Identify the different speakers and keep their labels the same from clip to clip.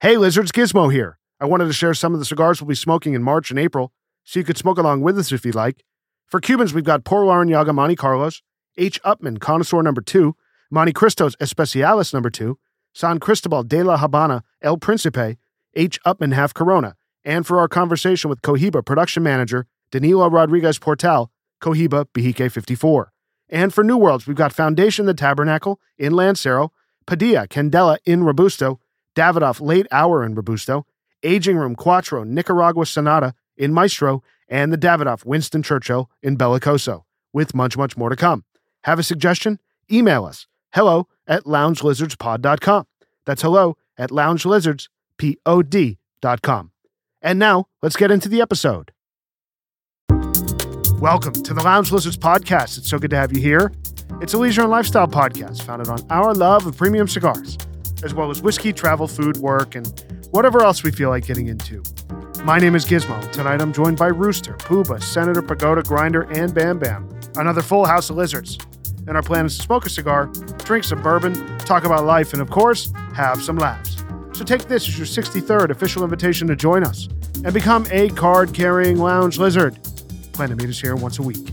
Speaker 1: Hey, Lizards, Gizmo here. I wanted to share some of the cigars we'll be smoking in March and April, so you could smoke along with us if you'd like. For Cubans, we've got Por Laranaga Monte Carlos, H. Upman Connoisseur Number 2, Monte Cristo's Especialis Number 2, San Cristobal de la Habana El Principe, H. Upman Half Corona, and for our conversation with Cohiba production manager Danilo Rodriguez Portal, Cohiba Bihique 54. And for New Worlds, we've got Foundation the Tabernacle in Lancero, Padilla Candela in Robusto, Davidoff Late Hour in Robusto, Aging Room Quattro Nicaragua Sonata in Maestro, and the Davidoff Winston Churchill in Bellicoso, with much, much more to come. Have a suggestion? Email us hello at loungelizardspod.com. That's hello at loungelizardspod.com. And now let's get into the episode. Welcome to the Lounge Lizards podcast. It's so good to have you here. It's a leisure and lifestyle podcast founded on our love of premium cigars, as well as whiskey, travel, food, work, and whatever else we feel like getting into. My name is Gizmo. and Tonight I'm joined by Rooster, Pooba, Senator Pagoda, Grinder, and Bam Bam. Another full house of lizards. And our plan is to smoke a cigar, drink some bourbon, talk about life, and of course, have some laughs. So take this as your 63rd official invitation to join us and become a card carrying lounge lizard plan to meet us here once a week.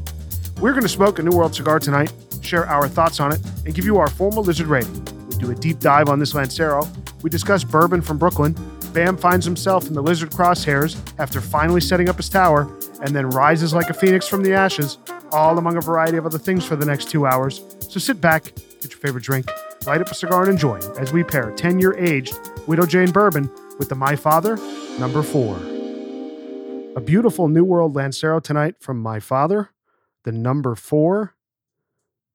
Speaker 1: We're going to smoke a New World cigar tonight, share our thoughts on it, and give you our formal lizard rating. We do a deep dive on this Lancero. We discuss bourbon from Brooklyn. Bam finds himself in the lizard crosshairs after finally setting up his tower, and then rises like a phoenix from the ashes, all among a variety of other things for the next two hours. So sit back, get your favorite drink, light up a cigar, and enjoy as we pair 10 year aged Widow Jane Bourbon with the My Father number four. A beautiful New World Lancero tonight from my father, the number four,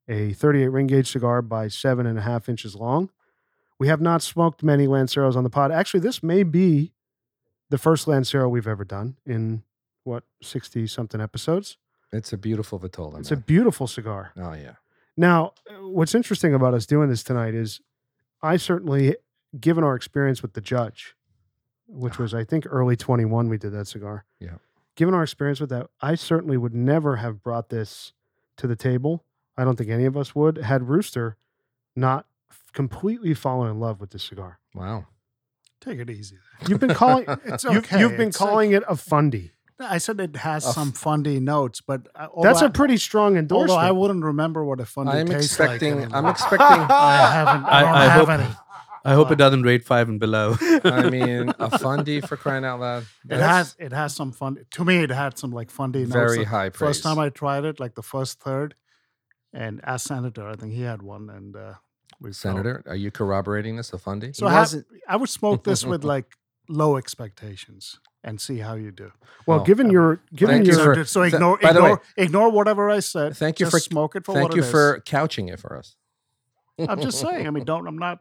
Speaker 1: a 38 ring gauge cigar by seven and a half inches long. We have not smoked many Lanceros on the pod. Actually, this may be the first Lancero we've ever done in what, 60 something episodes.
Speaker 2: It's a beautiful Vitola.
Speaker 1: It's a beautiful cigar.
Speaker 2: oh yeah.
Speaker 1: Now, uh, what's interesting about us doing this tonight is I certainly, given our experience with the judge, which was, I think, early 21, we did that cigar.
Speaker 2: Yeah.
Speaker 1: Given our experience with that, I certainly would never have brought this to the table. I don't think any of us would, had Rooster not f- completely fallen in love with this cigar.
Speaker 2: Wow.
Speaker 3: Take it easy.
Speaker 2: Uh,
Speaker 3: There.
Speaker 1: You've been calling.
Speaker 3: It's
Speaker 1: you've,
Speaker 3: okay.
Speaker 1: you've been
Speaker 3: It's
Speaker 1: calling it a fundy.
Speaker 3: Like, I said it has
Speaker 2: Ugh.
Speaker 3: some fundy notes, but I,
Speaker 1: That's
Speaker 3: although
Speaker 1: a pretty strong
Speaker 3: I, although
Speaker 1: endorsement.
Speaker 3: I wouldn't remember what a fundy
Speaker 2: I'm
Speaker 3: tastes like
Speaker 2: expecting.
Speaker 3: anymore.
Speaker 2: I'm expecting.
Speaker 3: I haven't. I,
Speaker 4: I-
Speaker 3: don't
Speaker 4: I
Speaker 3: have
Speaker 4: hope-
Speaker 3: any.
Speaker 4: I hope it doesn't rate five and below.
Speaker 2: I mean, a fundy for crying out loud.
Speaker 3: It has. It has some fundy. To me, it had some like fundy notes.
Speaker 2: very
Speaker 3: Like,
Speaker 2: high praise.
Speaker 3: First time I tried it, like the first third, and as senator, I think he had one, and uh, we felt-
Speaker 2: Senator, are you corroborating this? A fundy?
Speaker 3: So I, have, I would smoke this with like low expectations and see how you do.
Speaker 1: well,
Speaker 2: Well,
Speaker 1: given your given
Speaker 2: Thank you
Speaker 1: your
Speaker 3: So,
Speaker 2: for-
Speaker 3: d- so
Speaker 2: th-
Speaker 3: ignore
Speaker 2: by the way,
Speaker 3: ignore, ignore whatever I said.
Speaker 2: thank you
Speaker 3: Just
Speaker 2: for-
Speaker 3: smoke it for
Speaker 2: Thank
Speaker 3: what
Speaker 2: you
Speaker 3: it is.
Speaker 2: for couching it for us.
Speaker 3: I'm just saying. I mean, don't. I'm not.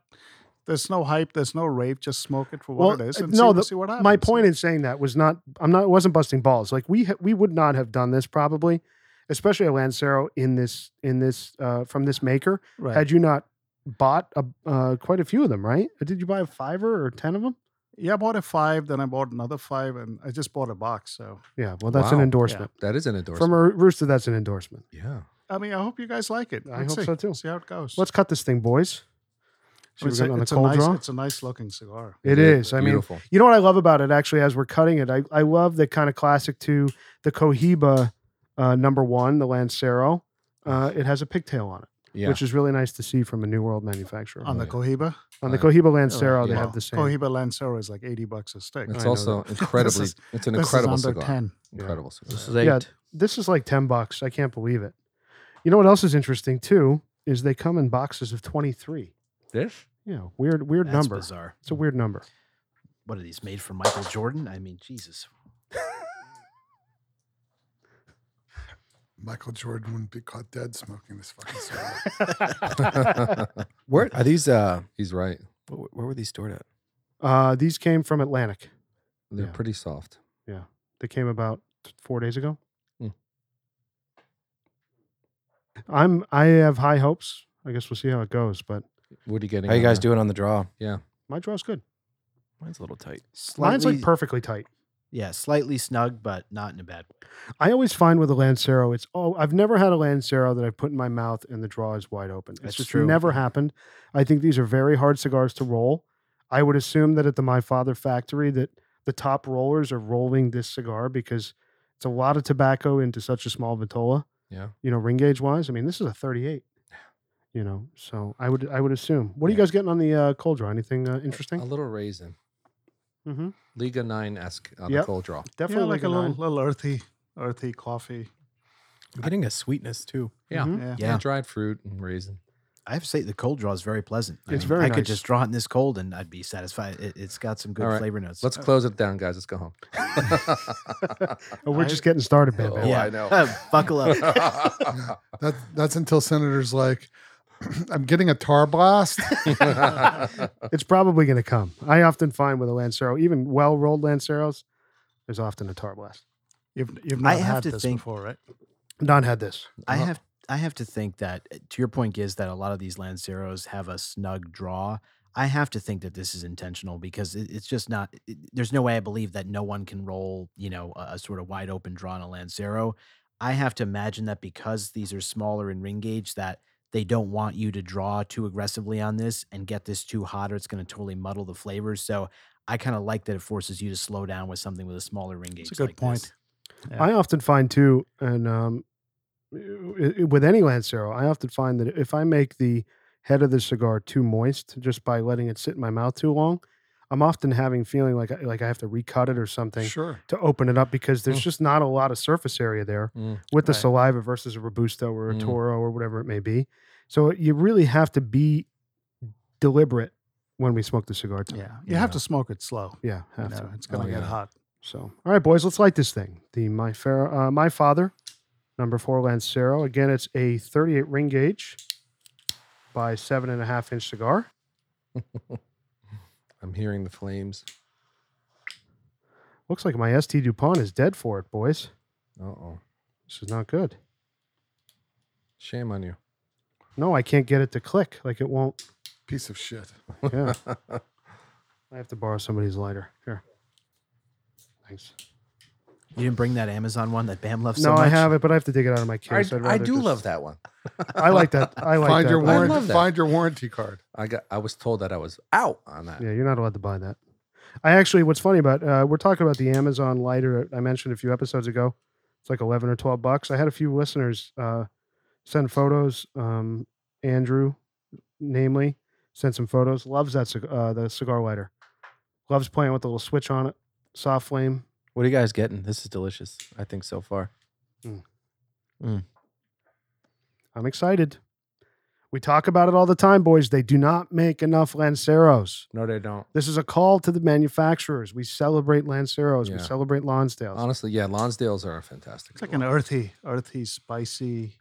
Speaker 3: There's no hype. There's no rave. Just smoke it for
Speaker 1: Well,
Speaker 3: what it is
Speaker 1: uh,
Speaker 3: and
Speaker 1: no,
Speaker 3: see,
Speaker 1: the-
Speaker 3: see what happens.
Speaker 1: my point in saying that was not I'm not I wasn't busting balls. Like we ha- we would not have done this probably, especially a Lancero in this in this uh, from this maker
Speaker 3: right.
Speaker 1: had you not bought a, uh, quite a few of them, right? Did you buy a fiver or ten of them?
Speaker 3: yeah, I bought a five. Then I bought another five, and I just bought a box. So
Speaker 1: Yeah, well that's an
Speaker 2: Wow.
Speaker 1: endorsement
Speaker 2: That is an endorsement.
Speaker 1: from a rooster. That's an endorsement.
Speaker 2: yeah.
Speaker 3: I mean, I hope you guys like it.
Speaker 1: I
Speaker 3: Let's
Speaker 1: hope
Speaker 3: see.
Speaker 1: so, too.
Speaker 3: See how it goes.
Speaker 1: Let's cut this thing, boys.
Speaker 3: But
Speaker 1: Should we
Speaker 3: it's,
Speaker 1: get
Speaker 3: a,
Speaker 1: on the
Speaker 3: it's a
Speaker 1: cold
Speaker 3: nice.
Speaker 1: draw?
Speaker 3: It's a nice looking cigar.
Speaker 1: It is. I mean,
Speaker 2: beautiful.
Speaker 1: you know what I love about it actually as we're cutting it? I, I love the kind of classic to the Cohiba uh, number one, the Lancero. Uh, it has a pigtail on it.
Speaker 2: yeah.
Speaker 1: which is really nice to see from a new world manufacturer.
Speaker 3: On
Speaker 2: Oh,
Speaker 3: the
Speaker 2: yeah.
Speaker 3: Cohiba.
Speaker 1: On the
Speaker 2: uh,
Speaker 1: Cohiba Lancero,
Speaker 2: yeah.
Speaker 1: they
Speaker 3: Wow.
Speaker 1: have the same.
Speaker 3: Cohiba Lancero is like eighty bucks a stick.
Speaker 2: it's
Speaker 1: I know
Speaker 2: also incredibly.
Speaker 3: is-
Speaker 2: it's an
Speaker 3: This is
Speaker 2: incredible
Speaker 3: under
Speaker 2: cigar.
Speaker 3: ten.
Speaker 2: Incredible
Speaker 4: This
Speaker 2: cigar.
Speaker 4: is eight.
Speaker 1: Yeah. This is like ten bucks. I can't believe it. You know what else is interesting too is they come in boxes of twenty three.
Speaker 2: This.
Speaker 1: Yeah, weird, weird
Speaker 5: That's
Speaker 1: number.
Speaker 5: bizarre.
Speaker 1: It's a weird number.
Speaker 5: What are these made for Michael Jordan? I mean, Jesus.
Speaker 6: Michael Jordan wouldn't be caught dead smoking this fucking cigarette.
Speaker 7: Where are these? Uh,
Speaker 2: He's right.
Speaker 7: wh- where were these stored at?
Speaker 1: Uh, these came from Atlantic.
Speaker 2: They're
Speaker 1: Yeah.
Speaker 2: pretty soft.
Speaker 1: They came about t- four days ago.
Speaker 2: Mm.
Speaker 1: I'm. I have high hopes. I guess we'll see how it goes. But
Speaker 2: What are you getting?
Speaker 7: How you
Speaker 2: on
Speaker 7: guys
Speaker 2: that?
Speaker 7: doing on the draw?
Speaker 1: my draw's good.
Speaker 7: Mine's a little tight.
Speaker 5: Slightly,
Speaker 1: Mine's like perfectly tight.
Speaker 5: yeah, slightly snug, but not in a bad way.
Speaker 1: I always find with a Lancero, it's oh, I've never had a Lancero that I've put in my mouth and the draw is wide open. It's
Speaker 5: That's
Speaker 1: just
Speaker 5: true.
Speaker 1: never happened. I think these are very hard cigars to roll. I would assume that at the My Father factory that the top rollers are rolling this cigar because it's a lot of tobacco into such a small vitola.
Speaker 2: Yeah.
Speaker 1: You know, ring gauge wise, I mean, this is a 38. You know, so I would I would assume. What are you
Speaker 2: Yeah.
Speaker 1: guys getting on the uh, cold draw? Anything uh,
Speaker 2: A
Speaker 1: interesting?
Speaker 2: little raisin.
Speaker 1: Mm-hmm.
Speaker 2: Liga 9 esque on
Speaker 1: Yep.
Speaker 2: the cold draw.
Speaker 1: Definitely
Speaker 3: yeah, like a
Speaker 1: nine.
Speaker 3: little, little earthy, earthy coffee.
Speaker 7: Getting a sweetness too. Mm-hmm.
Speaker 2: Yeah.
Speaker 1: Mhm.
Speaker 3: Yeah.
Speaker 2: Yeah.
Speaker 5: Yeah.
Speaker 2: dried fruit and raisin.
Speaker 5: I have to say the cold draw is very pleasant. I
Speaker 1: It's
Speaker 5: mean,
Speaker 1: very
Speaker 5: I
Speaker 1: nice.
Speaker 5: could just draw it in this cold and I'd be satisfied. It, it's got some good
Speaker 2: All right,
Speaker 5: flavor notes.
Speaker 2: Let's close it down, guys. Let's go home.
Speaker 1: Oh, we're just getting started, man.
Speaker 2: Oh, I know.
Speaker 5: Buckle up.
Speaker 6: That, that's until Senator's like, I'm getting a tar blast.
Speaker 1: It's probably going to come. I often find with a Lancero, even well rolled Lanceros, there's often a tar blast.
Speaker 3: You've, you've
Speaker 5: I
Speaker 3: not
Speaker 5: have
Speaker 3: had
Speaker 5: to
Speaker 3: this
Speaker 5: think-
Speaker 3: before, right?
Speaker 1: Don had this.
Speaker 5: I
Speaker 2: Uh-huh.
Speaker 5: have I have to think that uh, to your point, Giz, that a lot of these Lanceros have a snug draw. I have to think that this is intentional because it, it's just not. It, there's no way I believe that no one can roll, you know, a, a sort of wide open draw on a Lancero. I have to imagine that because these are smaller in ring gauge, that they don't want you to draw too aggressively on this and get this too hot, or it's going to totally muddle the flavors. So I kind of like that it forces you to slow down with something with a smaller ring gauge.
Speaker 3: It's a good
Speaker 5: like
Speaker 3: point.
Speaker 5: this.
Speaker 3: Yeah.
Speaker 1: I often find too, and um, i- i- with any Lancero, I often find that if I make the head of the cigar too moist just by letting it sit in my mouth too long, I'm often having feeling like I- like I have to recut it or something
Speaker 6: Sure.
Speaker 1: to open it up because there's
Speaker 2: Mm.
Speaker 1: just not a lot of surface area there
Speaker 2: Mm.
Speaker 1: with the
Speaker 3: Right.
Speaker 1: saliva versus a robusto or a
Speaker 2: Mm.
Speaker 1: toro or whatever it may be. So you really have to be deliberate when we smoke the cigar.
Speaker 3: Yeah.
Speaker 1: Time.
Speaker 3: You have to smoke it slow.
Speaker 1: Yeah,
Speaker 3: You
Speaker 1: have to. Oh,
Speaker 3: know, it's going to
Speaker 2: yeah.
Speaker 3: get hot.
Speaker 1: So, all right, boys, let's light this thing. The my Fer- uh, my father, number four Lancero. Again, it's a 38 ring gauge by seven and a half inch cigar.
Speaker 2: I'm hearing the flames.
Speaker 1: Looks like my ST Dupont is dead for it, boys.
Speaker 2: Uh oh.
Speaker 1: This is not good.
Speaker 2: Shame on you.
Speaker 1: No, I can't get it to click. Like it won't.
Speaker 6: Piece of shit.
Speaker 1: Yeah, I have to borrow somebody's lighter. Here. Thanks.
Speaker 5: You didn't bring that Amazon one that Bam loves so
Speaker 1: no,
Speaker 5: much.
Speaker 1: I have it, but I have to dig it out of my
Speaker 2: I,
Speaker 1: case. I'd
Speaker 2: I
Speaker 1: rather
Speaker 2: do
Speaker 1: just-
Speaker 2: love that one.
Speaker 1: I like that. I like
Speaker 6: find
Speaker 1: that.
Speaker 6: your
Speaker 1: but I
Speaker 2: warrant-
Speaker 6: warranty.
Speaker 2: love that.
Speaker 6: Find your warranty card.
Speaker 2: I got. I was told that I was out on that.
Speaker 1: Yeah, you're not allowed to buy that. I actually, what's funny about uh, we're talking about the Amazon lighter I mentioned a few episodes ago. It's like eleven or twelve bucks. I had a few listeners uh, send photos. Um, Andrew, namely, sent some photos. Loves that cig- uh, the cigar lighter. Loves playing with the little switch on it. Soft flame.
Speaker 7: What are you guys getting? This is delicious. I think so far.
Speaker 1: I'm excited. We talk about it all the time, boys. They do not make enough Lanceros.
Speaker 2: No, they don't.
Speaker 1: This is a call to the manufacturers. We celebrate Lanceros. We
Speaker 2: Yeah. Uh,
Speaker 1: celebrate Lonsdales.
Speaker 2: Honestly, yeah, Lonsdales are fantastic.
Speaker 3: It's like an earthy, earthy, spicy.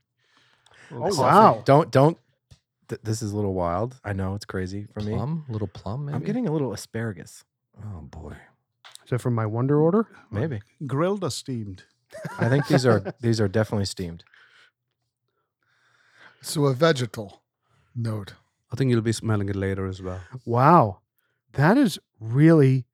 Speaker 3: little
Speaker 1: Oh,
Speaker 3: coffee.
Speaker 1: wow.
Speaker 7: Don't don't. Th- this is a little wild. I know it's crazy for me.
Speaker 2: plum, little plum. Maybe?
Speaker 7: I'm getting a little asparagus.
Speaker 2: Oh boy.
Speaker 1: Is that from my Wonder Order?
Speaker 7: Maybe.
Speaker 3: Grilled or steamed?
Speaker 7: I think these are these are definitely steamed.
Speaker 6: So a vegetal note.
Speaker 4: I think you'll be smelling it later as well.
Speaker 1: Wow. That is really,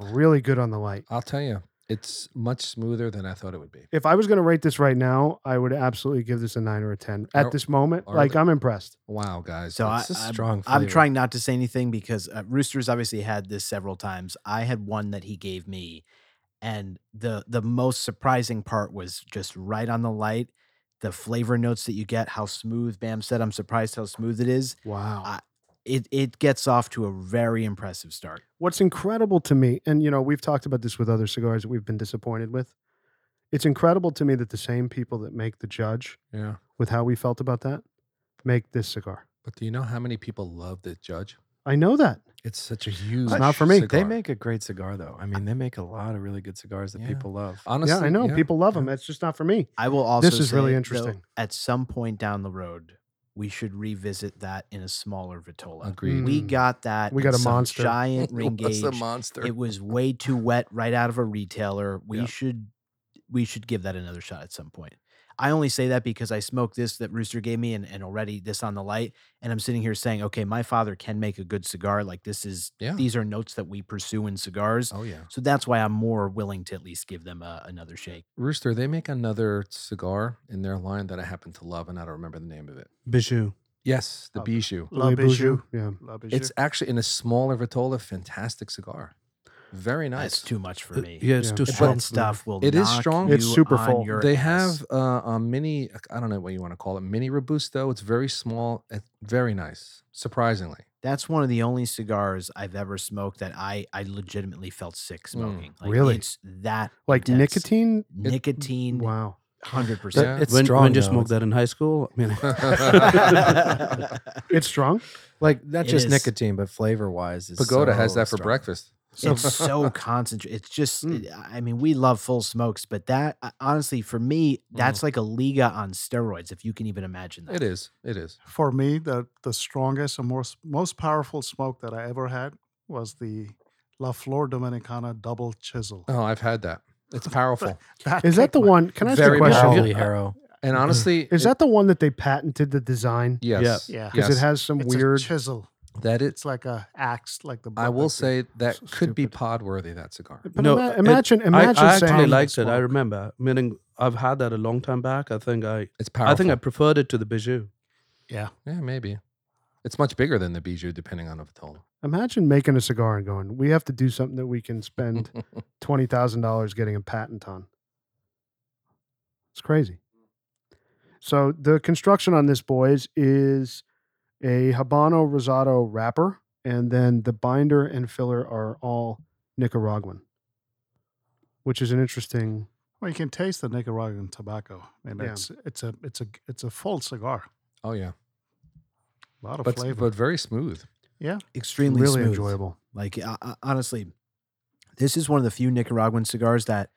Speaker 1: really good on the light.
Speaker 2: I'll tell you, it's much smoother than I thought it would be.
Speaker 1: If I was going to rate this right now, I would absolutely give this a nine or a 10
Speaker 2: Are-
Speaker 1: at this moment.
Speaker 2: are
Speaker 1: Like,
Speaker 2: the-
Speaker 1: I'm impressed.
Speaker 2: Wow, guys.
Speaker 5: So
Speaker 2: it's
Speaker 5: I-
Speaker 2: a
Speaker 5: I'm-
Speaker 2: strong.
Speaker 5: I'm
Speaker 2: flavor.
Speaker 5: trying not to say anything because uh, Rooster's obviously had this several times. I had one that he gave me, and the the most surprising part was just right on the light. The flavor notes that you get, how smooth. Bam said, "I'm surprised how smooth it is."
Speaker 1: Wow.
Speaker 5: I- It it gets off to a very impressive start.
Speaker 1: What's incredible to me, and you know, we've talked about this with other cigars that we've been disappointed with. It's incredible to me that the same people that make the judge
Speaker 2: Yeah.
Speaker 1: with how we felt about that make this cigar.
Speaker 2: But do you know how many people love the judge?
Speaker 1: I know that.
Speaker 2: It's such a huge.
Speaker 1: not for me.
Speaker 2: cigar.
Speaker 7: They make a great cigar though. I mean, they make a lot of really good cigars that
Speaker 2: Yeah.
Speaker 7: people love.
Speaker 4: Uh,
Speaker 2: honestly.
Speaker 1: yeah, I know.
Speaker 2: yeah,
Speaker 1: People love
Speaker 2: yeah.
Speaker 1: them. It's just not for me.
Speaker 5: I will also.
Speaker 1: is really
Speaker 5: say, though,
Speaker 1: interesting.
Speaker 5: at some point down the road, we should revisit that in a smaller vitola.
Speaker 2: Agreed.
Speaker 5: We
Speaker 1: Mm.
Speaker 5: got that.
Speaker 1: We
Speaker 5: in
Speaker 1: got a
Speaker 5: some
Speaker 1: monster.
Speaker 5: giant ring
Speaker 2: What's
Speaker 5: gauge.
Speaker 2: a monster?
Speaker 5: It was way too wet right out of a retailer. We
Speaker 2: Yeah.
Speaker 5: should we should give that another shot at some point. I only say that because I smoked this that Rooster gave me and, and already this on the light. And I'm sitting here saying, okay, my father can make a good cigar. Like this is
Speaker 2: Yeah.
Speaker 5: these are notes that we pursue in cigars.
Speaker 2: oh yeah.
Speaker 5: So that's why I'm more willing to at least give them a, another shake.
Speaker 2: Rooster. They make another cigar in their line that I happen to love, and I don't remember the name of it.
Speaker 4: Bijou.
Speaker 2: Yes, the
Speaker 3: Okay.
Speaker 2: Bijou.
Speaker 3: La
Speaker 1: Louis
Speaker 3: Bijou.
Speaker 1: Yeah.
Speaker 3: La Bijou.
Speaker 2: It's actually in a smaller Vitola, fantastic cigar. Very nice.
Speaker 5: That's too much for
Speaker 4: Uh,
Speaker 5: me.
Speaker 4: Yeah, it's
Speaker 1: Yeah.
Speaker 4: too
Speaker 5: That
Speaker 4: strong.
Speaker 5: stuff will.
Speaker 2: It is
Speaker 5: knock
Speaker 2: strong.
Speaker 1: It's
Speaker 5: you
Speaker 1: super
Speaker 5: on
Speaker 1: full.
Speaker 5: your
Speaker 2: they
Speaker 5: ass.
Speaker 2: have uh, a mini, I don't know what you want to call it, mini Robusto. It's very small, it's very nice, surprisingly.
Speaker 5: That's one of the only cigars I've ever smoked that I I legitimately felt sick smoking. Like,
Speaker 1: really?
Speaker 5: It's that
Speaker 1: Like
Speaker 5: intense.
Speaker 1: nicotine.
Speaker 5: Nicotine,
Speaker 1: Wow.
Speaker 5: hundred
Speaker 2: That-
Speaker 5: percent.
Speaker 2: it's
Speaker 4: when,
Speaker 2: strong.
Speaker 4: when you
Speaker 2: though.
Speaker 4: smoked that in high school, I mean,
Speaker 1: It's strong.
Speaker 7: Like not
Speaker 5: It
Speaker 7: just
Speaker 5: is.
Speaker 7: nicotine, but flavor wise. is
Speaker 2: Pagoda has
Speaker 7: so
Speaker 2: that for
Speaker 7: strong.
Speaker 2: breakfast.
Speaker 5: it's so concentrated. It's just,
Speaker 1: Mm.
Speaker 5: it- I mean, we love full smokes, but that uh, honestly, for me, that's like a Liga on steroids, if you can even imagine that.
Speaker 2: It is. It is.
Speaker 3: For me, the the strongest and most most powerful smoke that I ever had was the La Flor Dominicana Double Chisel.
Speaker 2: Oh, I've had that. It's powerful.
Speaker 1: Is that
Speaker 3: kicked
Speaker 1: the
Speaker 3: my-
Speaker 1: one? Can I ask you a
Speaker 2: Very
Speaker 1: question?
Speaker 2: powerful.
Speaker 7: Holy Harrow.
Speaker 2: And honestly,
Speaker 1: Is
Speaker 2: it-
Speaker 1: that the one that they patented the design?
Speaker 2: Yes.
Speaker 3: Yeah.
Speaker 1: Because
Speaker 2: yes.
Speaker 1: it has some
Speaker 3: It's
Speaker 1: weird.
Speaker 3: a chisel.
Speaker 2: that it
Speaker 3: It's like a axe, like the.
Speaker 2: I
Speaker 3: bl-
Speaker 2: will
Speaker 3: like the-
Speaker 2: say that
Speaker 3: so
Speaker 2: could be
Speaker 3: stupid.
Speaker 2: pod worthy that cigar.
Speaker 1: But
Speaker 4: No,
Speaker 1: ima-
Speaker 4: it-
Speaker 1: imagine,
Speaker 4: I,
Speaker 1: imagine
Speaker 4: I actually
Speaker 1: saying
Speaker 4: liked it. I remember. Meaning, I've had that a long time back. I think I,
Speaker 2: It's powerful.
Speaker 4: I think I preferred it to the Bijou.
Speaker 2: yeah, maybe. It's much bigger than the Bijou, depending on the Vitola.
Speaker 1: Imagine making a cigar and going, we have to do something that we can spend twenty thousand dollars getting a patent on. It's crazy. So the construction on this, boys, is a Habano Rosado wrapper, and then the binder and filler are all Nicaraguan, which is an interesting.
Speaker 3: Well, you can taste the Nicaraguan tobacco, and
Speaker 1: Yeah.
Speaker 3: it's it's a it's a it's a full cigar.
Speaker 2: Oh yeah,
Speaker 3: A lot of
Speaker 2: but
Speaker 3: flavor.
Speaker 2: but very smooth.
Speaker 5: Extremely
Speaker 1: really
Speaker 5: smooth.
Speaker 1: enjoyable.
Speaker 5: Like uh, uh, honestly, this is one of the few Nicaraguan cigars that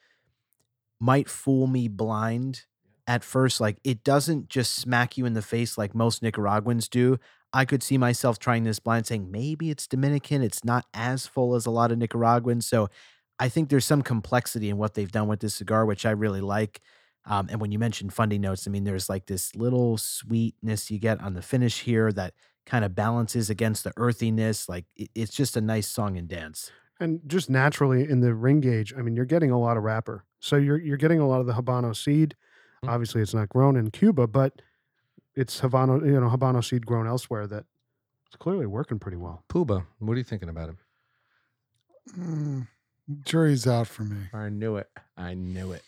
Speaker 5: might fool me blind at first. Like it doesn't just smack you in the face like most Nicaraguans do. I could see myself trying this blind, saying maybe it's Dominican. It's not as full as a lot of Nicaraguans. So I think there's some complexity in what they've done with this cigar, which I really like. Um, and when you mentioned funding notes, I mean, there's like this little sweetness you get on the finish here that kind of balances against the earthiness. Like it, it's just a nice song and dance.
Speaker 1: And just naturally in the ring gauge, I mean, you're getting a lot of wrapper. So you're you're getting a lot of the Habano seed.
Speaker 6: Mm.
Speaker 2: Mhm.
Speaker 1: Obviously, it's not grown in Cuba, but it's Habano, you know, Habano seed grown elsewhere that it's clearly working pretty well.
Speaker 2: Puba, what are you thinking about it?
Speaker 6: Mm, jury's out for me.
Speaker 2: I knew it. I knew it.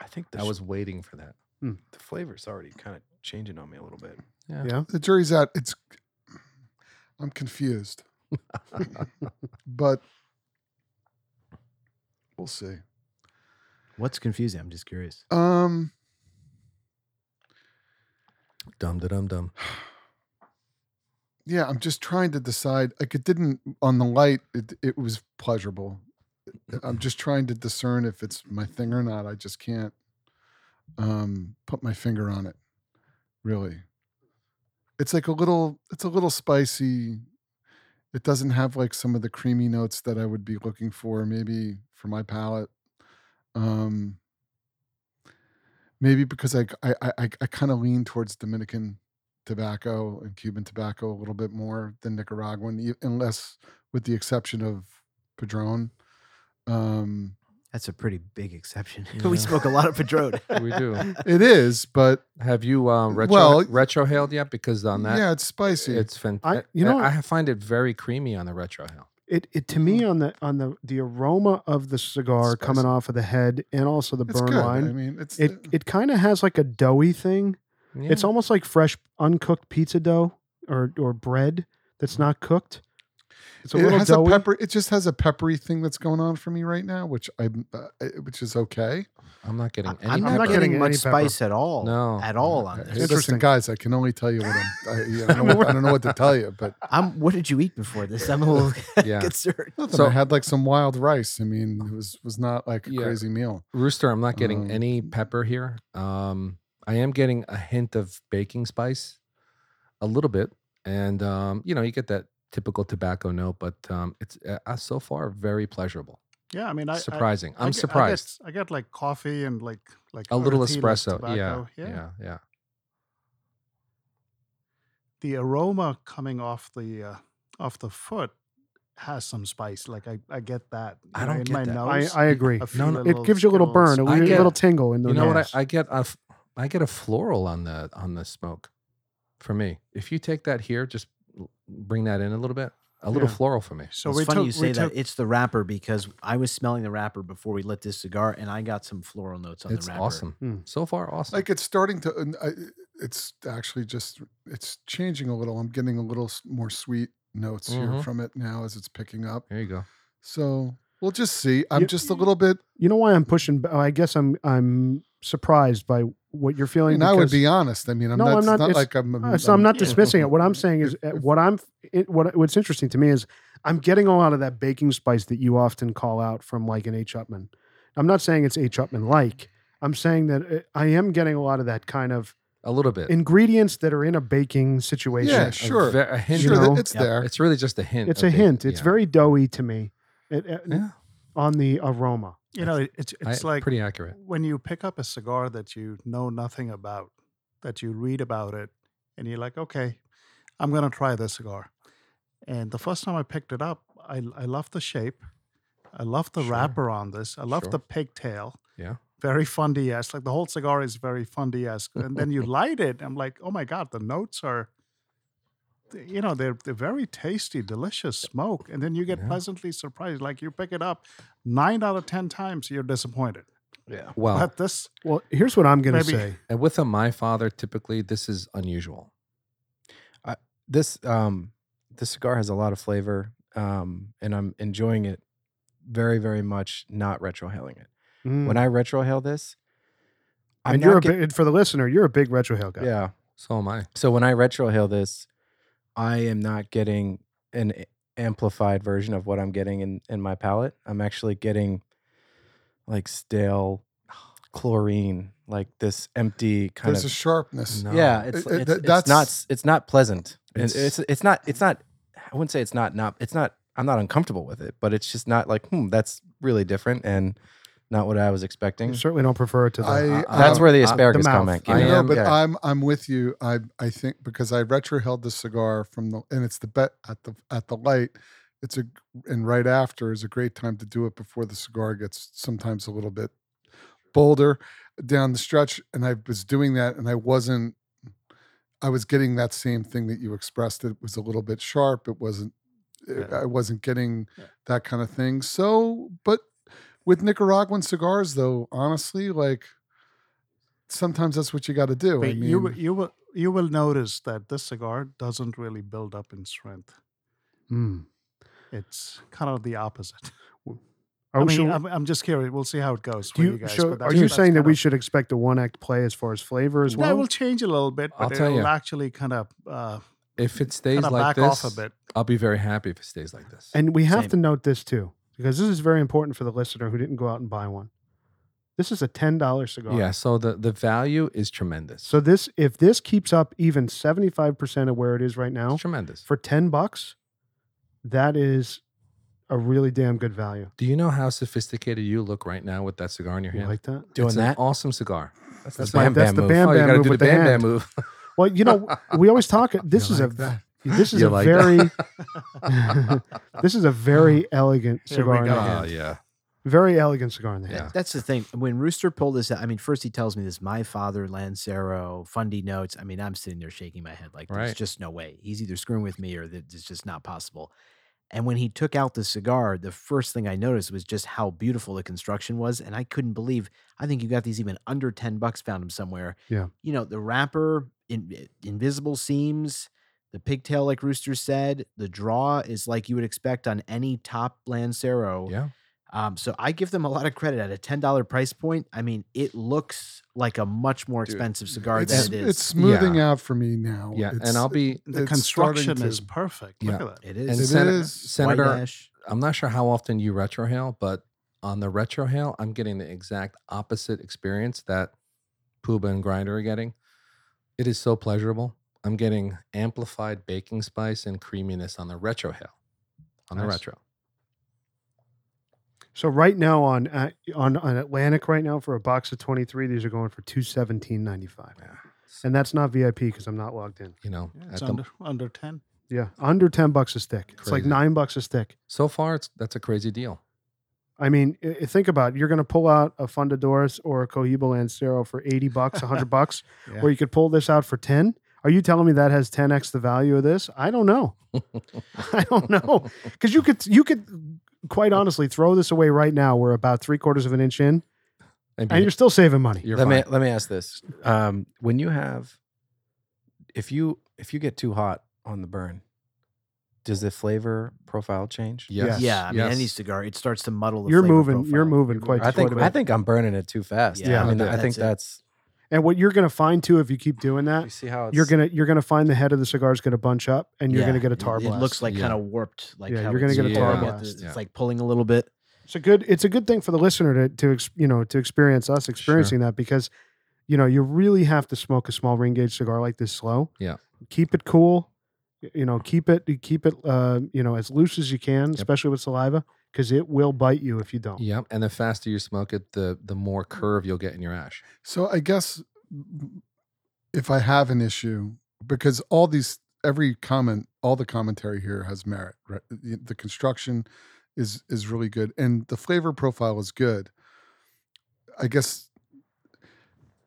Speaker 7: I think the,
Speaker 2: I was waiting for that.
Speaker 7: the flavor's already kind of changing on me a little bit.
Speaker 1: Yeah.
Speaker 6: The jury's out. It's I'm confused, but we'll see.
Speaker 5: What's confusing? I'm just curious.
Speaker 6: Um,
Speaker 2: dum da dum dum.
Speaker 6: yeah, I'm just trying to decide. Like it didn't on the light. It it was pleasurable. Uh, I'm just trying to discern if it's my thing or not. I just can't um, put my finger on it. Really, it's like a little. It's a little spicy. It doesn't have like some of the creamy notes that I would be looking for, maybe for my palate. Um, maybe because I I I, I- I kind of lean towards Dominican tobacco and Cuban tobacco a little bit more than Nicaraguan, e- unless with the exception of Padron. Um,
Speaker 5: That's a pretty big exception. we smoke a lot of Padrone.
Speaker 2: We do.
Speaker 6: it is, but
Speaker 2: Have you uh, retro
Speaker 6: Well-
Speaker 2: retrohaled yet? Because on that,
Speaker 6: yeah, it's spicy.
Speaker 2: it's fantastic.
Speaker 1: I- you know-
Speaker 2: I find it very creamy on the retrohale.
Speaker 1: It, it to
Speaker 6: Hmm.
Speaker 1: me on the on the the aroma of the cigar
Speaker 2: Spicy.
Speaker 1: coming off of the head and also the
Speaker 6: It's
Speaker 1: burn
Speaker 6: good.
Speaker 1: line.
Speaker 6: I mean, it's uh,
Speaker 1: it it kind of has like a doughy thing.
Speaker 2: Yeah.
Speaker 1: It's almost like fresh uncooked pizza dough or or bread that's not cooked. It's a
Speaker 6: Mm. it
Speaker 1: little
Speaker 6: has
Speaker 1: doughy.
Speaker 6: a pepper. It just has a peppery thing that's going on for me right now, which I uh, which is okay.
Speaker 2: I'm not getting any.
Speaker 5: I'm
Speaker 1: I'm
Speaker 5: not
Speaker 1: not
Speaker 2: pepper.
Speaker 5: getting,
Speaker 1: getting
Speaker 5: much
Speaker 1: any pepper.
Speaker 5: spice at all.
Speaker 2: No.
Speaker 5: at all on
Speaker 6: Hey,
Speaker 5: this.
Speaker 1: Interesting.
Speaker 6: Listen, guys, I can only tell you what I'm. I, I don't know what, I don't know what to tell you, but
Speaker 5: I'm. What did you eat before this? I'm a little
Speaker 2: Yeah.
Speaker 5: concerned.
Speaker 6: nothing.
Speaker 2: So-
Speaker 6: I had like some wild rice. I mean, it was was not like a
Speaker 2: Yeah.
Speaker 6: crazy meal.
Speaker 2: Rooster, I'm not getting
Speaker 6: Um,
Speaker 2: any pepper here. Um, I am getting a hint of baking spice, a little bit, and um, you know, you get that typical tobacco note, but um, it's uh, uh, so far very pleasurable,
Speaker 3: yeah, I mean, I, I,
Speaker 2: surprising. I,
Speaker 3: I
Speaker 2: am
Speaker 3: get- I
Speaker 2: surprised.
Speaker 3: get- I get, like coffee and like like
Speaker 2: a little
Speaker 3: earthy, like,
Speaker 2: espresso, yeah,
Speaker 3: tobacco.
Speaker 2: yeah, yeah.
Speaker 3: The aroma coming off the uh, off the foot has some spice. Like I, I get that.
Speaker 2: I
Speaker 3: you know,
Speaker 2: don't
Speaker 3: in
Speaker 2: get
Speaker 3: my
Speaker 2: that.
Speaker 1: I,
Speaker 3: nose.
Speaker 1: I agree.
Speaker 3: I feel
Speaker 2: no,
Speaker 3: a
Speaker 1: it gives you a little burn, a
Speaker 3: spice.
Speaker 2: I
Speaker 1: little,
Speaker 2: get-
Speaker 1: little tingle in the
Speaker 2: You know
Speaker 1: nose.
Speaker 2: what? I, I get a, f- I get a floral on the on the smoke. for me. If you take that here, just l- bring that in a little bit. A little
Speaker 3: Yeah.
Speaker 2: floral for me.
Speaker 3: So
Speaker 5: it's
Speaker 3: we
Speaker 5: funny
Speaker 3: took,
Speaker 5: you say
Speaker 3: we
Speaker 5: that.
Speaker 3: took-
Speaker 5: It's the wrapper because I was smelling the wrapper before we lit this cigar, and I got some floral notes on
Speaker 2: It's
Speaker 5: the wrapper.
Speaker 2: awesome.
Speaker 3: Hmm.
Speaker 2: So far, awesome.
Speaker 6: like it's starting to and I, it's actually just it's changing a little i'm getting a little s- more sweet notes here
Speaker 1: Mm-hmm.
Speaker 2: Mhm.
Speaker 6: from it now as it's picking up
Speaker 2: there you go.
Speaker 6: so we'll just see i'm
Speaker 1: You-
Speaker 6: just a little bit
Speaker 1: You know why I'm pushing? b- I guess I'm I'm surprised by what you're feeling.
Speaker 6: and i would
Speaker 1: because-
Speaker 6: be honest i mean i'm
Speaker 1: No,
Speaker 6: not,
Speaker 1: I'm
Speaker 6: it's
Speaker 1: not-
Speaker 6: not
Speaker 1: it's-
Speaker 6: like i'm
Speaker 1: Uh, so I'm not dismissing it. What I'm saying is
Speaker 6: If-
Speaker 1: uh,
Speaker 6: if-
Speaker 1: what I'm it, what what's interesting to me is I'm getting a lot of that baking spice that you often call out from like an H Upman. I'm not saying it's H Upman like. I'm saying that uh, I am getting a lot of that kind of
Speaker 2: A little bit.
Speaker 1: ingredients that are in a baking situation.
Speaker 6: yeah
Speaker 2: A
Speaker 6: sure
Speaker 2: ve- a hint.
Speaker 6: sure
Speaker 1: you
Speaker 6: that
Speaker 1: know?
Speaker 6: it's
Speaker 5: Yep.
Speaker 6: there
Speaker 2: It's really just a hint.
Speaker 1: It's
Speaker 2: of
Speaker 1: a
Speaker 2: the-
Speaker 1: hint. It's
Speaker 2: yeah.
Speaker 1: very doughy to me it, uh,
Speaker 2: Yeah,
Speaker 1: on the aroma.
Speaker 3: you know, it- it's
Speaker 2: I-
Speaker 3: it's like
Speaker 2: pretty accurate.
Speaker 3: when you pick up a cigar that you know nothing about, that you read about it, and you're like, okay, I'm going to try this cigar. And the first time I picked it up, I, I love the shape. I love the
Speaker 2: Sure.
Speaker 3: wrapper on this. I love
Speaker 2: Sure.
Speaker 3: the pigtail.
Speaker 2: Yeah.
Speaker 3: Very fundy esque. Like the whole cigar is very fundy esque. And then you light it. I'm like, oh my God, the notes are, th- you know, they're, they're very tasty, delicious smoke. And then you get
Speaker 2: Yeah.
Speaker 3: pleasantly surprised. Like you pick it up nine out of 10 times, you're disappointed.
Speaker 4: Yeah.
Speaker 2: Well,
Speaker 3: But this,
Speaker 1: Well, here's what I'm going to
Speaker 3: Maybe-
Speaker 1: say.
Speaker 2: and with a my father, typically this is unusual.
Speaker 7: This um the cigar has a lot of flavor. Um, and I'm enjoying it very, very much, not retrohaling it.
Speaker 1: Mm.
Speaker 7: When I retrohale this, I'm
Speaker 1: and you're a
Speaker 7: not get-
Speaker 1: big, for the listener, you're a big retrohale guy.
Speaker 7: yeah.
Speaker 2: So am I.
Speaker 7: So when I retrohale this, I am not getting an a- amplified version of what I'm getting in, in my palate. I'm actually getting like stale chlorine, like this empty kind
Speaker 6: there's a
Speaker 7: of
Speaker 6: sharpness
Speaker 2: No.
Speaker 7: yeah. It's,
Speaker 6: It- it-
Speaker 7: it's,
Speaker 6: th-
Speaker 7: it's
Speaker 6: that's-
Speaker 7: not s- it's not pleasant. And
Speaker 2: It's-
Speaker 7: It's, it's not it's not. I wouldn't say it's not not it's not. I'm not uncomfortable with it, but it's just not like hmm. That's really different and not what I was
Speaker 1: You
Speaker 7: expecting.
Speaker 1: certainly don't prefer it to the.
Speaker 6: I-
Speaker 7: That's
Speaker 6: um,
Speaker 7: where the
Speaker 2: I-
Speaker 7: asparagus
Speaker 1: mouth.
Speaker 7: comment came.
Speaker 2: I
Speaker 6: I
Speaker 7: in.
Speaker 6: know,
Speaker 2: am-
Speaker 6: but
Speaker 7: Yeah.
Speaker 6: I'm I'm with you. I I think because I retrohaled the cigar from the and it's the bet at the at the light. It's a and right after is a great time to do it before the cigar gets sometimes a little bit bolder down the stretch. And I was doing that, and I wasn't. I was getting that same thing that you expressed. It was a little bit sharp. It wasn't. it-
Speaker 3: Yeah.
Speaker 6: I wasn't getting that kind of thing. So, but with Nicaraguan cigars, though, honestly, like sometimes that's what you got to do. I
Speaker 3: But
Speaker 6: mean,
Speaker 3: you will- you will you will notice that this cigar doesn't really build up in strength.
Speaker 1: Mm.
Speaker 3: It's kind of the opposite.
Speaker 1: Are
Speaker 3: I
Speaker 1: we
Speaker 3: mean,
Speaker 1: sure-
Speaker 3: I'm, I'm just curious. We'll see how it goes
Speaker 1: Do
Speaker 3: for you,
Speaker 1: you,
Speaker 3: guys.
Speaker 1: so
Speaker 3: but
Speaker 1: are
Speaker 3: that's-
Speaker 1: you
Speaker 3: that's
Speaker 1: saying that
Speaker 3: kind
Speaker 1: we
Speaker 3: of-
Speaker 1: should expect a one act play as far as flavor as
Speaker 3: Yeah, it
Speaker 1: well?
Speaker 3: will change a little bit,
Speaker 2: I'll
Speaker 3: but
Speaker 2: tell
Speaker 3: it'll
Speaker 2: ya.
Speaker 3: actually kind of uh,
Speaker 2: If it stays
Speaker 3: kind of
Speaker 2: like
Speaker 3: back
Speaker 2: this,
Speaker 3: off a bit.
Speaker 2: I'll be very happy if it stays like this.
Speaker 1: and we have
Speaker 5: Same.
Speaker 1: to note this too, because this is very important for the listener who didn't go out and buy one. This is a ten dollar cigar.
Speaker 2: yeah. So the the value is tremendous.
Speaker 1: So this, if this keeps up even seventy five percent of where it is right now
Speaker 2: it's tremendous.
Speaker 1: for ten bucks, that is a really damn good value.
Speaker 2: Do you know how sophisticated you look right now with that cigar in your
Speaker 1: You
Speaker 2: hand?
Speaker 1: like that?
Speaker 7: doing
Speaker 2: it's
Speaker 7: that.
Speaker 2: An awesome cigar.
Speaker 1: That's,
Speaker 7: the
Speaker 1: my,
Speaker 7: Bam
Speaker 1: that's
Speaker 7: Bam
Speaker 1: the
Speaker 7: move.
Speaker 1: Bam
Speaker 2: oh, you
Speaker 1: Bam
Speaker 2: gotta
Speaker 1: move
Speaker 2: do the
Speaker 1: with the
Speaker 2: Bam Bam
Speaker 1: hand.
Speaker 2: move.
Speaker 1: Well, you know, we always talk. This
Speaker 6: You
Speaker 1: is a
Speaker 6: like that?
Speaker 1: this is
Speaker 2: You
Speaker 1: a
Speaker 2: like
Speaker 1: very
Speaker 2: that?
Speaker 1: this is a very elegant
Speaker 3: Here we
Speaker 1: cigar. in
Speaker 3: go.
Speaker 1: the hand.
Speaker 2: oh yeah.
Speaker 1: Very elegant cigar in the
Speaker 2: Yeah.
Speaker 1: hand.
Speaker 5: That's the thing. When Rooster pulled this out, I mean, first he tells me this, my father, Lancero, Fundy Notes. I mean, I'm sitting there shaking my head like, there's
Speaker 2: Right.
Speaker 5: just no way. He's either screwing with me or that it's just not possible. And when he took out the cigar, the first thing I noticed was just how beautiful the construction was. And I couldn't believe, I think you got these even under 10 bucks, found them somewhere.
Speaker 1: Yeah.
Speaker 5: You know, the wrapper, in, invisible seams, the pigtail, like Rooster said, the draw is like you would expect on any top Lancero.
Speaker 2: Yeah.
Speaker 5: Um, so I give them a lot of credit at a ten dollar price point. I mean, it looks like a much more
Speaker 2: Dude,
Speaker 5: expensive cigar
Speaker 6: it's,
Speaker 5: than it is.
Speaker 6: it's smoothing out for me now.
Speaker 2: Yeah.
Speaker 6: It's,
Speaker 2: and I'll be
Speaker 3: The
Speaker 6: it's
Speaker 3: construction
Speaker 6: starting
Speaker 3: is
Speaker 6: to-
Speaker 3: perfect. Look
Speaker 2: Yeah.
Speaker 3: at that.
Speaker 5: it
Speaker 2: and
Speaker 5: is.
Speaker 6: It
Speaker 2: Sen-
Speaker 6: is.
Speaker 5: White
Speaker 2: Senator.
Speaker 5: ash.
Speaker 2: I'm not sure how often you retrohale, but on the retrohale, I'm getting the exact opposite experience that Puba and Grinder are getting. It is so pleasurable. I'm getting amplified baking spice and creaminess on the retrohale. On the
Speaker 3: Nice.
Speaker 2: retro.
Speaker 1: So right now on uh, on on Atlantic right now for a box of twenty three, these are going for two seventeen ninety five,
Speaker 2: Yeah. So,
Speaker 1: and that's not VIP because I'm not logged in.
Speaker 2: you know,
Speaker 3: Yeah,
Speaker 2: at
Speaker 3: it's
Speaker 2: the-
Speaker 3: under, under 10.
Speaker 1: Yeah, under ten bucks a stick. It's like
Speaker 2: Crazy.
Speaker 1: nine bucks a stick.
Speaker 2: so far it's that's a crazy deal.
Speaker 1: I mean, i- i- think about it. you're going to pull out a Fundadores or a Cohiba Lancero for eighty bucks, hundred bucks,
Speaker 3: Yeah.
Speaker 1: or you could pull this out for ten. Are you telling me that has 10x the value of this? I don't know. I don't know because you could you could quite honestly throw this away right now. We're about three quarters of an inch in,
Speaker 2: And
Speaker 1: and you're still saving money.
Speaker 2: you're
Speaker 7: let
Speaker 2: fine.
Speaker 7: me let me ask this: um, when you have, if you if you get too hot on the burn, does the flavor profile change?
Speaker 2: Yes,
Speaker 5: yeah, I mean, any
Speaker 2: yes.
Speaker 5: cigar, it starts to muddle the.
Speaker 1: You're
Speaker 5: flavor
Speaker 1: moving. You're
Speaker 5: profile.
Speaker 1: moving quite.
Speaker 7: I think
Speaker 1: quite a
Speaker 7: I
Speaker 1: bit.
Speaker 7: think I'm burning it too fast.
Speaker 5: Yeah,
Speaker 7: I mean,
Speaker 2: Yeah.
Speaker 7: I think that's.
Speaker 1: And what you're going to find too, if you keep doing that,
Speaker 7: You see how it's,
Speaker 1: you're gonna you're gonna find the head of the cigar is gonna bunch up, and you're
Speaker 5: Yeah,
Speaker 1: gonna get a
Speaker 5: it-
Speaker 1: tar blast.
Speaker 5: It looks like
Speaker 2: Yeah.
Speaker 5: kind of warped. Like
Speaker 1: Yeah,
Speaker 5: how
Speaker 1: you're gonna
Speaker 5: it's-
Speaker 1: get a
Speaker 5: you
Speaker 2: tar
Speaker 5: know,
Speaker 2: blast.
Speaker 5: It's
Speaker 2: Yeah.
Speaker 5: it's like pulling a little bit.
Speaker 1: it's a good it's a good thing for the listener to to ex, you know to experience us experiencing that because you know you really have to smoke a small ring gauge cigar like this slow.
Speaker 2: Yeah.
Speaker 1: keep it cool. y- You know, keep it keep it uh, you know as loose as you can, especially with saliva, because it will bite you if you don't.
Speaker 2: Yep. And the faster you smoke it, the the more curve you'll get in your ash.
Speaker 6: So I guess if I have an issue, because all these, every comment, all the commentary here has merit. Right? The the construction is is really good, and the flavor profile is good. I guess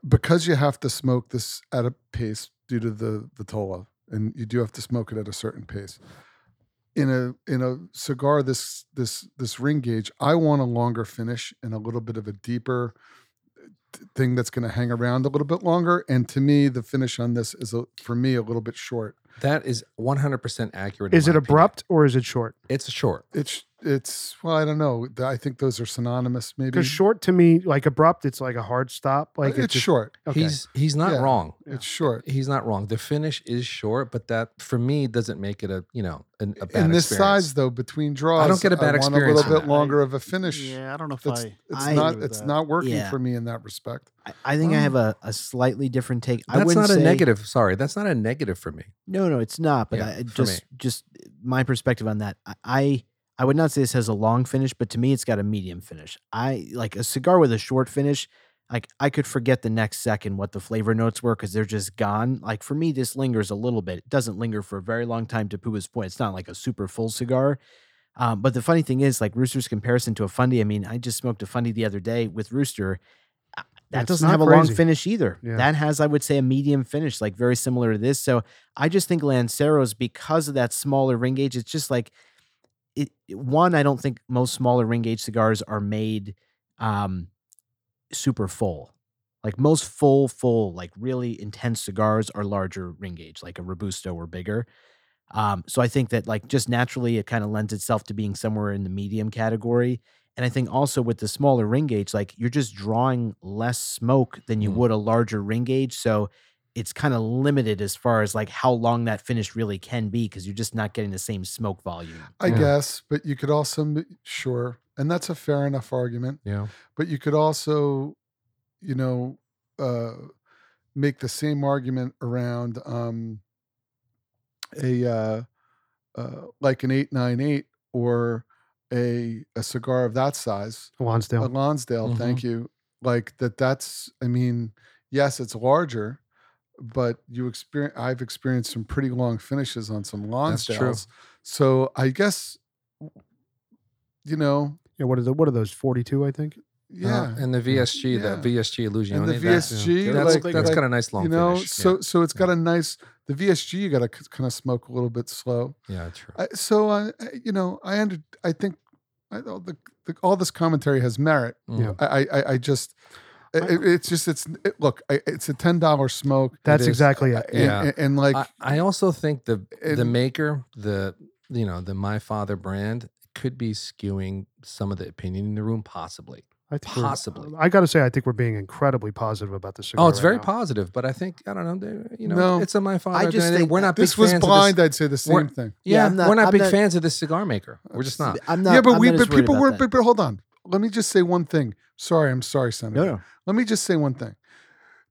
Speaker 6: because you have to smoke this at a pace due to the the tola, and you do have to smoke it at a certain pace. In a in a cigar this this this ring gauge, I want a longer finish and a little bit of a deeper thing that's going to hang around a little bit longer. And to me, the finish on this is a, for me a little bit short.
Speaker 2: That is 100% accurate. in
Speaker 1: Is
Speaker 2: my
Speaker 1: it
Speaker 2: opinion.
Speaker 1: abrupt or is it short?
Speaker 2: It's short.
Speaker 6: It's it's well, I don't know. Th- I think those are synonymous. Maybe
Speaker 1: Because short to me, like abrupt, it's like a hard stop.
Speaker 6: Uh,
Speaker 1: Like it
Speaker 6: it's
Speaker 1: just-
Speaker 6: short.
Speaker 1: Okay.
Speaker 2: He's he's not
Speaker 6: Yeah.
Speaker 2: wrong.
Speaker 1: Yeah.
Speaker 6: It's short.
Speaker 2: He's not wrong. The finish is short, but that for me doesn't make it a you know an, a bad
Speaker 6: In this
Speaker 2: experience.
Speaker 6: size, though, between draws,
Speaker 2: get a bad
Speaker 6: want
Speaker 2: experience
Speaker 6: a
Speaker 2: on
Speaker 6: little
Speaker 2: that.
Speaker 6: bit longer of a finish.
Speaker 3: Yeah, I don't know if
Speaker 6: That's,
Speaker 3: I.
Speaker 6: it's
Speaker 5: I
Speaker 6: not
Speaker 3: agree with
Speaker 6: it's
Speaker 3: that.
Speaker 6: not working
Speaker 5: Yeah.
Speaker 6: for me in that respect.
Speaker 5: I, I think I have a, a slightly different take. I
Speaker 2: that's
Speaker 5: wouldn't
Speaker 2: not a
Speaker 5: say-
Speaker 2: negative. Sorry, that's not a negative for me.
Speaker 5: No, no, it's not. But
Speaker 2: Yeah,
Speaker 5: I I
Speaker 2: for
Speaker 5: just just my perspective on that. I, I I would not say this has a long finish, but to me, it's got a medium finish. I like a cigar with a short finish. Like I could forget the next second what the flavor notes were because they're just gone. Like for me, this lingers a little bit. It doesn't linger for a very long time. To Pua's point, it's not like a super full cigar. Um, but the funny thing is, like Rooster's comparison to a Fundy. I mean, I just smoked a Fundy the other day with Rooster. Uh, That
Speaker 1: It's
Speaker 5: doesn't
Speaker 1: not
Speaker 5: have a long
Speaker 1: crazy.
Speaker 5: finish either.
Speaker 1: Yeah.
Speaker 5: That has, I would say, a medium finish, like very similar to this. So I just think Lanceros, because of that smaller ring gauge, it's just like it. One, I don't think most smaller ring gauge cigars are made um, super full. Like most full, full, like really intense cigars are larger ring gauge, like a robusto or bigger. Um, so I think that like just naturally it kind of lends itself to being somewhere in the medium category. And I think also with the smaller ring gauge, like you're just drawing less smoke than you
Speaker 2: Mm.
Speaker 5: would a larger ring gauge. So it's kind of limited as far as like how long that finish really can be because you're just not getting the same smoke volume.
Speaker 6: I
Speaker 2: Yeah.
Speaker 6: guess, but you could also m- sure, and that's a fair enough argument.
Speaker 2: Yeah.
Speaker 6: but you could also you know uh make the same argument around um a uh, uh like an 898 or a a cigar of that size a
Speaker 1: Lonsdale.
Speaker 6: lonsdale thank
Speaker 2: Mm-hmm.
Speaker 6: you like that that's i mean yes it's larger but you experience i've experienced some pretty long finishes on some
Speaker 2: That's true.
Speaker 6: lonsdales so i guess you know
Speaker 1: Yeah, what are the what are those? Forty two, I think.
Speaker 2: Uh,
Speaker 6: yeah
Speaker 2: and the VSG,
Speaker 6: Yeah.
Speaker 2: that VSG illusion.
Speaker 6: And the VSG,
Speaker 2: that's,
Speaker 6: like-
Speaker 2: that's
Speaker 6: like,
Speaker 2: got a nice long
Speaker 6: you know
Speaker 2: finish.
Speaker 6: so so it's got a nice the vsg you got to kind of smoke a little bit slow
Speaker 2: yeah, yeah true.
Speaker 6: I, so uh, I- you know i under i think I, all the, the all this commentary has merit
Speaker 2: Mhm.
Speaker 6: i i- i, I just it, it- it's just it's it, look I, it's a ten dollar smoke
Speaker 1: That's
Speaker 2: is. Uh,
Speaker 1: exactly it.
Speaker 6: and,
Speaker 2: Yeah.
Speaker 6: and, like
Speaker 2: I, I also think the the
Speaker 6: and-
Speaker 2: maker, the you know, the my father brand could be skewing some of the opinion in the room, possibly.
Speaker 1: I think we're-
Speaker 2: Possibly.
Speaker 1: I got to say, I think we're being incredibly positive about this cigar.
Speaker 2: oh, it's
Speaker 1: right
Speaker 2: very
Speaker 1: now.
Speaker 2: positive, but I think I don't know. they're- You know,
Speaker 6: No.
Speaker 2: it's a my father.
Speaker 5: just
Speaker 2: brand, and
Speaker 5: think
Speaker 2: we're not
Speaker 6: this
Speaker 2: big
Speaker 6: was
Speaker 2: fans
Speaker 6: blind
Speaker 2: Of this,
Speaker 6: i'd say the same
Speaker 2: we're-
Speaker 6: thing
Speaker 5: Yeah,
Speaker 2: yeah,
Speaker 5: I'm not-
Speaker 2: we're not
Speaker 5: I'm
Speaker 2: big
Speaker 5: not-
Speaker 2: fans of this cigar maker. We're just not.
Speaker 5: I'm not.
Speaker 6: yeah but
Speaker 5: I'm
Speaker 6: we
Speaker 5: not as
Speaker 6: but
Speaker 5: worried
Speaker 6: people
Speaker 5: about
Speaker 6: were
Speaker 5: that.
Speaker 6: but, but hold on let me just say one thing sorry i'm sorry senator
Speaker 5: no, no.
Speaker 6: let me just say one thing.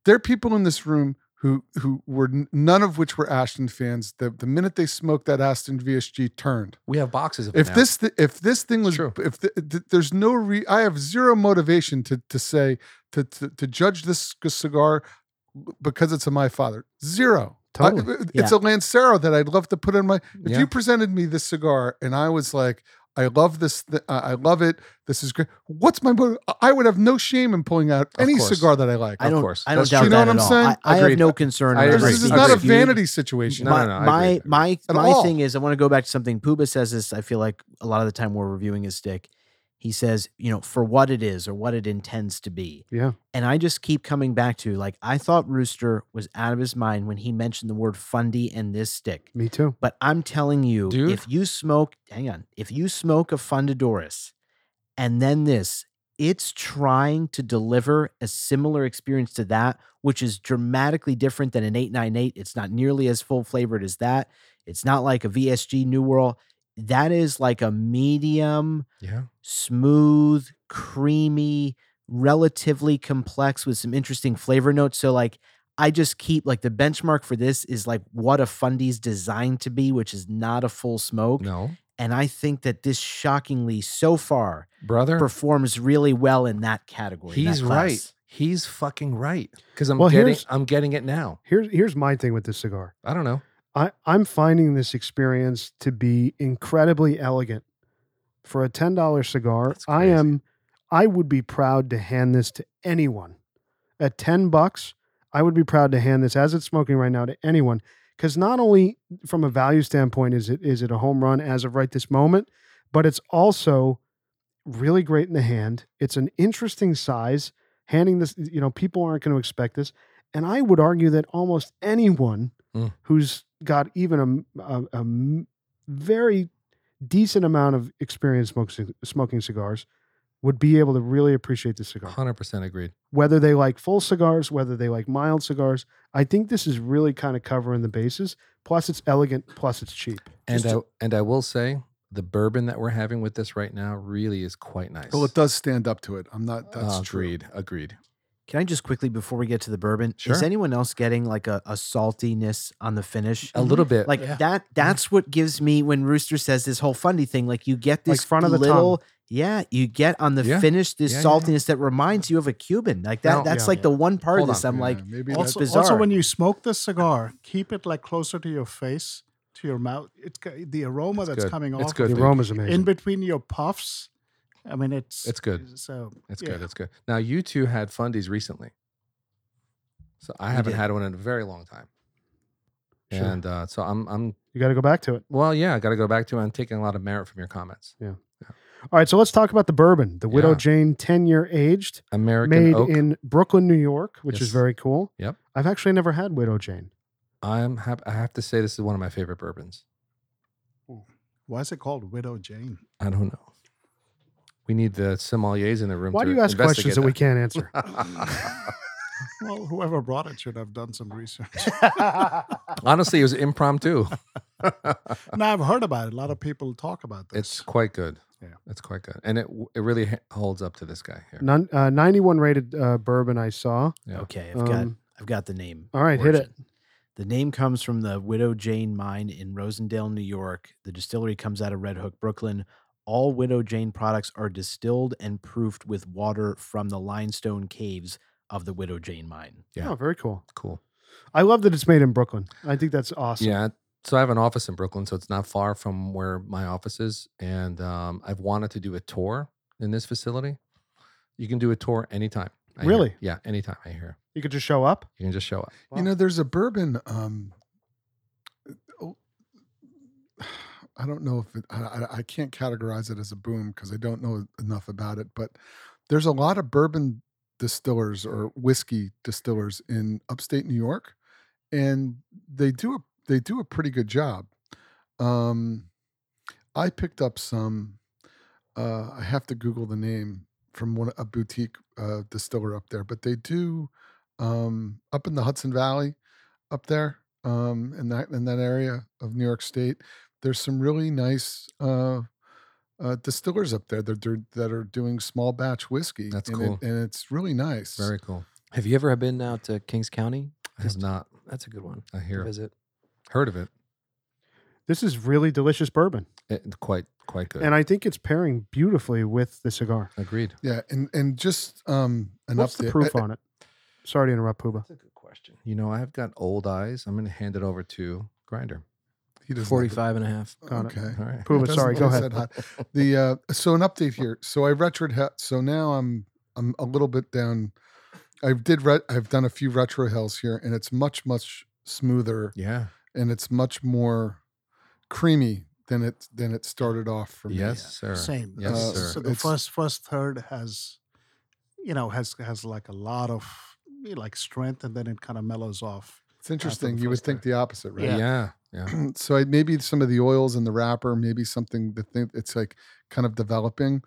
Speaker 6: There are people in this room who who were n- none of which were Ashton fans. The the minute they smoked that Ashton VSG turned.
Speaker 2: We have boxes of it
Speaker 6: If
Speaker 2: now.
Speaker 6: this th- if this thing was
Speaker 2: True.
Speaker 6: if th- th- there's no re- I have zero motivation to to say to to, to judge this c- cigar because it's a my father. Zero. I- uh,
Speaker 1: Totally.
Speaker 6: it's a Lancero that I'd love to put in my. If
Speaker 2: Yeah.
Speaker 6: you presented me this cigar and I was like, I love this. Th- I I love it. This is great. What's my motive? I would have no shame in pulling out
Speaker 2: Of
Speaker 6: any
Speaker 2: course.
Speaker 6: cigar that I like.
Speaker 5: I don't.
Speaker 2: course.
Speaker 5: I don't
Speaker 2: That's
Speaker 5: doubt
Speaker 6: true. You know
Speaker 5: that at
Speaker 6: what I'm
Speaker 5: all.
Speaker 6: saying?
Speaker 5: I, I have
Speaker 2: Agreed.
Speaker 5: no concern.
Speaker 2: I
Speaker 5: around
Speaker 2: agree.
Speaker 6: This is
Speaker 5: being
Speaker 6: not a
Speaker 5: skewed.
Speaker 6: vanity situation.
Speaker 2: No,
Speaker 5: my
Speaker 2: no, I
Speaker 5: my,
Speaker 2: agree.
Speaker 5: my,
Speaker 6: At
Speaker 5: my
Speaker 6: all.
Speaker 5: thing is I want to go back to something Puba says this. I feel like a lot of the time we're reviewing his stick. He says, you know, for what it is or what it intends to be.
Speaker 1: Yeah.
Speaker 5: And I just keep coming back to like I thought Rooster was out of his mind when he mentioned the word fundy and this stick.
Speaker 1: Me too.
Speaker 5: But I'm telling you,
Speaker 2: Dude.
Speaker 5: if you smoke, hang on, if you smoke a Fundadoris and then this, it's trying to deliver a similar experience to that, which is dramatically different than an 898. It's not nearly as full flavored as that. It's not like a VSG New World. That is like a medium
Speaker 2: Yeah.
Speaker 5: smooth, creamy, relatively complex with some interesting flavor notes. So like I just keep like the benchmark for this is like what a fundy's designed to be, which is not a full smoke.
Speaker 2: No,
Speaker 5: And I think that this shockingly so far
Speaker 2: brother.
Speaker 5: performs really well in that category. in that
Speaker 2: He's right.
Speaker 5: class.
Speaker 2: He's fucking right. Because I'm
Speaker 1: Well,
Speaker 2: getting
Speaker 1: here's-
Speaker 2: I'm getting it now.
Speaker 1: Here's here's my thing with this cigar.
Speaker 2: I don't know.
Speaker 1: I, I'm finding this experience to be incredibly elegant. For a ten dollar cigar,
Speaker 2: That's
Speaker 1: I
Speaker 2: crazy.
Speaker 1: am I would be proud to hand this to anyone. At ten bucks, I would be proud to hand this as it's smoking right now to anyone. Because not only from a value standpoint is it is it a home run as of right this moment, but it's also really great in the hand. It's an interesting size. Handing this, you know, people aren't going to expect this. And I would argue that almost anyone
Speaker 2: Mm.
Speaker 1: who's got even a, a, a m- very decent amount of experience smoking, smoking cigars would be able to really appreciate the cigar.
Speaker 2: Hundred percent agreed.
Speaker 1: Whether they like full cigars, whether they like mild cigars, I think this is really kind of covering the bases. Plus, it's elegant. Plus, it's cheap.
Speaker 2: And
Speaker 5: Just
Speaker 2: I, and I will say the bourbon that we're having with this right now really is
Speaker 1: Oh,
Speaker 2: quite nice.
Speaker 6: Well, it does stand up to it. I'm not. That's
Speaker 2: Uh,
Speaker 6: true.
Speaker 2: agreed. Agreed.
Speaker 5: Can I just quickly before we get to the bourbon,
Speaker 2: Sure.
Speaker 5: is anyone else getting like a, a saltiness on the finish?
Speaker 1: Mm-hmm.
Speaker 2: A little bit.
Speaker 5: Like that that's what gives me when Rooster says this whole fundy thing, like you get
Speaker 1: Like
Speaker 5: this
Speaker 1: front of the
Speaker 5: little yeah, you get on the
Speaker 2: Yeah.
Speaker 5: finish this
Speaker 2: Yeah, yeah, yeah.
Speaker 5: saltiness that reminds you of a Cuban. Like that
Speaker 2: Now-
Speaker 5: that's
Speaker 1: Yeah.
Speaker 5: like the one part
Speaker 2: Hold
Speaker 5: of this
Speaker 2: on.
Speaker 5: I'm
Speaker 6: Yeah,
Speaker 5: like
Speaker 6: maybe
Speaker 5: it's
Speaker 6: that's
Speaker 3: also,
Speaker 5: bizarre.
Speaker 3: also, when you smoke this cigar, keep it like closer to your face, to your mouth. It's ca- the aroma
Speaker 2: It's
Speaker 3: that's
Speaker 2: good.
Speaker 3: coming off
Speaker 2: It's
Speaker 1: The
Speaker 2: good. dude.
Speaker 1: aroma's
Speaker 3: in
Speaker 1: amazing.
Speaker 3: between your puffs. I mean, it's
Speaker 2: It's good.
Speaker 3: So
Speaker 2: It's
Speaker 3: yeah.
Speaker 2: good. It's good. Now you two had fundies recently, so I
Speaker 5: We
Speaker 2: haven't
Speaker 5: did.
Speaker 2: had one in a very long time.
Speaker 1: Sure.
Speaker 2: And uh, so I'm I'm
Speaker 1: You got to go back to it.
Speaker 2: well yeah I got to go back to it. I'm taking a lot of merit from your comments.
Speaker 1: All right, so let's talk about the bourbon, the Widow
Speaker 2: Yeah.
Speaker 1: Jane 10 year aged,
Speaker 2: American
Speaker 1: made
Speaker 2: oak.
Speaker 1: in Brooklyn, New York, which is
Speaker 2: Yes.
Speaker 1: very cool.
Speaker 2: Yep.
Speaker 1: I've actually never had Widow Jane.
Speaker 2: I'm hap- I have to say this is one of my favorite bourbons.
Speaker 3: Why is it called Widow Jane?
Speaker 2: I don't know. We need the sommeliers in the room.
Speaker 1: Why
Speaker 2: to
Speaker 1: do you ask questions that we
Speaker 2: investigate
Speaker 1: can't answer?
Speaker 2: that.
Speaker 3: Well, whoever brought it should have done some research.
Speaker 2: Honestly, it was impromptu.
Speaker 3: now I've heard about it. A lot of people talk about this.
Speaker 2: it's quite good.
Speaker 3: Yeah.
Speaker 2: it's quite good, and it w- it really h- holds up to this guy here.
Speaker 1: None, uh, 91 rated uh, bourbon I saw.
Speaker 2: Yeah.
Speaker 5: Okay, I've got
Speaker 1: Um,
Speaker 5: I've got the name.
Speaker 1: All right, hit it.
Speaker 5: origin. The name comes from the Widow Jane mine in Rosendale, New York. The distillery comes out of Red Hook, Brooklyn. All Widow Jane products are distilled and proofed with water from the limestone caves of the Widow Jane mine.
Speaker 2: Yeah.
Speaker 1: Oh, very cool.
Speaker 2: Cool.
Speaker 1: I love that it's made in Brooklyn. I think that's awesome.
Speaker 2: Yeah. So I have an office in Brooklyn, so it's not far from where my office is, and um, I've wanted to do a tour in this facility. You can do a tour anytime. I hear.
Speaker 1: Really?
Speaker 2: Yeah, anytime. I hear
Speaker 1: You could just show up.
Speaker 2: you can just show up.
Speaker 1: Wow.
Speaker 6: You know, there's a bourbon. Um, oh, I don't know if it, I, I- I can't categorize it as a boom because I don't know enough about it, but there's a lot of bourbon distillers or whiskey distillers in upstate New York, and they do a they do a pretty good job. Um, I picked up some. Uh, I have to Google the name from one a boutique uh, distiller up there, but they do um, up in the Hudson Valley, up there, um, in that in that area of New York State. There's some really nice uh, uh, distillers up there that are, that are doing small batch whiskey.
Speaker 2: That's
Speaker 6: and
Speaker 2: cool.
Speaker 6: it, and it's really nice.
Speaker 2: Very cool.
Speaker 7: Have you ever been out to Kings County?
Speaker 2: I have not
Speaker 7: That's a good one.
Speaker 2: I
Speaker 7: to
Speaker 2: hear
Speaker 7: Visit.
Speaker 2: heard of it.
Speaker 1: This is really delicious bourbon.
Speaker 2: it quite quite good.
Speaker 1: And I think it's pairing beautifully with the cigar.
Speaker 2: Agreed.
Speaker 6: yeah, and and just um, an
Speaker 1: What's the
Speaker 6: update-
Speaker 1: proof
Speaker 6: I-
Speaker 1: on it? Sorry to interrupt, Puba.
Speaker 2: That's a good question. You know, I've got old eyes. I'm going to hand it over to Grinder.
Speaker 6: He doesn't. have the-
Speaker 7: 45 and a half.
Speaker 1: Got it.
Speaker 6: Okay.
Speaker 2: All right.
Speaker 1: Prove it.
Speaker 6: That's
Speaker 1: Sorry,
Speaker 6: what
Speaker 1: go
Speaker 6: I
Speaker 1: ahead.
Speaker 6: said, hot. The uh, so an update here. So I retro so now I'm I'm a little bit down. I did re- I've done a few retro hills here, and it's much much smoother
Speaker 2: Yeah.
Speaker 6: and it's much more creamy than it than it started off for me.
Speaker 2: Yes, sir.
Speaker 3: Same.
Speaker 2: Yes,
Speaker 3: Uh,
Speaker 2: sir.
Speaker 3: So the
Speaker 6: It's-
Speaker 3: first first third has, you know, has has like a lot of you know, like strength, and then it kind of mellows off.
Speaker 6: It's interesting.
Speaker 3: the
Speaker 6: You would
Speaker 3: first
Speaker 6: think the opposite, right?
Speaker 2: Yeah.
Speaker 3: Yeah.
Speaker 2: Yeah.
Speaker 6: so I, maybe some of the oils in the wrapper, maybe something that think it's like kind of developing.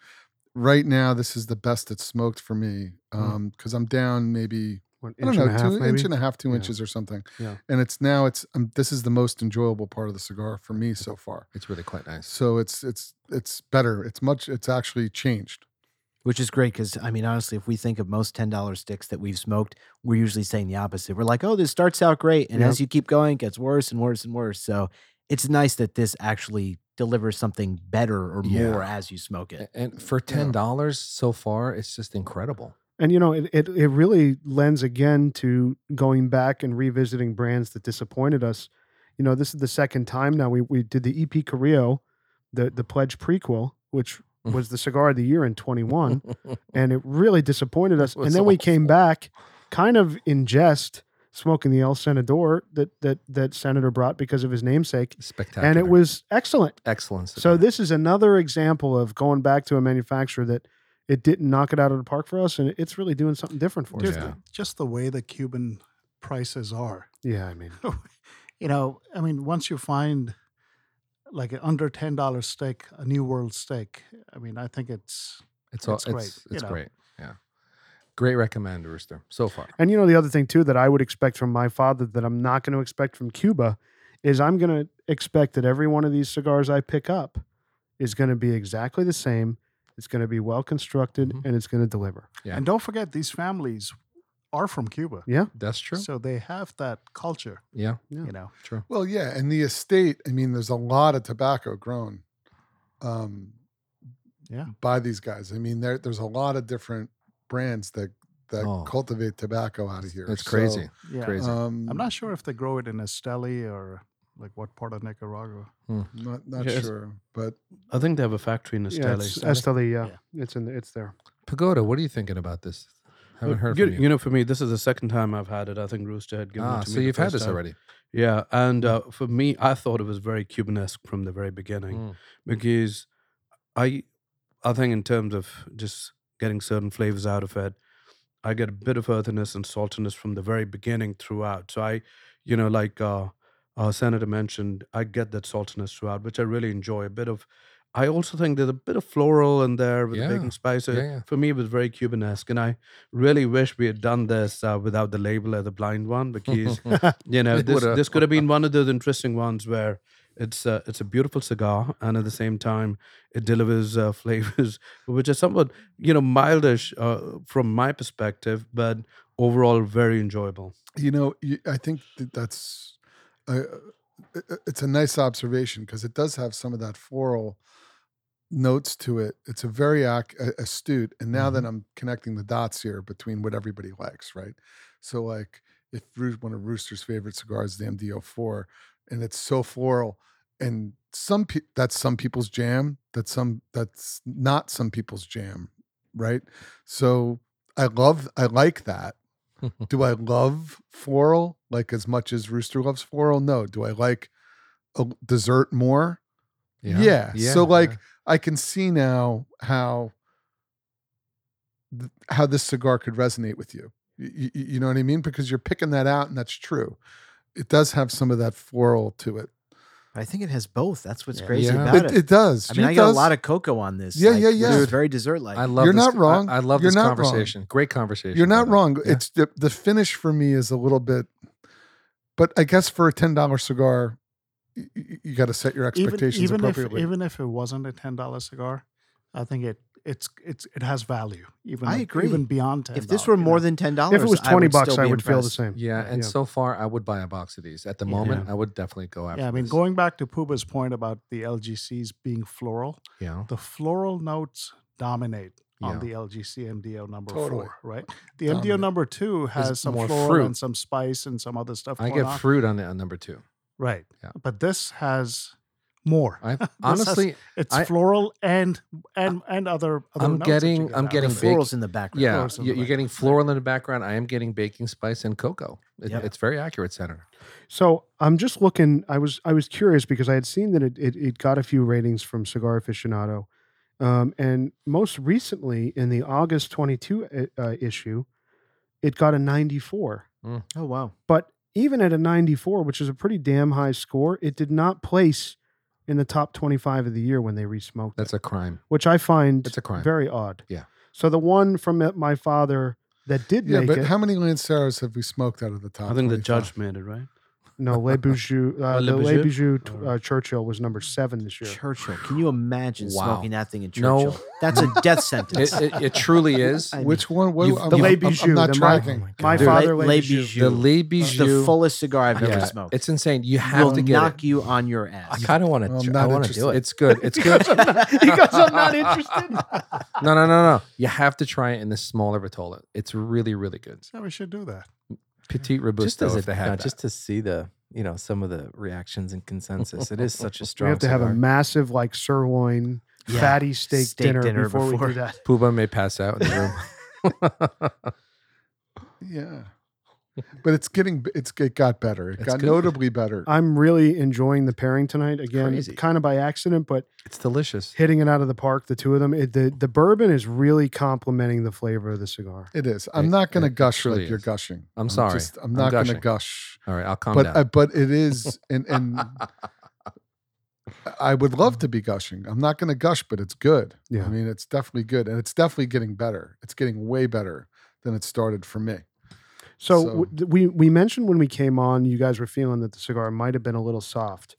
Speaker 6: Right now, this is the best it's smoked for me because I'm down maybe
Speaker 1: One
Speaker 6: I don't
Speaker 1: Hmm. inch
Speaker 6: know
Speaker 1: and a half,
Speaker 6: two
Speaker 1: maybe?
Speaker 6: inch and a half, two
Speaker 1: Yeah.
Speaker 6: inches or something.
Speaker 1: Yeah.
Speaker 6: And it's now it's um, this is the most enjoyable part of the cigar for me so far.
Speaker 2: It's really quite nice.
Speaker 6: So it's it's it's better. It's much. It's actually changed.
Speaker 5: Which is great because, I mean, honestly, if we think of most $10 sticks that we've smoked, we're usually saying the opposite. We're like, oh, this starts out great. And
Speaker 1: Yep.
Speaker 5: as you keep going, it gets worse and worse and worse. So it's nice that this actually delivers something better or
Speaker 2: Yeah.
Speaker 5: more as you smoke it.
Speaker 2: A- And for ten dollars so far, it's just incredible.
Speaker 1: And you know, it, it it really lends again to going back and revisiting brands that disappointed us. You know, this is the second time now we we did the EP Carrillo, the the Pledge prequel, which
Speaker 2: Mm.
Speaker 1: was the cigar of the year in 21 and it really disappointed us.
Speaker 2: That was
Speaker 1: And then we came
Speaker 2: awful.
Speaker 1: back kind of in jest smoking the El Senador that that that Senator brought because of his namesake
Speaker 2: Spectacular.
Speaker 1: and it was excellent.
Speaker 2: excellent.
Speaker 1: So
Speaker 2: cigar.
Speaker 1: this is another example of going back to a manufacturer that it didn't knock it out of the park for us, and it's really doing something different for us.
Speaker 3: Just,
Speaker 2: Yeah.
Speaker 3: just the way the Cuban prices are.
Speaker 1: Yeah, I mean,
Speaker 3: you know, I mean, once you find like an under ten dollar steak, a New World steak, I mean, I think it's
Speaker 2: it's all,
Speaker 3: it's
Speaker 2: it's
Speaker 3: great,
Speaker 2: It's,
Speaker 3: you know.
Speaker 2: great. Yeah. Great recommend, Rooster. So far.
Speaker 1: and you know the other thing too that I would expect from my father that I'm not going to expect from Cuba is I'm going to expect that every one of these cigars I pick up is going to be exactly the same. It's going to be well constructed,
Speaker 2: Mhm.
Speaker 1: and it's going to deliver.
Speaker 2: Yeah.
Speaker 3: and don't forget these families are from Cuba,
Speaker 2: That's true.
Speaker 3: so they have that culture,
Speaker 2: yeah.
Speaker 1: Yeah.
Speaker 3: you know.
Speaker 2: True.
Speaker 6: Well, yeah, and the estate. I mean, there's a lot of tobacco grown, um,
Speaker 3: Yeah.
Speaker 6: by these guys. I mean, there there's a lot of different brands that that
Speaker 2: Oh.
Speaker 6: cultivate tobacco out of here.
Speaker 2: That's
Speaker 6: So,
Speaker 2: crazy.
Speaker 3: Yeah,
Speaker 2: Crazy.
Speaker 6: Um,
Speaker 3: I'm not sure if they grow it in Esteli or like what part of Nicaragua.
Speaker 6: not not
Speaker 4: Yes.
Speaker 6: sure, but
Speaker 4: I think they have a factory in
Speaker 1: Yeah,
Speaker 4: Esteli.
Speaker 1: it's Esteli, yeah. It's in it's there.
Speaker 2: Pagoda, what are you thinking about this? Haven't heard
Speaker 4: you,
Speaker 2: from you.
Speaker 4: know, for me, this is the second time I've had it. I think Rooster had given
Speaker 2: ah,
Speaker 4: it to me.
Speaker 2: so
Speaker 4: the
Speaker 2: you've had
Speaker 4: first
Speaker 2: this
Speaker 4: time.
Speaker 2: already.
Speaker 4: Yeah,
Speaker 2: Mm.
Speaker 4: and uh, for me, I thought it was very Cubanesque from the very beginning
Speaker 2: Mm.
Speaker 4: because I, I think in terms of just getting certain flavors out of it, I get a bit of earthiness and saltiness from the very beginning throughout. So I, you know, like uh, uh, Senator mentioned, I get that saltiness throughout, which I really enjoy. A bit of, I also think there's a bit of floral in there with the
Speaker 2: Yeah,
Speaker 4: baking spice. So
Speaker 2: yeah, yeah.
Speaker 4: For me, it was very Cubanesque, and I really wish we had done this uh, without the label as a blind one because you know
Speaker 2: It
Speaker 4: this,
Speaker 2: would've-
Speaker 4: this could have been one of those interesting ones where it's a, it's a beautiful cigar and at the same time it delivers uh, flavors which are somewhat you know mildish uh, from my perspective but overall very enjoyable
Speaker 6: you know, you, I think that that's uh, it- it's a nice observation because it does have some of that floral notes to it. It's a very ac- a- astute, and now that I'm connecting the dots here between what everybody likes, right? So, like, if Roo- one of Rooster's favorite cigars, the MDO4, and it's so floral, and some pe- that's some people's jam. That's some that's not some people's jam, right? So I love I like that. Do I love floral like as much as Rooster loves floral? No. Do I like a l- dessert more? Yeah, so, like, I can see now how th- how this cigar could resonate with you. You, you know what I mean? Because you're picking that out, and that's true. It does have some of that floral to it.
Speaker 5: But I think it has both. That's what's
Speaker 4: Yeah.
Speaker 5: crazy
Speaker 2: Yeah.
Speaker 5: about
Speaker 6: It,
Speaker 5: it.
Speaker 6: it does.
Speaker 5: I mean,
Speaker 6: It
Speaker 5: I got a
Speaker 6: does.
Speaker 5: lot of cocoa on this.
Speaker 6: Yeah,
Speaker 5: like,
Speaker 6: yeah,
Speaker 5: which
Speaker 6: yeah.
Speaker 5: is very dessert like.
Speaker 2: I love
Speaker 6: You're
Speaker 2: this-
Speaker 6: not wrong.
Speaker 2: I, I love
Speaker 6: You're
Speaker 2: this
Speaker 6: not wrong.
Speaker 2: conversation. Great conversation.
Speaker 6: You're not
Speaker 2: brother.
Speaker 6: wrong.
Speaker 2: Yeah.
Speaker 6: It's the, the finish for me is a little bit, but I guess for a ten dollar cigar, you, you got to set your
Speaker 3: Even
Speaker 6: expectations
Speaker 3: even if
Speaker 6: appropriately.
Speaker 3: even if it wasn't a ten dollar cigar, I think it it's it's it has value. Even
Speaker 5: I agree.
Speaker 3: Even beyond ten.
Speaker 5: if this were more than ten dollars,
Speaker 1: If it was twenty bucks, I would feel the
Speaker 5: same.
Speaker 1: same.
Speaker 2: yeah, and
Speaker 1: Yeah.
Speaker 2: so far I would buy a box of these. At the
Speaker 5: Yeah.
Speaker 2: moment, I would definitely go after.
Speaker 3: yeah, I mean,
Speaker 2: this.
Speaker 3: going back to Puba's point about the LGCs being floral,
Speaker 2: Yeah,
Speaker 3: the floral notes dominate
Speaker 2: Yeah.
Speaker 3: on the LGC MDO number
Speaker 6: Totally.
Speaker 3: four, right? The MDO
Speaker 6: Dominate.
Speaker 3: number two has some
Speaker 2: more
Speaker 3: floral
Speaker 2: fruit.
Speaker 3: and some spice and some other stuff.
Speaker 2: I
Speaker 3: going
Speaker 2: get
Speaker 3: on.
Speaker 2: fruit on it on number two.
Speaker 3: Right.
Speaker 2: Yeah.
Speaker 3: But this has more.
Speaker 2: I
Speaker 3: has-
Speaker 2: honestly,
Speaker 3: It's
Speaker 2: I-
Speaker 3: floral and and and other. other
Speaker 2: I'm
Speaker 3: notes that you
Speaker 2: getting-
Speaker 3: get
Speaker 2: I'm
Speaker 3: out.
Speaker 2: getting
Speaker 5: the
Speaker 2: big-
Speaker 5: florals in the background.
Speaker 2: yeah,
Speaker 3: florals in the
Speaker 2: you- you're getting floral in the background. I am getting baking spice and cocoa. It-
Speaker 5: Yep.
Speaker 2: It's very accurate, Senator.
Speaker 1: So I'm just looking. I was I was curious because I had seen that it it, it got a few ratings from Cigar Aficionado, um, and most recently in the August 22 uh, uh, issue, it got a 94.
Speaker 5: Oh wow.
Speaker 1: But even at a 94, which is a pretty damn high score, it did not place in the top 25 of the year when they resmoked
Speaker 2: That's
Speaker 1: it,
Speaker 2: a crime.
Speaker 1: which I find
Speaker 2: It's a crime.
Speaker 1: very odd.
Speaker 2: Yeah.
Speaker 1: So the one from uh, my father that did
Speaker 6: Yeah,
Speaker 1: make
Speaker 6: but
Speaker 1: it,
Speaker 6: how many Lanceros have we smoked out of the top?
Speaker 4: I think the
Speaker 6: 25?
Speaker 4: judge made it, right?
Speaker 1: no, Le Bijou, uh,
Speaker 4: Oh, Le
Speaker 1: the Le Bijou
Speaker 4: Bijou?
Speaker 1: t-
Speaker 4: Alright.
Speaker 1: uh, Churchill was number seven this year.
Speaker 5: Churchill. Can you imagine
Speaker 2: Wow.
Speaker 5: smoking that thing in
Speaker 2: No.
Speaker 5: Churchill? That's a death
Speaker 2: It,
Speaker 5: sentence.
Speaker 2: it, it truly is.
Speaker 5: I
Speaker 6: Which one? What,
Speaker 2: You've-
Speaker 6: I'm,
Speaker 2: The
Speaker 6: I'm-
Speaker 2: Le
Speaker 6: I'm-
Speaker 1: Bijou,
Speaker 6: I'm not
Speaker 1: the
Speaker 2: Oh
Speaker 1: Oh
Speaker 6: tracking.
Speaker 1: My
Speaker 2: Dude,
Speaker 1: father,
Speaker 5: Le-
Speaker 1: Le,
Speaker 5: Le
Speaker 1: Bijou.
Speaker 5: Bijou.
Speaker 2: the Le
Speaker 5: It's the
Speaker 2: Bijou.
Speaker 5: fullest cigar I've ever
Speaker 2: yeah,
Speaker 5: smoked.
Speaker 2: it's insane. You have
Speaker 5: will
Speaker 2: to get
Speaker 5: knock
Speaker 2: it.
Speaker 5: you on your
Speaker 7: I
Speaker 5: ass.
Speaker 7: kind of want to.
Speaker 6: Well, I'm
Speaker 7: do, I
Speaker 6: not
Speaker 7: want to
Speaker 6: interested.
Speaker 7: do it.
Speaker 2: It's good. It's good.
Speaker 1: Because I'm not- because I'm not interested.
Speaker 2: No, no, no, no. You have to try it in the smaller vitola. It's really, really good.
Speaker 3: Yeah, we should do that.
Speaker 2: Petite robusto.
Speaker 7: just as
Speaker 2: if
Speaker 7: a,
Speaker 2: they have
Speaker 7: no,
Speaker 2: that.
Speaker 7: just to see the you know some of the reactions and consensus. it is such a
Speaker 1: we
Speaker 7: strong.
Speaker 1: have to have a
Speaker 7: cigar.
Speaker 1: massive like sirloin
Speaker 5: Yeah.
Speaker 1: fatty steak,
Speaker 5: Steak
Speaker 1: dinner,
Speaker 5: dinner
Speaker 1: before,
Speaker 5: before.
Speaker 1: we do that.
Speaker 2: Puba may pass out in the room.
Speaker 6: Yeah, but it's getting b- it's it got better. It
Speaker 2: It's
Speaker 6: got
Speaker 2: good.
Speaker 6: notably better.
Speaker 1: I'm really enjoying the pairing tonight. Again,
Speaker 2: Crazy.
Speaker 1: kind of by accident, but
Speaker 2: it's delicious.
Speaker 1: hitting it out of the park. The two of them. It, the the bourbon is really complementing the flavor of the cigar.
Speaker 6: It is. I'm
Speaker 2: It-
Speaker 6: not going to
Speaker 2: it- it
Speaker 6: gush
Speaker 2: truly
Speaker 6: like you're
Speaker 2: is.
Speaker 6: gushing.
Speaker 2: I'm sorry.
Speaker 6: I'm
Speaker 2: I'm
Speaker 6: not going to
Speaker 2: gushing.
Speaker 6: gush.
Speaker 2: All right, I'll calm
Speaker 6: but
Speaker 2: down.
Speaker 6: I, but it is, and and I would love to be gushing. I'm not going to gush, but it's good.
Speaker 1: Yeah.
Speaker 6: I mean, it's definitely good, and it's definitely getting better. It's getting way better than it started for me.
Speaker 1: So,
Speaker 6: So-
Speaker 1: w- we we mentioned when we came on, you guys were feeling that the cigar might have been a little soft.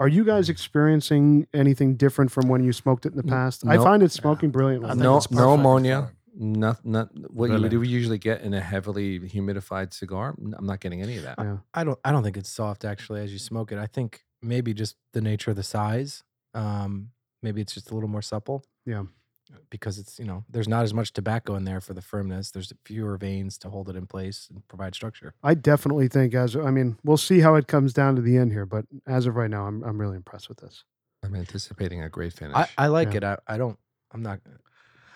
Speaker 1: Are you guys experiencing anything different from when you smoked it in the
Speaker 2: N-
Speaker 1: past? I
Speaker 2: nope.
Speaker 1: find it smoking brilliantly.
Speaker 3: I think
Speaker 2: no,
Speaker 3: it's
Speaker 2: no
Speaker 3: perfectly
Speaker 2: ammonia. Not, not what you
Speaker 4: Brilliant.
Speaker 2: would usually get in a heavily humidified cigar. N- I'm not getting any of that.
Speaker 1: Yeah.
Speaker 7: I don't I don't think it's soft actually as you smoke it. I think maybe just the nature of the size. Um, maybe it's just a little more supple. uh,
Speaker 1: Yeah.
Speaker 7: Because it's, you know, there's not as much tobacco in there for the firmness. There's fewer veins to hold it in place and provide structure.
Speaker 1: I definitely think as I mean, we'll see how it comes down to the end here, but as of right now, I'm I'm really impressed with this.
Speaker 2: I'm anticipating a great finish.
Speaker 7: I, I like
Speaker 1: Yeah.
Speaker 7: it. I, I don't I'm not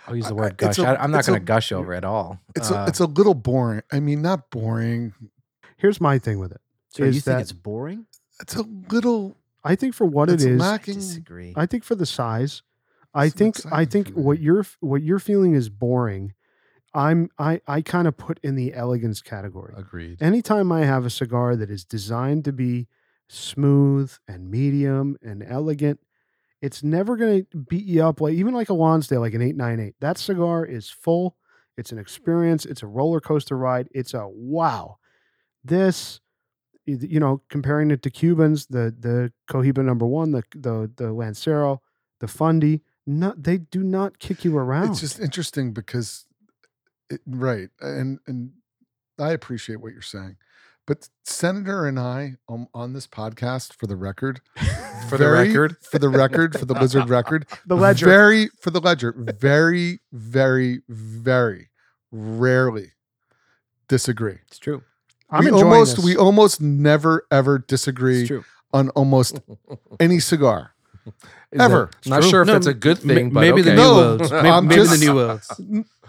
Speaker 7: I'll use
Speaker 6: I-
Speaker 7: the
Speaker 6: I-
Speaker 7: word
Speaker 6: it's
Speaker 7: gush.
Speaker 6: a-
Speaker 7: I, I'm not
Speaker 6: it's a-
Speaker 7: gonna gush over it at all.
Speaker 6: It's
Speaker 7: Uh,
Speaker 6: a, it's a little boring. I mean, not boring.
Speaker 1: Here's my thing with it.
Speaker 5: So you
Speaker 1: is
Speaker 5: think
Speaker 1: that-
Speaker 5: it's boring?
Speaker 6: It's a little.
Speaker 1: I think for what it
Speaker 6: it's
Speaker 1: is,
Speaker 5: I
Speaker 6: lacking.
Speaker 5: disagree.
Speaker 1: I think for the size, I
Speaker 6: It's not
Speaker 1: think I
Speaker 6: exciting
Speaker 1: think
Speaker 6: for me.
Speaker 1: what you're what you're feeling is boring. I'm I I kind of put in the elegance category.
Speaker 2: Agreed.
Speaker 1: Anytime I have a cigar that is designed to be smooth and medium and elegant, it's never going to beat you up like even like a Lonsdale, like an 898. That cigar is full. It's an experience. It's a roller coaster ride. It's a wow. This, y- you know, comparing it to Cubans, the the Cohiba number one, the the the Lancero, the Fundy, not they do not kick you around.
Speaker 6: It's just interesting because, it, right, and and I appreciate what you're saying, but Senator and I um, on this podcast, for the record,
Speaker 2: For the
Speaker 6: very-
Speaker 2: record.
Speaker 6: for the record, for the Blizzard record,
Speaker 1: the ledger.
Speaker 6: very for the ledger, very, very, very rarely disagree.
Speaker 7: it's true.
Speaker 1: I'm
Speaker 6: we
Speaker 1: enjoying
Speaker 6: almost
Speaker 1: this.
Speaker 6: we almost never ever
Speaker 7: It's
Speaker 6: disagree
Speaker 7: true.
Speaker 6: on almost any cigar.
Speaker 2: Is that-
Speaker 6: Ever.
Speaker 2: Not
Speaker 4: True.
Speaker 2: sure if
Speaker 4: No,
Speaker 2: that's a good
Speaker 4: m-
Speaker 2: thing, but
Speaker 4: maybe the
Speaker 2: okay.
Speaker 4: new
Speaker 6: No,
Speaker 4: worlds. Maybe,
Speaker 6: I'm
Speaker 4: maybe
Speaker 6: just-
Speaker 4: the new worlds.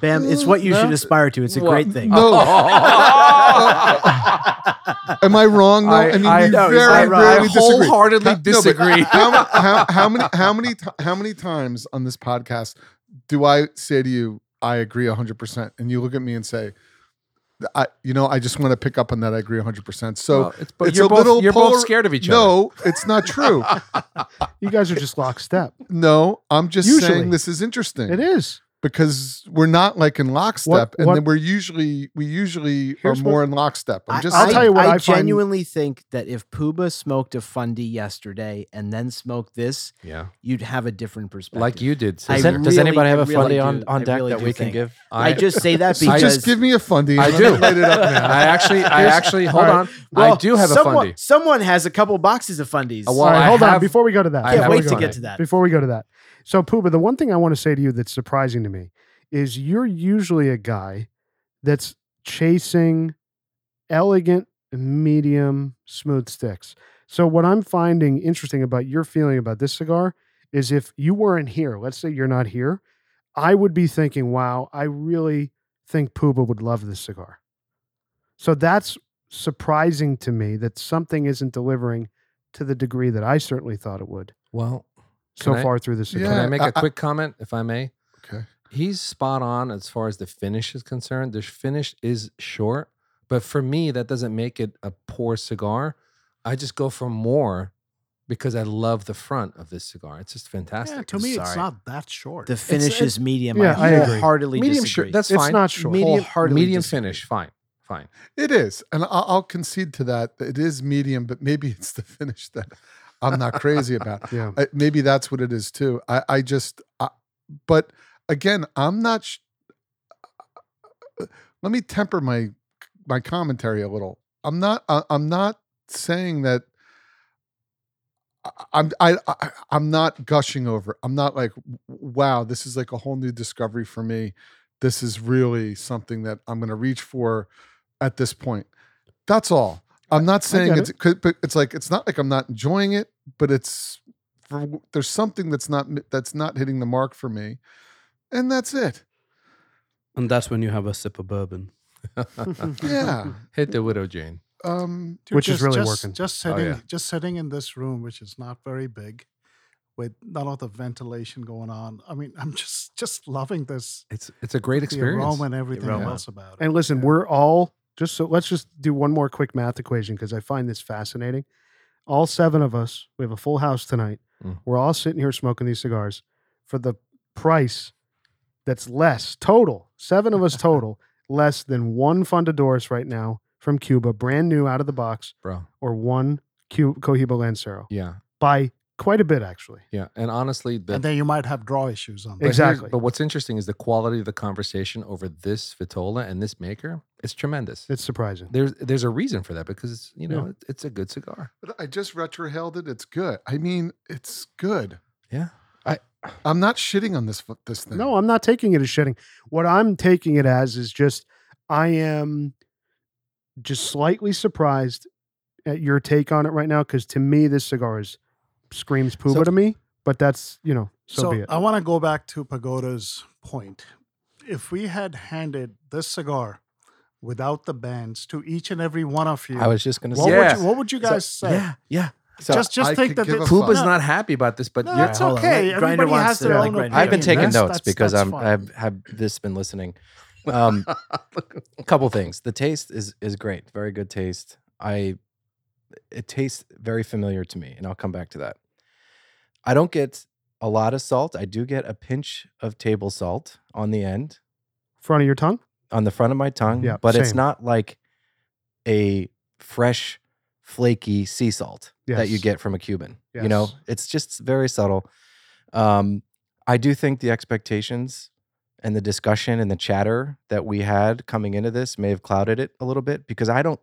Speaker 5: Bam, it's what you
Speaker 6: No.
Speaker 5: should aspire to. It's a
Speaker 2: What?
Speaker 5: great thing.
Speaker 6: No. Am I wrong? though?
Speaker 2: I-
Speaker 6: I, mean,
Speaker 2: I-
Speaker 6: we
Speaker 5: no, he's
Speaker 6: very
Speaker 5: not wrong.
Speaker 6: rarely disagree.
Speaker 2: wholeheartedly
Speaker 6: No, but
Speaker 2: disagree.
Speaker 6: how, mu- how, how many how many ti- how many times on this podcast do I say to you I agree 100% and you look at me and say I you know I just want to pick up on that I agree 100%. So
Speaker 2: Well, it's, but
Speaker 6: it's
Speaker 2: you're
Speaker 6: a
Speaker 2: both,
Speaker 6: little
Speaker 2: you're both
Speaker 6: polar-
Speaker 2: scared of each other.
Speaker 6: no, it's not true.
Speaker 1: you guys are just lockstep.
Speaker 6: no, I'm just
Speaker 1: Usually.
Speaker 6: saying this is interesting.
Speaker 1: It is.
Speaker 6: because we're not like in lockstep
Speaker 1: What-
Speaker 6: and
Speaker 1: what-
Speaker 6: then we're usually we usually are
Speaker 1: Here's what-
Speaker 6: more in lockstep. I'm just
Speaker 1: I'll
Speaker 6: saying.
Speaker 1: tell you what I find-
Speaker 5: genuinely think that if Pooba smoked a Fundy yesterday and then smoked this,
Speaker 2: Yeah.
Speaker 5: you'd have a different perspective.
Speaker 2: Like you did.
Speaker 5: I
Speaker 7: Does,
Speaker 2: Cesar.
Speaker 7: an-
Speaker 5: re-
Speaker 7: does anybody
Speaker 5: really-
Speaker 7: have
Speaker 5: I
Speaker 7: a
Speaker 5: really
Speaker 7: Fundy on,
Speaker 5: do-
Speaker 7: on
Speaker 5: I
Speaker 7: deck
Speaker 5: really
Speaker 7: that
Speaker 5: do
Speaker 7: we
Speaker 5: think-
Speaker 7: can give?
Speaker 5: I, just say that
Speaker 6: So
Speaker 5: because
Speaker 6: just give me a fundy.
Speaker 2: I
Speaker 6: and
Speaker 2: do.
Speaker 6: I'll light it up now.
Speaker 2: I actually, I
Speaker 1: Here's-
Speaker 2: actually, hold
Speaker 1: all right.
Speaker 2: on. I do have
Speaker 5: someone,
Speaker 2: a fundy.
Speaker 5: Someone has a couple boxes of fundies.
Speaker 2: Uh,
Speaker 1: All
Speaker 2: well,
Speaker 1: right,
Speaker 2: I
Speaker 1: hold on.
Speaker 2: have-
Speaker 1: Before we go to that,
Speaker 2: I
Speaker 5: can't
Speaker 2: have
Speaker 5: wait
Speaker 2: one
Speaker 5: to
Speaker 2: Fundy.
Speaker 5: get to that.
Speaker 1: before we go to that. So, Pooba, the one thing I want to say to you that's surprising to me is you're usually a guy that's chasing elegant, medium, smooth sticks. So what I'm finding interesting about your feeling about this cigar is if you weren't here, let's say you're not here, I would be thinking, wow, I really think Puba would love this cigar. So that's surprising to me that something isn't delivering to the degree that I certainly thought it would
Speaker 2: Well,
Speaker 1: so
Speaker 2: Can I-
Speaker 1: far through this cigar.
Speaker 2: Can
Speaker 6: Yeah,
Speaker 2: I make
Speaker 6: I-
Speaker 2: a
Speaker 6: I-
Speaker 2: quick comment, if I may?
Speaker 6: Okay.
Speaker 2: He's spot on as far as the finish is concerned. The finish is short, but for me, that doesn't make it a poor cigar. I just go for more because I love the front of this cigar. It's just fantastic.
Speaker 3: Yeah, to me, it's
Speaker 5: Sorry.
Speaker 3: not that short.
Speaker 5: The finish
Speaker 2: it's-
Speaker 5: is medium.
Speaker 1: yeah, I
Speaker 5: I
Speaker 1: agree.
Speaker 5: wholeheartedly
Speaker 2: medium
Speaker 5: disagree.
Speaker 2: short. That's
Speaker 1: It's
Speaker 2: fine.
Speaker 1: not short.
Speaker 2: Medium,
Speaker 5: Wholeheartedly
Speaker 2: medium
Speaker 5: disagree.
Speaker 2: finish. Fine. Fine.
Speaker 6: It is, and I- I'll concede to that. It is medium, but maybe it's the finish that I'm not crazy about.
Speaker 1: Yeah.
Speaker 6: I- maybe that's what it is too. I, I just, I, but again, I'm not. Sh- Let me temper my my commentary a little. I'm not. I, I'm not saying that. I- I'm I, I I'm not gushing over. it. I'm not like wow, this is like a whole new discovery for me. This is really something that I'm going to reach for at this point. That's all. I'm not saying
Speaker 1: get
Speaker 6: it's could, but it's like it's not like I'm not enjoying it, but it's for, there's something that's not mi- that's not hitting the mark for me, and that's it.
Speaker 4: And that's when you have a sip of bourbon.
Speaker 6: Yeah.
Speaker 2: Hit the widow Jane.
Speaker 6: um.
Speaker 3: Dude,
Speaker 1: Which is really
Speaker 3: just,
Speaker 1: working.
Speaker 3: Just
Speaker 2: Oh,
Speaker 3: sitting,
Speaker 2: yeah.
Speaker 3: just sitting in this room, which is not very big, with none of the ventilation going on. I mean, I'm just just loving this
Speaker 2: It's it's a great
Speaker 3: the
Speaker 2: experience.
Speaker 3: aroma and everything
Speaker 6: aroma.
Speaker 3: else about it.
Speaker 1: And listen,
Speaker 3: Yeah.
Speaker 1: we're all just so let's just do one more quick math equation because I find this fascinating. All seven of us, we have a full house tonight.
Speaker 2: Mm.
Speaker 1: We're all sitting here smoking these cigars for the price that's less total, seven of us total, less than one Fundadores right now from Cuba, brand new out of the box,
Speaker 2: Bro.
Speaker 1: or one Cu- Cohiba Lancero
Speaker 2: Yeah.
Speaker 1: by quite a bit, actually.
Speaker 2: Yeah. And honestly, the
Speaker 3: and then you might have draw issues on
Speaker 1: Ex-
Speaker 3: that.
Speaker 2: But here's-
Speaker 1: Exactly.
Speaker 2: But what's interesting is the quality of the conversation over this Vitola and this maker. It's tremendous.
Speaker 1: It's surprising.
Speaker 2: There's there's a reason for that because it's you know
Speaker 1: Yeah.
Speaker 2: it- it's a good cigar.
Speaker 6: But I just retrohaled it. It's good. I mean, it's good.
Speaker 2: Yeah.
Speaker 6: I'm not shitting on this fu- this thing.
Speaker 1: No, I'm not taking it as shitting. What I'm taking it as is just I am just slightly surprised at your take on it right now because to me this cigar is screams Puba
Speaker 2: So-
Speaker 1: to me. But that's you know so,
Speaker 3: So
Speaker 1: be it.
Speaker 3: I want to go back to Pagoda's point. If we had handed this cigar without the bands to each and every one of you,
Speaker 7: I was just gonna
Speaker 3: what,
Speaker 7: say,
Speaker 3: would you what would you guys say?
Speaker 7: yeah, yeah. So
Speaker 3: just just
Speaker 6: I
Speaker 3: think
Speaker 6: could
Speaker 3: that
Speaker 6: give
Speaker 3: the-
Speaker 6: a
Speaker 2: Puba's
Speaker 6: fuck.
Speaker 2: not happy about this, but
Speaker 3: No,
Speaker 2: you're-
Speaker 3: that's
Speaker 5: hold on, let-
Speaker 3: okay.
Speaker 5: Grindr
Speaker 3: Everybody
Speaker 5: wants
Speaker 3: has
Speaker 5: to,
Speaker 3: their
Speaker 5: like,
Speaker 3: own
Speaker 5: Grindr.
Speaker 3: opinion.
Speaker 7: I've been taking
Speaker 3: That's-
Speaker 7: notes
Speaker 3: that's-
Speaker 7: because
Speaker 3: that's
Speaker 7: I'm
Speaker 3: fine.
Speaker 7: I've have this been listening. Um, a couple things. The taste is is great, very good taste. I it tastes very familiar to me, and I'll come back to that. I don't get a lot of salt. I do get a pinch of table salt on the end,
Speaker 1: Front of your tongue.
Speaker 7: on the front of my tongue,
Speaker 1: Yeah,
Speaker 7: but it's
Speaker 1: same.
Speaker 7: not like a fresh, flaky sea salt that you
Speaker 1: Yes.
Speaker 7: get from a Cuban. You know,
Speaker 1: Yes.
Speaker 7: it's just very subtle. Um, I do think the expectations and the discussion and the chatter that we had coming into this may have clouded it a little bit because I don't.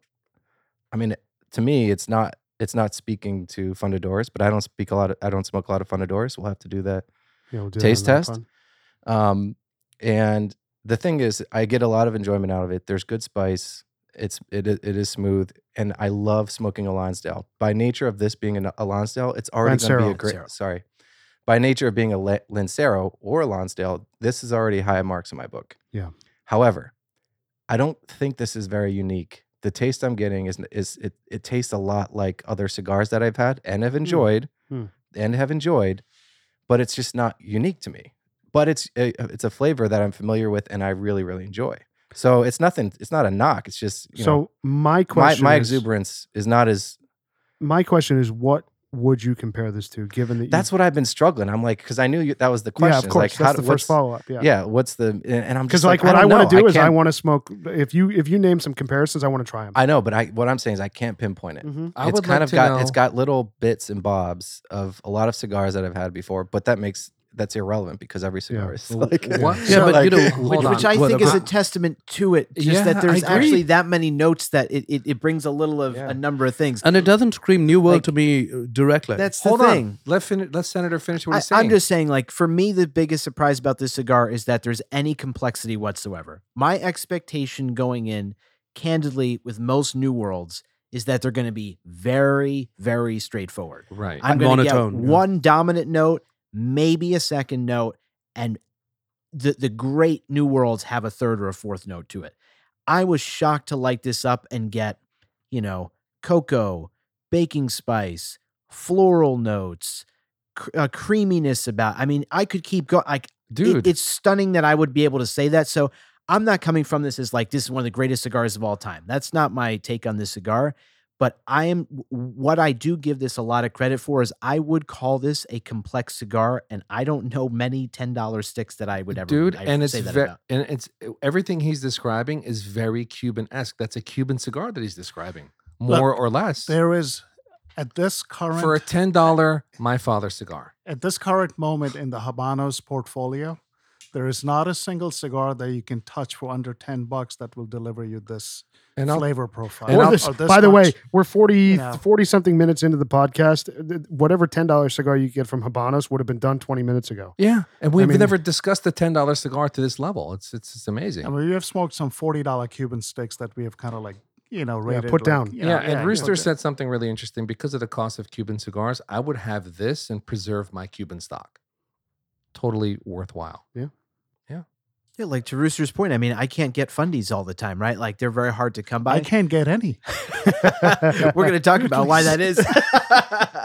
Speaker 7: I mean, to me, it's not it's not speaking to fundadores, but I don't speak a lot. Of, I don't smoke a lot of fundadores. We'll have to do that
Speaker 1: You know, do that
Speaker 7: Taste
Speaker 1: on that
Speaker 7: test?
Speaker 1: pun.
Speaker 7: um, and the thing is, I get a lot of enjoyment out of it. There's good spice. It's it i- it is smooth, and I love smoking a Lonsdale. By nature of this being an, a Lonsdale, it's already going to be a
Speaker 1: Lancero.
Speaker 7: great.
Speaker 5: Lancero.
Speaker 7: Sorry, by nature of being a Le- Lancero or a Lonsdale, this is already high marks in my book.
Speaker 1: Yeah.
Speaker 7: However, I don't think this is very unique. The taste I'm getting is is it it tastes a lot like other cigars that I've had and have enjoyed
Speaker 1: Hmm.
Speaker 7: and have enjoyed, but it's just not unique to me but it's a, it's a flavor that I'm familiar with and I really really enjoy. So it's nothing. It's not a knock. It's just you
Speaker 1: So
Speaker 7: know,
Speaker 1: my
Speaker 7: my
Speaker 1: question
Speaker 7: my
Speaker 1: is, Hmm.
Speaker 7: exuberance is not as.
Speaker 1: my question is what would you compare this to given that
Speaker 7: That's what I've been struggling. I'm like because I knew you, that was the
Speaker 1: you,
Speaker 7: question.
Speaker 1: yeah of
Speaker 7: It's
Speaker 1: course
Speaker 7: like,
Speaker 1: that's
Speaker 7: do-
Speaker 1: the
Speaker 7: what's-
Speaker 1: first follow up yeah
Speaker 7: Yeah, what's the and- and I'm
Speaker 1: because
Speaker 7: just
Speaker 1: like, what I,
Speaker 7: don't
Speaker 1: want to
Speaker 7: know.
Speaker 1: do is I
Speaker 7: can't-
Speaker 1: want to smoke if you if you name some comparisons I want to try them
Speaker 7: I know, but I what I'm saying is I can't pinpoint it.
Speaker 1: Mhm.
Speaker 2: I
Speaker 7: it's
Speaker 2: would
Speaker 7: kind
Speaker 2: like
Speaker 7: of
Speaker 2: to
Speaker 7: got
Speaker 2: know,
Speaker 7: it's got little bits and bobs of a lot of cigars that I've had before, but that makes that's irrelevant because every cigar is
Speaker 2: Well,
Speaker 7: like
Speaker 2: what- Yeah,
Speaker 7: Yeah, but
Speaker 2: but you
Speaker 7: like-
Speaker 2: know, hold
Speaker 5: Which,
Speaker 2: on.
Speaker 5: which I
Speaker 2: Well,
Speaker 5: think
Speaker 2: the
Speaker 5: is a
Speaker 2: pro-
Speaker 5: testament to it, just
Speaker 2: Yeah, I
Speaker 5: that there's
Speaker 2: agree.
Speaker 5: actually that many notes that it, it, it brings a little of
Speaker 7: Yeah.
Speaker 5: a number of things.
Speaker 4: And it doesn't scream New World
Speaker 5: Like-
Speaker 4: to me uh, directly.
Speaker 5: That's the
Speaker 2: Hold
Speaker 5: thing.
Speaker 2: on. Let fin- let Senator finish what
Speaker 5: I,
Speaker 2: he's saying.
Speaker 5: am just saying, like, for me, the biggest surprise about this cigar is that there's any complexity whatsoever. My expectation going in, candidly, with most New Worlds, is that they're going to be very, very straightforward.
Speaker 2: Right.
Speaker 5: I'm going to get
Speaker 4: Monotone, yeah.
Speaker 5: one dominant note, maybe a second note, and the the great new worlds have a third or a fourth note to it. I was shocked to light this up and get, you know, cocoa, baking spice, floral notes, cr- uh, creaminess about. I mean, I could keep going. Like it-
Speaker 2: Dude,
Speaker 5: it's stunning that I would be able to say that. So I'm not coming from this as like this is one of the greatest cigars of all time. That's not my take on this cigar. But I am w- what I do give this a lot of credit for is I would call this a complex cigar, and I don't know many ten dollar sticks that I would ever
Speaker 2: dude,
Speaker 5: I
Speaker 2: and
Speaker 5: would
Speaker 2: it's
Speaker 5: say that
Speaker 2: ve-
Speaker 5: about.
Speaker 2: and it's everything he's describing is very Cuban esque. That's a Cuban cigar that he's describing,
Speaker 3: Look,
Speaker 2: more or less.
Speaker 3: There is at this current
Speaker 2: For a ten dollar my father cigar,
Speaker 3: at this current moment in the Habanos portfolio, there is not a single cigar that you can touch for under ten bucks that will deliver you this
Speaker 2: and I'll,
Speaker 3: flavor profile.
Speaker 2: and
Speaker 1: or
Speaker 2: I'll-
Speaker 1: this,
Speaker 3: or oh, this
Speaker 1: by the
Speaker 3: much.
Speaker 1: way, we're 40,
Speaker 3: know.
Speaker 1: 40 something minutes into the podcast. Th- Whatever $10 cigar you get from Habanos would have been done 20 minutes ago.
Speaker 2: yeah, and we've
Speaker 1: mean-
Speaker 2: never discussed the ten dollar cigar to this level. It's it's, it's amazing.
Speaker 3: I mean, we have smoked some forty dollar Cuban sticks that we have kind of like you know rated
Speaker 1: put
Speaker 3: like,
Speaker 1: down.
Speaker 3: you
Speaker 2: yeah,
Speaker 3: know,
Speaker 2: and Rooster
Speaker 3: put-
Speaker 2: said something really interesting. Because of the cost of Cuban cigars, I would have this and preserve my Cuban stock. Totally worthwhile.
Speaker 5: Yeah, like to Rooster's point, I mean, I can't get fundies all the time, right? Like they're very hard to come by.
Speaker 3: I can't get any.
Speaker 5: We're going to talk about why that is.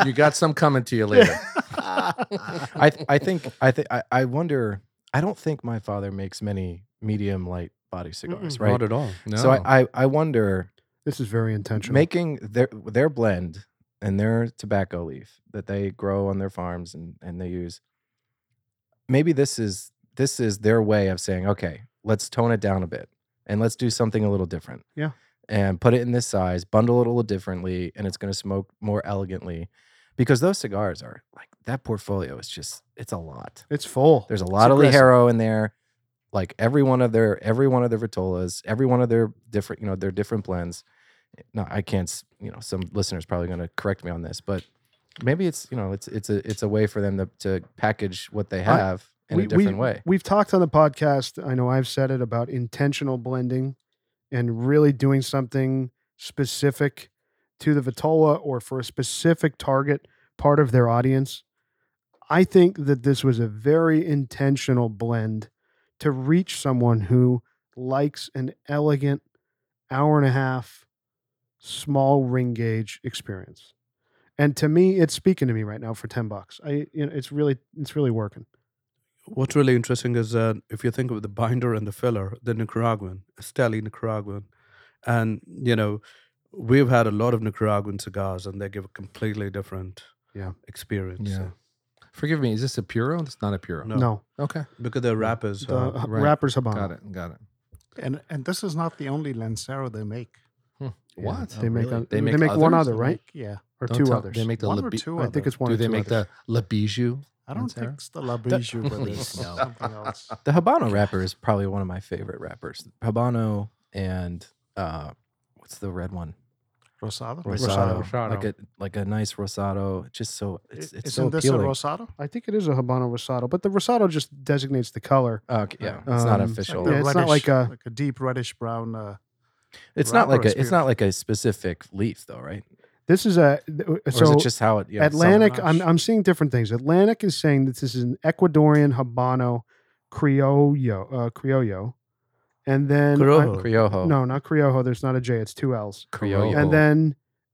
Speaker 2: You got some coming to you later.
Speaker 7: I th- I think I think I I wonder. I don't think my father makes many medium light body cigars, right?
Speaker 4: Not at all.
Speaker 2: No.
Speaker 7: So I, I I wonder
Speaker 1: This is very intentional.
Speaker 7: making their their blend and their tobacco leaf that they grow on their farms and and they use. Maybe this is this is their way of saying, okay, let's tone it down a bit and let's do something a little different.
Speaker 1: Yeah.
Speaker 7: And put it in this size, bundle it a little differently, and it's going to smoke more elegantly, because those cigars are like that portfolio is just it's a lot.
Speaker 1: it's full.
Speaker 7: There's a lot of
Speaker 1: aggressive.
Speaker 7: Ligero in there. Like every one of their every one of their Vitolas, every one of their different, you know, their different blends. No, I can't, s- you know, some listeners probably going to correct me on this, but maybe it's, you know, it's it's a it's a way for them to to package what they
Speaker 1: I-
Speaker 7: have in a different way.
Speaker 1: We've talked on the podcast. I know I've said it about intentional blending and really doing something specific to the Vitola or for a specific target part of their audience. I think that this was a very intentional blend to reach someone who likes an elegant hour and a half small ring gauge experience. And to me, it's speaking to me right now for 10 bucks. I you know, it's really it's really working.
Speaker 4: What's really interesting is that if you think of the binder and the filler, the Nicaraguan, Esteli Nicaraguan, and you know, we've had a lot of Nicaraguan cigars, and they give a completely different
Speaker 1: Yeah.
Speaker 4: experience.
Speaker 2: Yeah.
Speaker 4: so-
Speaker 2: Forgive me, is this a Puro? It's not a Puro.
Speaker 4: No.
Speaker 1: No,
Speaker 2: Okay.
Speaker 4: because they're rappers.
Speaker 1: the
Speaker 4: uh,
Speaker 1: uh,
Speaker 2: right.
Speaker 1: rappers Habano.
Speaker 2: Got it. Got it.
Speaker 3: And and this is not the only Lancero they make.
Speaker 2: What?
Speaker 1: They make
Speaker 5: really?
Speaker 1: a-
Speaker 2: They
Speaker 1: they
Speaker 2: make
Speaker 1: make, one
Speaker 2: others?
Speaker 1: other, right?
Speaker 3: Yeah,
Speaker 1: Or
Speaker 2: Don't
Speaker 1: two
Speaker 2: tell-
Speaker 1: others.
Speaker 2: They make the
Speaker 3: one
Speaker 2: Le
Speaker 3: or
Speaker 2: Bi-
Speaker 3: two.
Speaker 1: I think
Speaker 3: other.
Speaker 1: it's one.
Speaker 2: Do
Speaker 1: or
Speaker 2: they
Speaker 1: two
Speaker 2: make
Speaker 1: others.
Speaker 2: the Le Bijou?
Speaker 3: I don't
Speaker 2: Lancero?
Speaker 3: think it's the La Bijou, but it's
Speaker 5: Please, no.
Speaker 3: something else.
Speaker 7: The Habano rapper is probably one of my favorite rappers. Habano and uh what's the red one?
Speaker 3: Rosado.
Speaker 7: Rosado.
Speaker 2: Rosado.
Speaker 7: Like a like a nice Rosado. Just so it's
Speaker 3: Isn't
Speaker 7: it's so
Speaker 3: this
Speaker 7: appealing.
Speaker 3: a Rosado?
Speaker 1: I think it is a Habano Rosado, but the Rosado just designates the color.
Speaker 7: Oh, okay, yeah, it's not
Speaker 1: Um,
Speaker 7: official.
Speaker 1: Yeah, it's not like a-
Speaker 3: like a deep reddish brown. Uh,
Speaker 7: It's not
Speaker 3: Rapper
Speaker 7: like a it's
Speaker 3: experience.
Speaker 7: not like a specific leaf though, right?
Speaker 1: This is a
Speaker 7: Or
Speaker 1: so
Speaker 7: is it just how it you know, some-
Speaker 1: Atlantic.
Speaker 3: Southern
Speaker 1: I'm
Speaker 3: Irish.
Speaker 1: I'm seeing different things. Atlantic is saying that this is an Ecuadorian Habano Criollo, uh, Criollo, and then
Speaker 4: Criollo.
Speaker 1: I-
Speaker 7: Criojo.
Speaker 1: no, not Criollo. There's not a J. It's two L's.
Speaker 7: Criollo.
Speaker 1: And then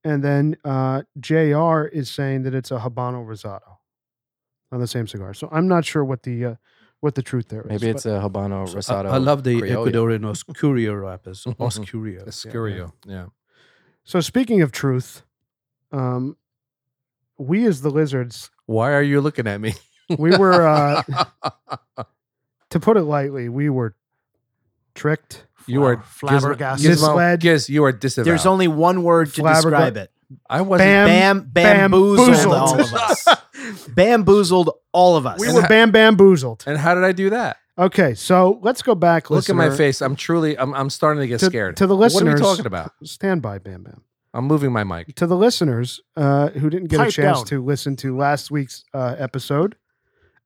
Speaker 1: and then uh, JR is saying that it's a Habano Rosado on the same cigar. So I'm not sure what the uh, what the truth there is.
Speaker 7: Maybe
Speaker 1: but-
Speaker 7: it's a Habano
Speaker 4: So I-
Speaker 7: Rosado.
Speaker 4: I, love the
Speaker 7: Criollo.
Speaker 4: Ecuadorian Oscurio rappers. Oscurio.
Speaker 2: Escurio. Yeah.
Speaker 1: So speaking of truth, um, we as the lizards,
Speaker 2: Why are you looking at me?
Speaker 1: we were uh, to put it lightly, we were tricked.
Speaker 2: you are
Speaker 3: Flabber-
Speaker 2: Gizmo-
Speaker 3: flabbergasted.
Speaker 2: Gizmo,
Speaker 1: Misled.
Speaker 2: Giz, you are disavowed.
Speaker 5: There's only one word to
Speaker 1: Flabberga-
Speaker 5: describe it.
Speaker 2: I wasn't.
Speaker 1: Bam,
Speaker 5: Bam, bamboozled,
Speaker 1: bamboozled.
Speaker 5: all of us. bamboozled all of us.
Speaker 1: We were bam bamboozled.
Speaker 2: And how did I do that?
Speaker 1: Okay, so let's go back.
Speaker 2: Look at my
Speaker 1: listener,
Speaker 2: face. I'm truly. I'm. I'm starting to get
Speaker 1: To-
Speaker 2: scared.
Speaker 1: to the
Speaker 2: What are we
Speaker 1: listeners-
Speaker 2: talking about?
Speaker 1: Stand by, Bam Bam.
Speaker 2: I'm moving my mic.
Speaker 1: To the listeners uh, who didn't get a
Speaker 3: Pipe
Speaker 1: chance
Speaker 3: down.
Speaker 1: to listen to last week's uh, episode,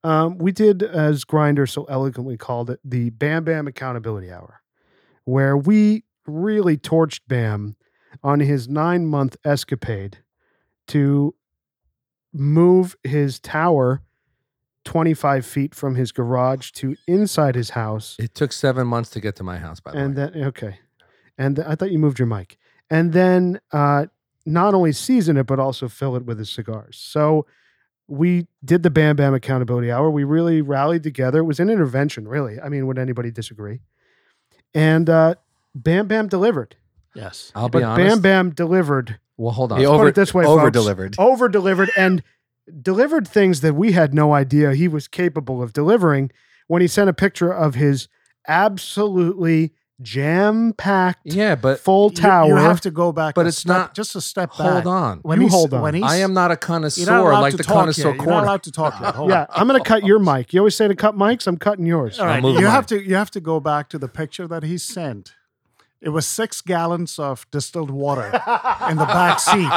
Speaker 1: um, we did, as Grinder so eloquently called it, the Bam Bam Accountability Hour, where we really torched Bam on his nine month escapade to move his tower 25 feet from his garage to inside his house.
Speaker 2: It took seven months to get to my house, by the way.
Speaker 1: and then okay and th- i thought you moved your mic and then uh not only season it but also fill it with his cigars so we did the bam bam accountability hour we really rallied together it was an intervention really i mean would anybody disagree and uh bam bam delivered
Speaker 3: Yes.
Speaker 2: I'll
Speaker 1: but
Speaker 2: be
Speaker 1: bam
Speaker 2: honest.
Speaker 1: bam delivered
Speaker 2: Well, hold on.
Speaker 7: He
Speaker 1: put
Speaker 7: over
Speaker 1: it this way
Speaker 7: over
Speaker 1: folks.
Speaker 7: delivered.
Speaker 1: over delivered and delivered things that we had no idea he was capable of delivering when he sent a picture of his absolutely jam packed
Speaker 2: yeah, but
Speaker 1: full
Speaker 3: You-
Speaker 1: tower.
Speaker 3: You, have to go back,
Speaker 2: but
Speaker 3: a
Speaker 2: it's
Speaker 3: step-
Speaker 2: not-
Speaker 3: Just a step back.
Speaker 2: hold on.
Speaker 1: You
Speaker 3: he's-
Speaker 1: hold on.
Speaker 3: When he's,
Speaker 2: I am not a
Speaker 3: you're not
Speaker 2: connoisseur
Speaker 3: allowed
Speaker 2: like
Speaker 3: to
Speaker 2: the
Speaker 3: talk
Speaker 2: connoisseur
Speaker 3: yet. You're not
Speaker 2: corner.
Speaker 3: allowed to talk yet. Hold
Speaker 1: yeah,
Speaker 3: on.
Speaker 1: I'm gonna cut your mic. You always say to cut mics. I'm cutting yours.
Speaker 3: All right,
Speaker 2: moving
Speaker 3: you
Speaker 2: mine.
Speaker 3: have to you have to go back to the picture that he sent. It was six gallons of distilled water in the back seat.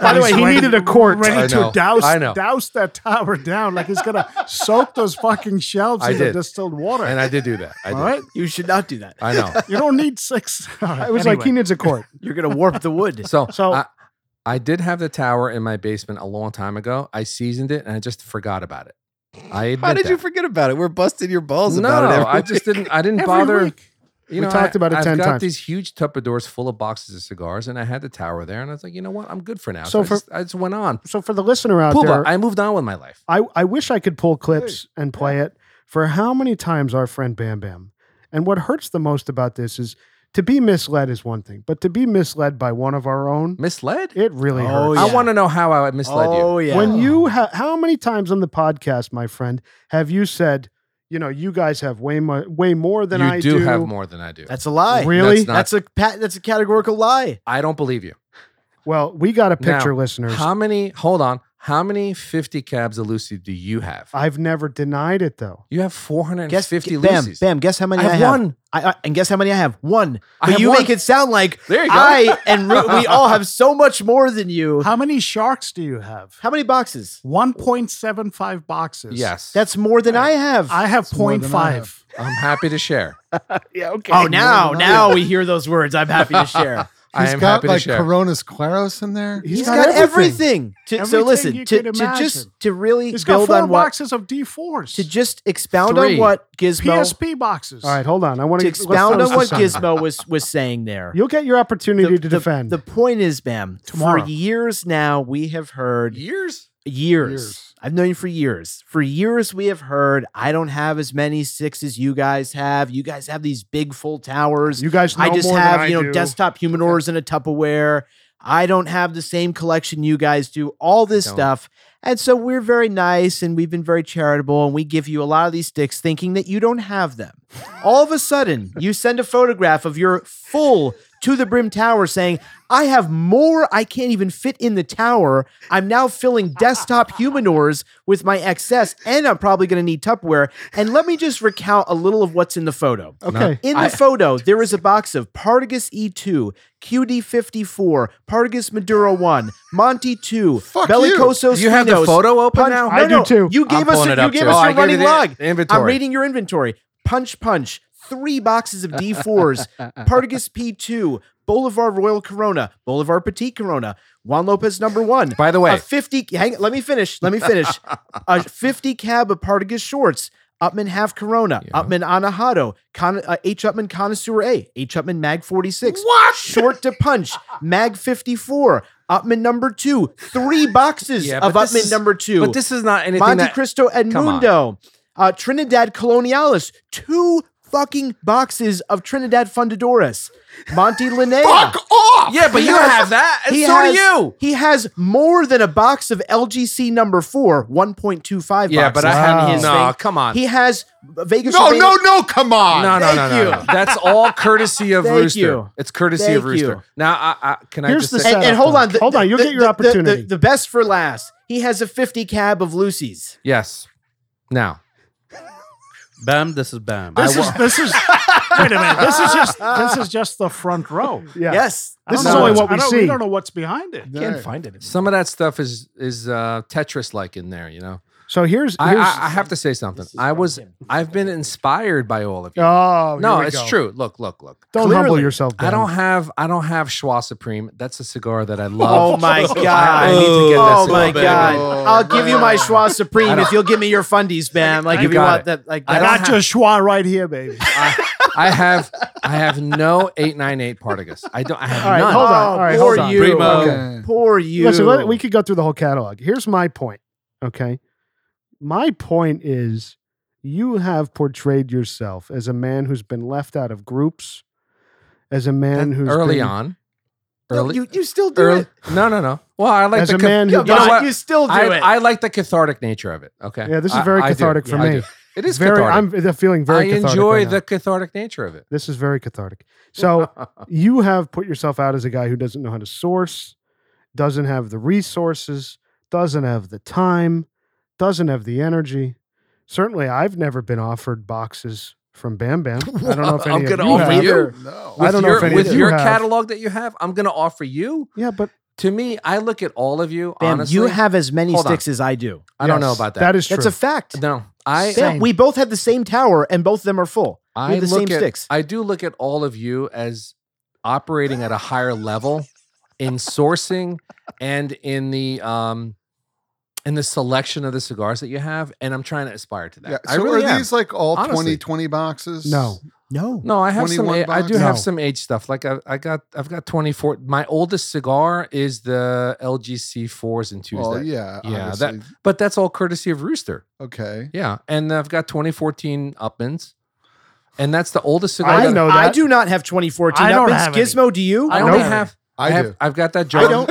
Speaker 1: By the way, he needed a quart.
Speaker 2: I
Speaker 3: ready to
Speaker 2: know.
Speaker 3: douse
Speaker 2: I know.
Speaker 3: douse that tower down. Like he's gonna soak those fucking shelves
Speaker 2: I
Speaker 3: in the
Speaker 2: did.
Speaker 3: distilled water.
Speaker 2: And I did do that. I did.
Speaker 3: All right,
Speaker 5: You should not do that.
Speaker 2: I know.
Speaker 3: you don't need six. All right,
Speaker 1: It was like he
Speaker 3: anyway.
Speaker 1: needs a quart.
Speaker 5: You're gonna warp the wood.
Speaker 2: So,
Speaker 1: So-
Speaker 2: I, I did have the tower in my basement a long time ago. I seasoned it and I just forgot about it. I admit
Speaker 7: How did you
Speaker 2: that.
Speaker 7: forget about it? We're busting your balls
Speaker 2: no,
Speaker 7: about it. every
Speaker 2: I just
Speaker 7: week.
Speaker 2: didn't. I didn't bother.
Speaker 1: We
Speaker 2: You know,
Speaker 1: talked
Speaker 2: I,
Speaker 1: about it
Speaker 2: I've
Speaker 1: 10
Speaker 2: got
Speaker 1: times.
Speaker 2: these huge Tupperwares full of boxes of cigars, and I had the tower there, and I was like, you know what, I'm good for now.
Speaker 1: So
Speaker 2: So, I,
Speaker 1: for-
Speaker 2: just, I just went on.
Speaker 1: So for the listener out
Speaker 2: Puba,
Speaker 1: there,
Speaker 2: I moved on with my life.
Speaker 1: I, I wish I could pull clips and play it for how many times our friend Bam Bam. And what hurts the most about this is to be misled is one thing, but to be misled by one of our own,
Speaker 2: Misled?
Speaker 1: it really
Speaker 5: Oh,
Speaker 1: hurts.
Speaker 5: yeah.
Speaker 2: I want to know how I misled you.
Speaker 5: oh yeah.
Speaker 1: When you ha- how many times on the podcast, my friend, have you said, you know, you guys have way more, way more than
Speaker 2: you
Speaker 1: I
Speaker 2: do,
Speaker 1: do.
Speaker 2: have more than I do.
Speaker 5: that's a lie.
Speaker 1: Really?
Speaker 2: That's not-
Speaker 5: That's a pat. That's a categorical lie.
Speaker 2: I don't believe you.
Speaker 1: Well, we got a picture,
Speaker 2: Now,
Speaker 1: listeners.
Speaker 2: How many? Hold on. How many 50 cabs of Lucy do you have?
Speaker 1: I've never denied it though.
Speaker 2: you have
Speaker 5: Guess
Speaker 2: 450
Speaker 5: bam,
Speaker 2: Lucy's.
Speaker 5: bam. Guess how many
Speaker 2: I
Speaker 5: I have?
Speaker 2: have one.
Speaker 5: I, I- and guess how many I have? One.
Speaker 2: I
Speaker 5: But
Speaker 2: have
Speaker 5: you
Speaker 2: one.
Speaker 5: make it sound like
Speaker 2: There you go.
Speaker 5: I and Ru- we all have so much more than you.
Speaker 3: How many sharks do you have?
Speaker 5: How many boxes?
Speaker 3: One point seven five boxes.
Speaker 2: yes.
Speaker 5: That's more than I have.
Speaker 3: I have
Speaker 6: It's more than I
Speaker 3: 0.5.
Speaker 6: have.
Speaker 2: I'm happy to share.
Speaker 1: Yeah, okay.
Speaker 5: oh, now now we hear those words. I'm happy to share.
Speaker 2: I
Speaker 6: He's
Speaker 2: am
Speaker 6: got
Speaker 2: happy
Speaker 6: like
Speaker 2: to share.
Speaker 6: Coronas Claros in there.
Speaker 1: He's
Speaker 5: He's
Speaker 1: got
Speaker 5: got, everything. To- so
Speaker 3: Everything
Speaker 5: listen,
Speaker 3: you
Speaker 5: to,
Speaker 3: could
Speaker 5: to just
Speaker 3: imagine.
Speaker 5: to really
Speaker 3: He's got
Speaker 5: build
Speaker 3: four
Speaker 5: on what
Speaker 3: boxes of D fours.
Speaker 5: to just expound
Speaker 2: Three.
Speaker 5: on what Gizmo
Speaker 3: PSP boxes.
Speaker 1: All right, hold on. I want
Speaker 5: to expound on what
Speaker 1: gives.
Speaker 5: Gizmo was was saying there.
Speaker 1: You'll get your opportunity to defend.
Speaker 5: The point is, Bam,
Speaker 3: Tomorrow.
Speaker 5: for years now, we have heard
Speaker 2: Years?
Speaker 5: years.
Speaker 6: Years.
Speaker 5: I've known you for years. For years, we have heard, I don't have as many six as you guys have. You guys have these big full towers.
Speaker 1: you guys know
Speaker 5: I just
Speaker 1: more than
Speaker 5: have,
Speaker 1: I
Speaker 5: you know,
Speaker 1: do.
Speaker 5: desktop humidors and a Tupperware. I don't have the same collection you guys do, all this
Speaker 2: don't.
Speaker 5: stuff. And so we're very nice and we've been very charitable and we give you a lot of these sticks thinking that you don't have them. All of a sudden, you send a photograph of your full to the brim tower saying, I have more I can't even fit in the tower. I'm now filling desktop humidors with my excess and I'm probably going to need Tupperware. And let me just recount a little of what's in the photo.
Speaker 1: Okay.
Speaker 5: In the photo, there is a box of Partagas E E2, QD54, Partagas Maduro 1, Monty 2,
Speaker 6: Fuck
Speaker 5: Bellicosos
Speaker 2: You have the
Speaker 5: Finos,
Speaker 2: photo open
Speaker 5: Punch,
Speaker 2: now?
Speaker 1: I
Speaker 5: no,
Speaker 1: do
Speaker 5: no,
Speaker 1: too.
Speaker 5: You
Speaker 2: I'm
Speaker 5: gave us
Speaker 2: pulling it
Speaker 5: your, you
Speaker 2: up
Speaker 5: gave
Speaker 2: too.
Speaker 5: us
Speaker 2: Oh, I
Speaker 5: your
Speaker 2: gave you
Speaker 5: running
Speaker 2: the
Speaker 5: log.
Speaker 2: inventory.
Speaker 5: I'm reading your inventory. Punch Punch, three boxes of D4s, Partagas P2, Bolivar Royal Corona, Bolivar Petit Corona, Juan Lopez number one.
Speaker 2: By the way,
Speaker 5: A 50 hang let me finish. Let me finish. a 50 cab of Partagas shorts. Upman half Corona,
Speaker 2: Yeah.
Speaker 5: Upman Anahado, Con, uh, H Upman Connoisseur A, H Upman Mag 46. What? Short to punch, Mag 54, Upman number two, three boxes
Speaker 2: Yeah,
Speaker 5: of
Speaker 2: but this
Speaker 5: Upman
Speaker 2: is-
Speaker 5: number two.
Speaker 2: but this is not anything
Speaker 5: Monte
Speaker 2: that
Speaker 5: Cristo
Speaker 2: Come on.
Speaker 5: Edmundo, uh, Trinidad Colonialis, two fucking boxes of Trinidad Fundadores, Monty Linnea.
Speaker 2: Yeah, but
Speaker 5: He
Speaker 2: you
Speaker 5: has-
Speaker 2: have that, and so
Speaker 5: has,
Speaker 2: do you.
Speaker 5: He has more than a box of LGC number four, 1.25
Speaker 2: Yeah, but I
Speaker 5: boxes
Speaker 2: have
Speaker 5: in his
Speaker 2: no.
Speaker 5: thing.
Speaker 2: Come on,
Speaker 5: He has Vegas.
Speaker 6: No,
Speaker 5: Urbana-
Speaker 6: no, no! Come on!
Speaker 2: no, no, no,
Speaker 5: Thank
Speaker 2: no, no. That's all courtesy of
Speaker 5: Thank
Speaker 2: Rooster.
Speaker 5: you.
Speaker 2: It's courtesy of
Speaker 5: Thank you.
Speaker 2: Rooster. Now, I, I, can
Speaker 1: Here's
Speaker 2: I
Speaker 1: the
Speaker 2: just say,
Speaker 5: And, and hold on. the-
Speaker 1: Hold on, you'll
Speaker 5: the-
Speaker 1: get your
Speaker 5: the- the- the-
Speaker 1: opportunity.
Speaker 5: The, best for last. He has a 50 cab of Lucy's.
Speaker 2: yes. Now,
Speaker 4: Bam, this is Bam.
Speaker 3: This
Speaker 2: I
Speaker 3: is
Speaker 2: wa-
Speaker 3: this is wait a minute. This is just this is just the front row.
Speaker 1: yeah.
Speaker 5: Yes.
Speaker 3: I
Speaker 1: This
Speaker 3: don't
Speaker 1: is
Speaker 3: know
Speaker 1: only
Speaker 3: what's-
Speaker 1: what we
Speaker 3: I don't-
Speaker 1: see.
Speaker 3: We don't know what's behind it.
Speaker 6: There.
Speaker 7: find it.
Speaker 2: some of that stuff is is uh, Tetris like in there, you know.
Speaker 1: So here's, here's
Speaker 2: I, I, I have to say something.
Speaker 7: This is
Speaker 2: I
Speaker 7: from
Speaker 2: was
Speaker 7: him.
Speaker 2: I've been inspired by all of you.
Speaker 1: Oh, here
Speaker 2: no,
Speaker 1: we
Speaker 2: it's
Speaker 1: go.
Speaker 2: true. Look, look, look.
Speaker 1: Don't humble
Speaker 2: Clearly,
Speaker 1: yourself.
Speaker 2: I don't
Speaker 1: Ben.
Speaker 2: have I don't have Schwa Supreme. That's a cigar that I
Speaker 5: Oh
Speaker 2: love.
Speaker 5: my
Speaker 2: I-
Speaker 5: god!
Speaker 2: I, need to get
Speaker 5: oh
Speaker 2: this in.
Speaker 5: my
Speaker 2: baby.
Speaker 5: god! I'll give you my
Speaker 6: man.
Speaker 5: Schwa
Speaker 2: I
Speaker 5: Supreme
Speaker 2: don't-
Speaker 5: if you'll give me your fundies, man. Like
Speaker 2: You
Speaker 5: if you
Speaker 2: got
Speaker 5: want
Speaker 2: it.
Speaker 5: that, like
Speaker 2: I
Speaker 1: I
Speaker 5: that.
Speaker 2: don't
Speaker 1: got your schwa right here, baby.
Speaker 2: I, I have I have no eight nine eight Partagas. I don't I have
Speaker 1: All right,
Speaker 2: none.
Speaker 1: hold on. All right,
Speaker 5: poor
Speaker 1: hold on.
Speaker 5: you.
Speaker 4: Primo.
Speaker 6: Okay.
Speaker 5: Poor you.
Speaker 1: Listen, let- we could go through the whole catalog. Here's my point. Okay. My point is you have portrayed yourself as a man who's been left out of groups, as a man who's
Speaker 2: early
Speaker 1: been-
Speaker 2: on.
Speaker 5: No, you, you still do
Speaker 2: early,
Speaker 5: it.
Speaker 2: no, no, no. Well, I like
Speaker 1: As
Speaker 2: the
Speaker 1: a man who
Speaker 5: You,
Speaker 2: you know
Speaker 1: doesn't-
Speaker 2: what?
Speaker 5: you still do
Speaker 2: I,
Speaker 5: it.
Speaker 2: I like the cathartic nature of it. Okay.
Speaker 1: Yeah, this is
Speaker 2: I-
Speaker 1: very
Speaker 2: I do.
Speaker 1: cathartic for
Speaker 2: I
Speaker 1: me.
Speaker 2: do. It is
Speaker 1: very
Speaker 2: cathartic.
Speaker 1: I'm feeling very
Speaker 2: I
Speaker 1: cathartic
Speaker 2: enjoy
Speaker 1: right now. Oh,
Speaker 2: the cathartic nature of it.
Speaker 1: This is very cathartic. So you have put yourself out as a guy who doesn't know how to source, doesn't have the resources, doesn't have the time, doesn't have the energy. Certainly, I've never been offered boxes from Bam Bam. I don't know if any
Speaker 2: Well, I'm
Speaker 1: of
Speaker 2: gonna
Speaker 1: you
Speaker 2: offer
Speaker 1: have.
Speaker 2: you-
Speaker 6: No.
Speaker 1: I
Speaker 2: With
Speaker 1: don't know
Speaker 2: your,
Speaker 1: if any
Speaker 2: with
Speaker 1: of you
Speaker 2: your
Speaker 1: have.
Speaker 2: catalog that you have, I'm going to offer you.
Speaker 1: Yeah, but
Speaker 2: To me, I look at all of you.
Speaker 5: Bam,
Speaker 2: honestly,
Speaker 5: you have as many
Speaker 2: Hold on.
Speaker 5: sticks as I do.
Speaker 2: I don't know
Speaker 1: yes,
Speaker 2: about that.
Speaker 1: That is true.
Speaker 5: That's a fact.
Speaker 2: no. I
Speaker 5: Bam, we both have the same tower, and both of them are full.
Speaker 2: I
Speaker 5: have the
Speaker 2: look
Speaker 5: same
Speaker 2: at,
Speaker 5: sticks.
Speaker 2: I do look at all of you as operating at a higher level in sourcing and in the um in the selection of the cigars that you have, and I'm trying to aspire to that.
Speaker 6: Yeah.
Speaker 2: I
Speaker 6: So
Speaker 2: really
Speaker 6: are
Speaker 2: am.
Speaker 6: these like all
Speaker 2: Honestly.
Speaker 6: 20, 20 boxes?
Speaker 1: No.
Speaker 5: No,
Speaker 2: No, I have some.
Speaker 6: 21
Speaker 2: a- I do
Speaker 6: bucks?
Speaker 2: have
Speaker 1: No.
Speaker 2: some age stuff. Like I, I got, I've got twenty four. My oldest cigar is the LGC fours and Tuesday,
Speaker 6: Well, yeah.
Speaker 2: Yeah, that-
Speaker 6: obviously.
Speaker 2: but that's all courtesy of Rooster.
Speaker 6: okay.
Speaker 2: Yeah, and I've got twenty fourteen Upmans, and that's the oldest cigar.
Speaker 1: I
Speaker 2: that-
Speaker 1: know
Speaker 5: I
Speaker 1: that.
Speaker 5: do not have 2014
Speaker 1: I don't
Speaker 5: Uppins.
Speaker 1: have any.
Speaker 5: Gizmo, do you?
Speaker 2: I
Speaker 1: Nope.
Speaker 2: only have. I,
Speaker 6: I
Speaker 2: have.
Speaker 6: do.
Speaker 2: I've got that jar.
Speaker 5: I don't.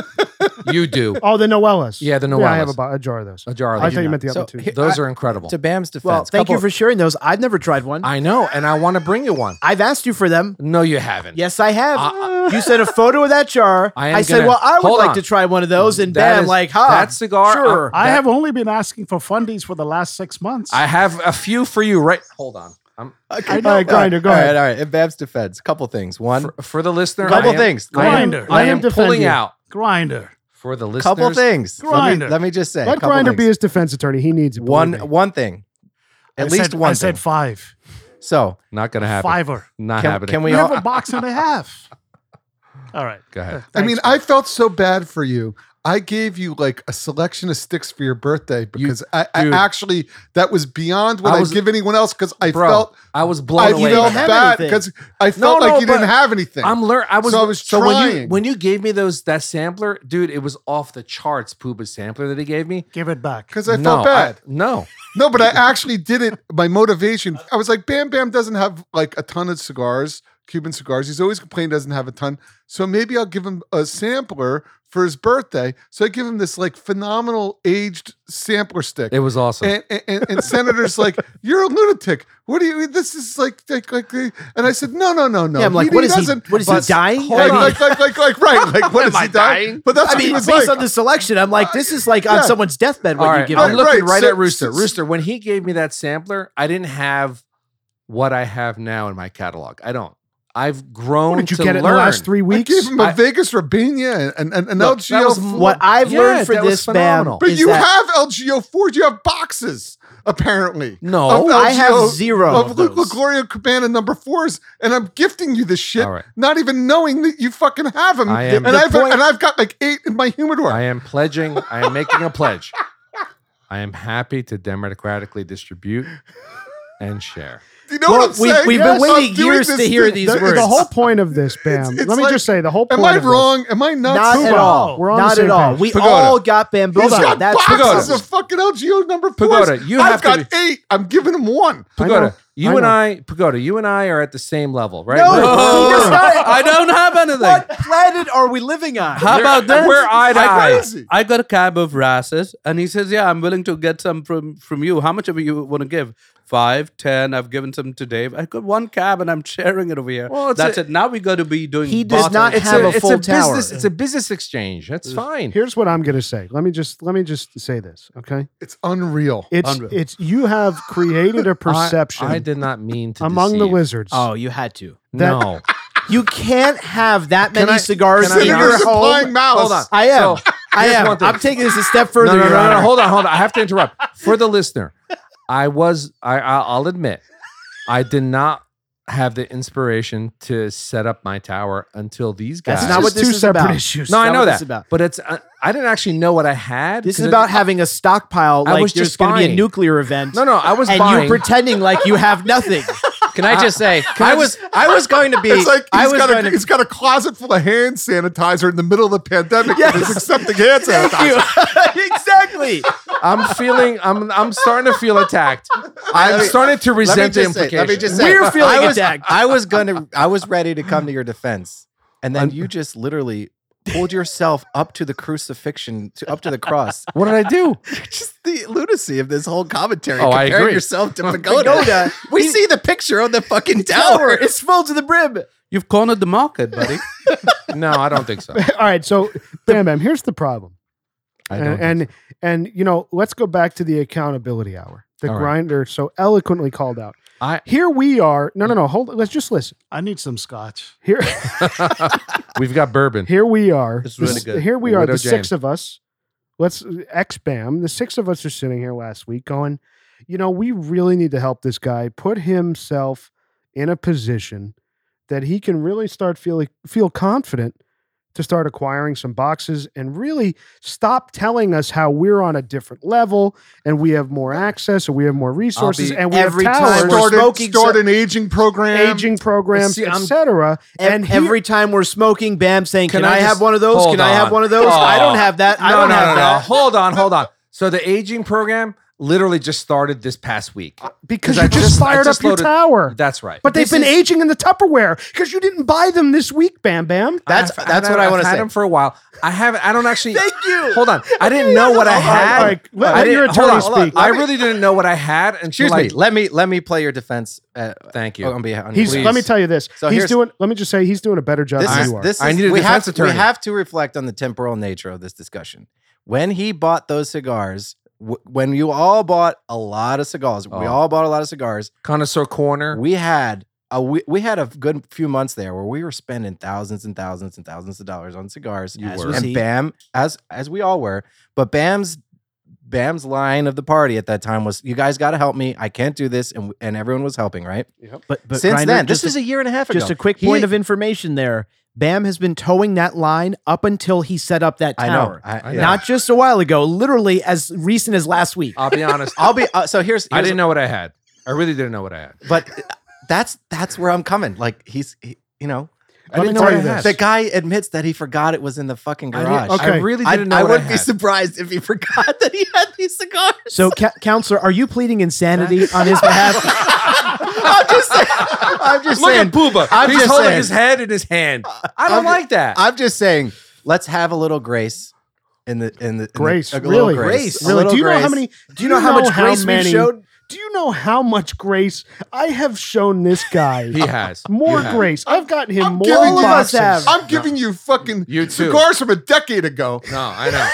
Speaker 2: You do
Speaker 1: Oh, the Noellas.
Speaker 2: Yeah, the
Speaker 1: I have a,
Speaker 2: Noellas.
Speaker 1: bo- a jar of those.
Speaker 2: a jar. Of
Speaker 1: I
Speaker 2: those.
Speaker 1: thought you meant the
Speaker 7: So,
Speaker 1: other two.
Speaker 7: here-
Speaker 2: Those
Speaker 7: I-
Speaker 2: are incredible.
Speaker 7: to Bam's defense.
Speaker 5: Well, thank you
Speaker 7: couple-
Speaker 5: for sharing those. I've never tried one.
Speaker 2: I know, and I want to bring you one.
Speaker 5: I've asked you for them.
Speaker 2: No, you haven't.
Speaker 5: Yes, I have.
Speaker 2: I-
Speaker 5: you sent a photo of that jar.
Speaker 2: I
Speaker 5: I,
Speaker 2: am
Speaker 5: said,
Speaker 2: gonna-
Speaker 5: "Well, I would
Speaker 2: hold
Speaker 5: like
Speaker 2: on.
Speaker 5: to try one of those." And
Speaker 2: That
Speaker 5: bam,
Speaker 2: is-
Speaker 5: like, huh?
Speaker 2: that cigar,
Speaker 5: Ah, Sure.
Speaker 2: I,
Speaker 3: I
Speaker 2: that-
Speaker 3: have only been asking for fundies for the last six months.
Speaker 2: I have a few for you. Right. Hold on. I'm
Speaker 7: Okay.
Speaker 1: All right, Grinder, go
Speaker 7: all
Speaker 1: ahead.
Speaker 7: right, all right. In Bab's defense, couple things. One,
Speaker 2: for, for the listener. I
Speaker 7: couple
Speaker 2: am-
Speaker 7: things.
Speaker 2: I am-
Speaker 3: Grinder.
Speaker 2: I
Speaker 1: Let him
Speaker 2: am
Speaker 1: defend
Speaker 2: pulling
Speaker 1: you.
Speaker 2: out
Speaker 3: Grinder.
Speaker 2: for the listeners.
Speaker 7: couple things. Let me,
Speaker 3: Grinder.
Speaker 7: let me just say.
Speaker 1: Let
Speaker 7: couple
Speaker 1: Grinder be
Speaker 7: things.
Speaker 1: his defense attorney. He needs it. believe
Speaker 7: one
Speaker 1: me.
Speaker 7: one thing. At
Speaker 3: I
Speaker 7: least
Speaker 3: said,
Speaker 7: one
Speaker 3: I said
Speaker 7: thing.
Speaker 3: five.
Speaker 7: So
Speaker 2: Not gonna happen.
Speaker 3: Fiver.
Speaker 2: Not
Speaker 7: can,
Speaker 2: happening.
Speaker 7: can we
Speaker 3: We have a
Speaker 7: all
Speaker 3: box and a half. All right.
Speaker 2: Go ahead.
Speaker 6: I mean, I felt so bad for you. I gave you like a selection of sticks for your birthday because I, I
Speaker 2: dude.
Speaker 6: actually that was beyond what
Speaker 2: I
Speaker 6: I
Speaker 2: was-
Speaker 6: give anyone else because I
Speaker 2: Bro,
Speaker 6: felt
Speaker 2: I was blown
Speaker 6: I
Speaker 2: away.
Speaker 6: felt
Speaker 2: By that.
Speaker 5: have
Speaker 6: bad
Speaker 5: anything.
Speaker 6: because I felt
Speaker 2: No, no,
Speaker 6: like you
Speaker 2: but
Speaker 6: didn't have anything.
Speaker 2: I'm learn. I was.
Speaker 6: So I was
Speaker 2: when you
Speaker 6: trying.
Speaker 2: when you gave me those that sampler, dude, it was off the charts. Pooba sampler that he gave me.
Speaker 3: Give it back.
Speaker 6: because I
Speaker 2: no,
Speaker 6: felt bad.
Speaker 2: I- no,
Speaker 6: No, but I actually did it. My motivation, I was like, Bam Bam doesn't have like a ton of cigars, Cuban cigars. He's always complaining he doesn't have a ton. So maybe I'll give him a sampler for his birthday. So I give him this like phenomenal aged sampler stick.
Speaker 2: it was awesome.
Speaker 6: and, and- and, and senators like you're a lunatic. What do you? This is like, like, like, like- and I said, no, no, no, no.
Speaker 5: Yeah, I'm like, what is he?
Speaker 6: doesn't-
Speaker 5: What is he
Speaker 6: but-
Speaker 5: dying? I
Speaker 6: Like,
Speaker 5: mean-
Speaker 6: like, like, like, like, right? Like, what
Speaker 2: Am
Speaker 6: is he
Speaker 2: I
Speaker 6: dying?
Speaker 2: dying?
Speaker 6: But that's
Speaker 5: I
Speaker 6: what he
Speaker 5: mean,
Speaker 6: was
Speaker 5: based
Speaker 6: like.
Speaker 5: on the selection, I'm like, this is like
Speaker 6: Yeah.
Speaker 5: on someone's deathbed
Speaker 2: All
Speaker 5: when
Speaker 2: right,
Speaker 5: you give
Speaker 2: I'm
Speaker 5: them.
Speaker 6: look-
Speaker 2: looking
Speaker 6: Right,
Speaker 2: right
Speaker 6: so-
Speaker 2: at Rooster.
Speaker 6: so-
Speaker 2: Rooster, when he gave me that sampler, I didn't have what I have now in my catalog. I don't. I've grown
Speaker 1: What did you
Speaker 2: to
Speaker 1: get it in
Speaker 2: learn.
Speaker 1: the last three
Speaker 6: I
Speaker 1: weeks?
Speaker 6: gave him a
Speaker 2: I-
Speaker 6: Vegas Rabinia and an, an
Speaker 2: Look, that
Speaker 6: LGO.
Speaker 2: was
Speaker 6: four.
Speaker 5: what I've
Speaker 2: Yeah,
Speaker 5: learned for
Speaker 2: that was
Speaker 5: this bam,
Speaker 2: phenomenal.
Speaker 6: But
Speaker 5: is
Speaker 6: you
Speaker 5: that
Speaker 6: have LGO fours. You have boxes, apparently.
Speaker 2: No.
Speaker 6: Of
Speaker 5: Oh, I have
Speaker 6: LGO
Speaker 5: zero
Speaker 6: Of
Speaker 5: of
Speaker 6: Luke
Speaker 5: those.
Speaker 6: Gloria Cabana number fours, and I'm gifting you this shit,
Speaker 2: All right.
Speaker 6: not even knowing that you fucking have them.
Speaker 2: I am-
Speaker 6: and
Speaker 2: The
Speaker 6: I've
Speaker 2: point-
Speaker 6: and I've got like eight in my humidor.
Speaker 2: I am pledging. I am making a pledge. I am happy to democratically distribute and share.
Speaker 6: Do you know
Speaker 5: Well,
Speaker 6: what I'm
Speaker 5: we-
Speaker 6: saying?
Speaker 5: we've been
Speaker 6: Yes, I'm
Speaker 5: waiting
Speaker 6: doing
Speaker 5: years
Speaker 6: this
Speaker 5: to hear
Speaker 6: thing.
Speaker 5: these
Speaker 1: the,
Speaker 5: words.
Speaker 1: the whole point of this, Bam.
Speaker 6: It's- it's
Speaker 1: let me
Speaker 6: like-
Speaker 1: just say the whole point.
Speaker 6: Am I
Speaker 1: of this-
Speaker 6: wrong? Am I not?
Speaker 5: not
Speaker 1: Fubar.
Speaker 5: at all.
Speaker 1: We're on the
Speaker 5: not
Speaker 1: same
Speaker 5: at all.
Speaker 1: page.
Speaker 5: We
Speaker 6: Pagoda.
Speaker 5: all got
Speaker 6: He's
Speaker 5: bamboozled.
Speaker 6: got
Speaker 5: That's
Speaker 6: boxes
Speaker 2: Pagoda.
Speaker 6: of fucking LGO number fours.
Speaker 2: Pagoda, you
Speaker 6: I've
Speaker 2: have to
Speaker 6: got eight. I'm giving him
Speaker 1: I
Speaker 6: one.
Speaker 1: know.
Speaker 2: Pagoda, you
Speaker 1: I
Speaker 2: and
Speaker 1: know.
Speaker 2: I, Pagoda, you and I are at the same level, right?
Speaker 5: No,
Speaker 2: We're-
Speaker 5: he does not-
Speaker 2: I don't have anything.
Speaker 5: what planet are we living on?
Speaker 2: How about that?
Speaker 4: Where
Speaker 2: We're eye to
Speaker 4: I,
Speaker 2: eye.
Speaker 4: got, I got a cab of rasses, and he says, "Yeah, I'm willing to get some from from you. How much of you want to give? Five, ten? I've given some to Dave. I got one cab, and I'm sharing it over here.
Speaker 2: Well, it's
Speaker 4: That's
Speaker 2: a-
Speaker 4: it. Now we got to be doing.
Speaker 5: He does
Speaker 4: barter.
Speaker 5: not
Speaker 2: It's
Speaker 5: have
Speaker 2: a,
Speaker 5: a
Speaker 2: it's
Speaker 5: full
Speaker 2: a business.
Speaker 5: tower.
Speaker 2: It's a business exchange. That's fine.
Speaker 1: Here's what I'm going to say. Let me just let me just say this, okay?
Speaker 6: It's unreal.
Speaker 1: It's
Speaker 4: Unreal.
Speaker 1: it's you have created a perception
Speaker 2: I, I did not mean to
Speaker 1: among the
Speaker 2: deceive.
Speaker 1: lizards.
Speaker 5: Oh, you had to.
Speaker 1: that-
Speaker 2: no.
Speaker 5: You can't have that many
Speaker 2: I-
Speaker 5: cigars
Speaker 2: can I
Speaker 5: in
Speaker 2: be
Speaker 5: your
Speaker 6: Senators
Speaker 2: honest?
Speaker 5: home.
Speaker 6: applying malice.
Speaker 2: Hold on.
Speaker 5: I am.
Speaker 2: So-
Speaker 5: I
Speaker 2: Here's
Speaker 5: am.
Speaker 2: one thing.
Speaker 5: I'm taking this a step further.
Speaker 2: No, no,
Speaker 5: Your
Speaker 2: no, no,
Speaker 5: Honor.
Speaker 2: Hold on, hold on. I have to interrupt for the listener. I was, I, I, I'll admit, I did not have the inspiration to set up my tower until these guys.
Speaker 5: That's not
Speaker 1: This
Speaker 5: what
Speaker 1: is
Speaker 5: this
Speaker 1: two
Speaker 5: is
Speaker 1: separate
Speaker 5: about.
Speaker 1: issues.
Speaker 5: It's
Speaker 2: No, I
Speaker 5: not
Speaker 2: know
Speaker 5: what
Speaker 2: that.
Speaker 5: This is about.
Speaker 2: But it's, I, I didn't actually know what I had.
Speaker 5: This is
Speaker 2: 'cause it-
Speaker 5: about having a stockpile.
Speaker 2: I
Speaker 5: Like
Speaker 2: was
Speaker 5: there's
Speaker 2: just
Speaker 5: going to be a
Speaker 2: buying.
Speaker 5: nuclear event,
Speaker 2: No, no, I was
Speaker 5: and
Speaker 2: buying.
Speaker 5: you're pretending like you have nothing.
Speaker 7: Uh, Can I just say I was I was going to be
Speaker 6: It's like
Speaker 7: I
Speaker 6: he's
Speaker 7: was
Speaker 6: got,
Speaker 7: going
Speaker 6: a,
Speaker 7: to
Speaker 6: he's got a closet full of hand sanitizer in the middle of the pandemic. And he's accepting hand sanitizer.
Speaker 5: exactly.
Speaker 2: I'm feeling. I'm. I'm starting to feel attacked. I'm starting to
Speaker 7: let me
Speaker 2: resent the
Speaker 7: just say,
Speaker 2: implication.
Speaker 7: let me just say
Speaker 5: We're feeling
Speaker 7: I was,
Speaker 5: attacked.
Speaker 7: I was gonna I was ready to come to your defense. And then you just literally pulled yourself up to the crucifixion, to, up to the cross.
Speaker 2: What did I do?
Speaker 7: Just the lunacy of this whole commentary.
Speaker 2: Oh, I
Speaker 7: comparing
Speaker 2: agree.
Speaker 7: yourself to Pagoda. we see the picture on the fucking
Speaker 5: Tower.
Speaker 7: tower.
Speaker 5: It's full to the brim.
Speaker 8: You've cornered the market, buddy.
Speaker 2: No, I don't think so.
Speaker 1: All right, so Bam Bam, here's the problem.
Speaker 2: I don't think
Speaker 1: and and, and you know let's go back to the accountability hour the
Speaker 2: All right.
Speaker 1: grinder so eloquently called out
Speaker 2: I-
Speaker 1: here we are no no no hold let's just listen
Speaker 3: I need some scotch.
Speaker 1: here
Speaker 2: We've got bourbon.
Speaker 1: here we are
Speaker 8: It's
Speaker 1: the
Speaker 8: really
Speaker 1: s-
Speaker 8: good.
Speaker 1: here we are
Speaker 2: Widow
Speaker 1: the
Speaker 2: Jane.
Speaker 1: six of us let's ex bam the six of us are sitting here last week going you know we really need to help this guy put himself in a position that he can really start feeling feel confident to start acquiring some boxes and really stop telling us how we're on a different level and we have more access and we have more resources
Speaker 2: be-
Speaker 1: and we
Speaker 5: Every
Speaker 1: have
Speaker 5: time
Speaker 1: towers,
Speaker 5: we're
Speaker 6: Start, an,
Speaker 5: smoking
Speaker 6: start an aging program.
Speaker 1: aging programs,
Speaker 2: See, I'm-
Speaker 1: etc.
Speaker 5: Ev-
Speaker 1: And he-
Speaker 5: every time we're smoking, Bam saying, "Can,
Speaker 2: Can
Speaker 5: I,
Speaker 2: I just-
Speaker 5: have one of those?
Speaker 2: hold
Speaker 5: Can I have
Speaker 2: on.
Speaker 5: one of those? I
Speaker 2: Oh.
Speaker 5: don't have that. I
Speaker 2: no,
Speaker 5: don't
Speaker 2: no,
Speaker 5: have
Speaker 2: no, no.
Speaker 5: that."
Speaker 2: Hold on, hold on. So the aging program literally just started this past week.
Speaker 1: because
Speaker 2: 'Cause
Speaker 1: you
Speaker 2: I
Speaker 1: just,
Speaker 2: just- I
Speaker 1: fired
Speaker 2: just
Speaker 1: up your
Speaker 2: loaded-
Speaker 1: tower.
Speaker 2: That's right.
Speaker 1: But they've been aging in the Tupperware because you didn't buy them this week, Bam Bam.
Speaker 7: That's
Speaker 2: I've-
Speaker 7: that's
Speaker 2: I've-
Speaker 7: what I
Speaker 2: I've
Speaker 7: want to
Speaker 2: had
Speaker 7: say.
Speaker 2: them for a while. I haven't. I don't actually.
Speaker 5: Thank you.
Speaker 2: Hold on. I didn't know what I
Speaker 7: Oh
Speaker 1: All right,
Speaker 2: had.
Speaker 1: all right. Let-
Speaker 2: I
Speaker 1: let your
Speaker 2: didn't- hold
Speaker 1: attorney
Speaker 2: on, hold on.
Speaker 1: speak.
Speaker 2: I really didn't know what I had until
Speaker 7: Excuse
Speaker 2: like,
Speaker 7: me. Let me let me play your defense. Uh,
Speaker 2: Thank you.
Speaker 7: on behalf. on
Speaker 1: He's.
Speaker 7: your-
Speaker 1: Let me tell you this.
Speaker 7: So
Speaker 1: he's
Speaker 7: here's-
Speaker 1: doing. Let me just say he's doing a better job
Speaker 7: This
Speaker 1: than
Speaker 7: is
Speaker 1: you are.
Speaker 7: this
Speaker 2: I
Speaker 7: is
Speaker 2: need a
Speaker 7: we have
Speaker 2: defense
Speaker 7: we
Speaker 2: attorney.
Speaker 7: have to reflect on the temporal nature of this discussion. When he bought those cigars, w- when you all bought a lot of cigars, we
Speaker 2: Oh.
Speaker 7: all bought a lot of cigars.
Speaker 2: Connoisseur corner.
Speaker 7: We had a we, we had a good few months there where we were spending thousands and thousands and thousands of dollars on cigars.
Speaker 2: You
Speaker 5: As
Speaker 2: were.
Speaker 5: was
Speaker 7: and
Speaker 5: he.
Speaker 7: Bam, as as we all were, but Bam's Bam's line of the party at that time was, "You guys got to help me. I can't do this," and and everyone was helping, right?
Speaker 5: But, but
Speaker 7: Since
Speaker 5: Reiner,
Speaker 7: then, this
Speaker 5: just
Speaker 7: is a year and a half ago.
Speaker 5: Just a quick
Speaker 7: He-
Speaker 5: point of information there. Bam has been towing that line up until he set up that
Speaker 7: I know.
Speaker 5: tower.
Speaker 7: I,
Speaker 2: I know.
Speaker 5: Not just a while ago, literally as recent as last week.
Speaker 2: I'll be honest.
Speaker 7: I'll be uh, so here's,
Speaker 2: I
Speaker 7: here's
Speaker 2: didn't know what I had. I really didn't know what I had.
Speaker 7: but uh, that's that's where I'm coming. Like he's, he, you know,
Speaker 1: Let me
Speaker 2: didn't know
Speaker 1: tell
Speaker 2: what
Speaker 1: you
Speaker 2: I had.
Speaker 1: this.
Speaker 7: the guy admits that he forgot it was in the fucking
Speaker 2: I, didn't-
Speaker 7: garage.
Speaker 1: Okay.
Speaker 2: I really
Speaker 7: I,
Speaker 2: didn't know
Speaker 7: I
Speaker 2: what
Speaker 7: wouldn't
Speaker 2: I
Speaker 7: be
Speaker 2: had.
Speaker 7: surprised if he forgot that he had these cigars.
Speaker 5: So, ca- counselor, are you pleading insanity on his behalf?
Speaker 7: I'm just, saying- I'm just
Speaker 2: Look
Speaker 7: saying.
Speaker 2: at Booba.
Speaker 7: I'm
Speaker 2: He's
Speaker 7: just
Speaker 2: holding
Speaker 7: saying.
Speaker 2: his head in his hand. I don't
Speaker 7: I'm-
Speaker 2: like that.
Speaker 7: I'm just saying. Let's have a little grace in the in the in the-
Speaker 1: Grace,
Speaker 7: a little
Speaker 1: really,
Speaker 7: grace, a
Speaker 1: really.
Speaker 7: little
Speaker 1: Do you know how
Speaker 7: grace.
Speaker 1: many? Do you,
Speaker 5: know how much grace we've
Speaker 1: many-
Speaker 5: showed?
Speaker 1: Do you know how much grace I have shown this guy?
Speaker 2: he has
Speaker 1: more
Speaker 2: You have.
Speaker 1: grace. I've gotten him
Speaker 6: I'm
Speaker 1: more
Speaker 6: giving
Speaker 5: you-
Speaker 1: boxes.
Speaker 5: All of us have.
Speaker 6: I'm giving you fucking
Speaker 2: You too.
Speaker 6: cigars from a decade ago
Speaker 2: No, I know.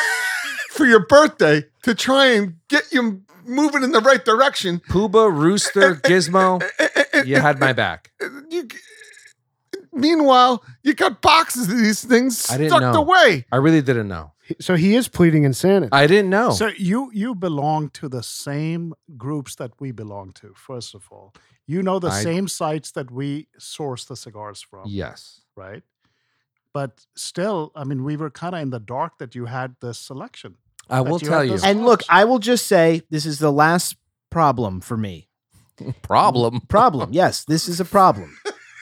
Speaker 6: for your birthday to try and get you moving in the right direction.
Speaker 2: Pooba, Rooster, Gizmo,
Speaker 6: Eh, eh, eh,
Speaker 2: you had my back.
Speaker 6: you- meanwhile, you got boxes of these things
Speaker 2: I didn't
Speaker 6: stuck
Speaker 2: know.
Speaker 6: away.
Speaker 2: I really didn't know.
Speaker 1: So he is pleading insanity.
Speaker 2: I didn't know.
Speaker 3: So you you belong to the same groups that we belong to. First of all, you know the
Speaker 2: I-
Speaker 3: same sites that we source the cigars from,
Speaker 2: yes.
Speaker 3: right? But still, I mean, we were kind of in the dark that you had this selection.
Speaker 2: I
Speaker 3: But
Speaker 2: will
Speaker 3: you
Speaker 2: tell
Speaker 3: had
Speaker 2: you.
Speaker 3: those-
Speaker 5: And look, I will just say this is the last problem for me.
Speaker 2: Problem.
Speaker 5: Problem. Yes, this is a problem.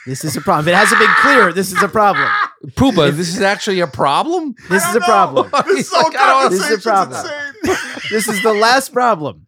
Speaker 5: This is a problem. If it hasn't been clear, this is a problem.
Speaker 2: Pooba, this is actually a problem?
Speaker 5: This is a problem.
Speaker 6: This whole
Speaker 2: Like, I don't-
Speaker 5: This is a
Speaker 6: conversation's
Speaker 5: problem.
Speaker 6: insane.
Speaker 5: this is the last problem.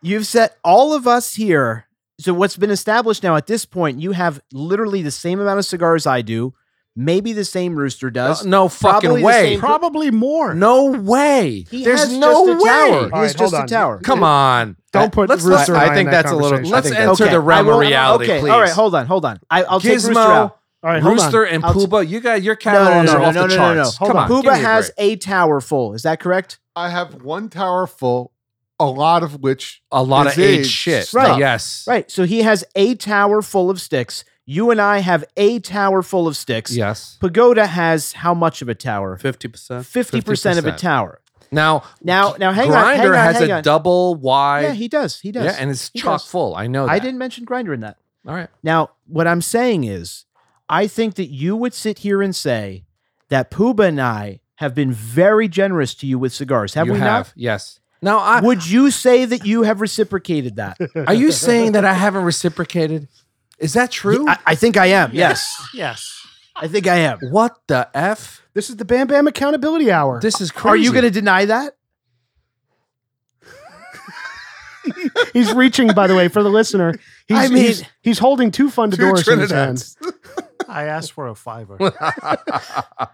Speaker 5: You've set all of us here. So what's been established now at this point, you have literally the same amount of cigars I do, maybe the same rooster
Speaker 7: Uh,
Speaker 5: does.
Speaker 2: no
Speaker 5: Probably
Speaker 2: fucking
Speaker 5: the
Speaker 2: way.
Speaker 5: same-
Speaker 3: Probably more.
Speaker 2: No way.
Speaker 5: He
Speaker 2: There's
Speaker 5: has
Speaker 2: no
Speaker 5: just a
Speaker 2: way.
Speaker 5: tower. He has
Speaker 1: Alright,
Speaker 5: just
Speaker 1: hold
Speaker 5: a
Speaker 1: on.
Speaker 5: tower.
Speaker 2: Come on.
Speaker 1: Don't put
Speaker 2: let's-
Speaker 1: Rooster
Speaker 7: I- I
Speaker 1: and
Speaker 7: think
Speaker 1: in that
Speaker 7: that's a little-
Speaker 1: conversation.
Speaker 2: Let's
Speaker 7: I think
Speaker 2: enter
Speaker 5: Okay,
Speaker 2: the
Speaker 5: I
Speaker 2: realm
Speaker 5: will-
Speaker 2: of reality,
Speaker 5: Okay,
Speaker 2: please.
Speaker 5: all right, hold on, hold on. I, I'll take rooster
Speaker 2: Gizmo,
Speaker 5: out.
Speaker 1: All right, hold
Speaker 2: Rooster,
Speaker 1: on.
Speaker 2: and
Speaker 5: I'll t-
Speaker 2: Pooba, you got your
Speaker 5: No, no, no,
Speaker 2: catalogs
Speaker 5: no,
Speaker 2: are off
Speaker 5: no,
Speaker 2: the
Speaker 5: no, no, no.
Speaker 2: charts.
Speaker 5: Hold
Speaker 2: Come
Speaker 5: on.
Speaker 2: on, give
Speaker 5: Pooba
Speaker 2: me a
Speaker 5: has
Speaker 2: break.
Speaker 5: a tower full. Is that correct?
Speaker 6: I have one tower full, a lot of which
Speaker 2: a lot of
Speaker 6: is
Speaker 2: age
Speaker 6: age
Speaker 2: shit.
Speaker 6: stuff.
Speaker 2: Yes.
Speaker 5: Right. So he has a tower full of sticks. You and I have a tower full of sticks.
Speaker 2: Yes.
Speaker 5: Pagoda has how much of a tower?
Speaker 2: uh,
Speaker 4: 50%.
Speaker 5: Fifty percent of a
Speaker 2: 50%.
Speaker 5: tower.
Speaker 2: Now,
Speaker 5: Now, now, hang on, hang
Speaker 2: Grinder
Speaker 5: on,
Speaker 2: has
Speaker 5: hang
Speaker 2: a
Speaker 5: on.
Speaker 2: double Y.
Speaker 5: yeah, he does. He does.
Speaker 2: Yeah, and it's
Speaker 5: He
Speaker 2: chock
Speaker 5: does.
Speaker 2: full. I know. That.
Speaker 5: I didn't mention Grinder in that.
Speaker 2: All right.
Speaker 5: Now, what I'm saying is, I think that you would sit here and say that Pooba and I have been very generous to you with cigars. Have
Speaker 2: you
Speaker 5: we
Speaker 2: have, Yes. Now, I,
Speaker 5: not? Would you say that you have reciprocated that?
Speaker 2: are you saying that I haven't reciprocated? Is that true?
Speaker 5: I, I think I am. Yes.
Speaker 3: Yes.
Speaker 5: I think I am.
Speaker 2: what the f?
Speaker 1: This is the Bam Bam Accountability Hour.
Speaker 2: This is crazy.
Speaker 5: Are you going to deny that?
Speaker 1: he's reaching, by the way, for the listener. He's,
Speaker 5: I mean-
Speaker 1: he's, he's holding two fundadores in his hand.
Speaker 3: I asked for a fiver.
Speaker 2: to?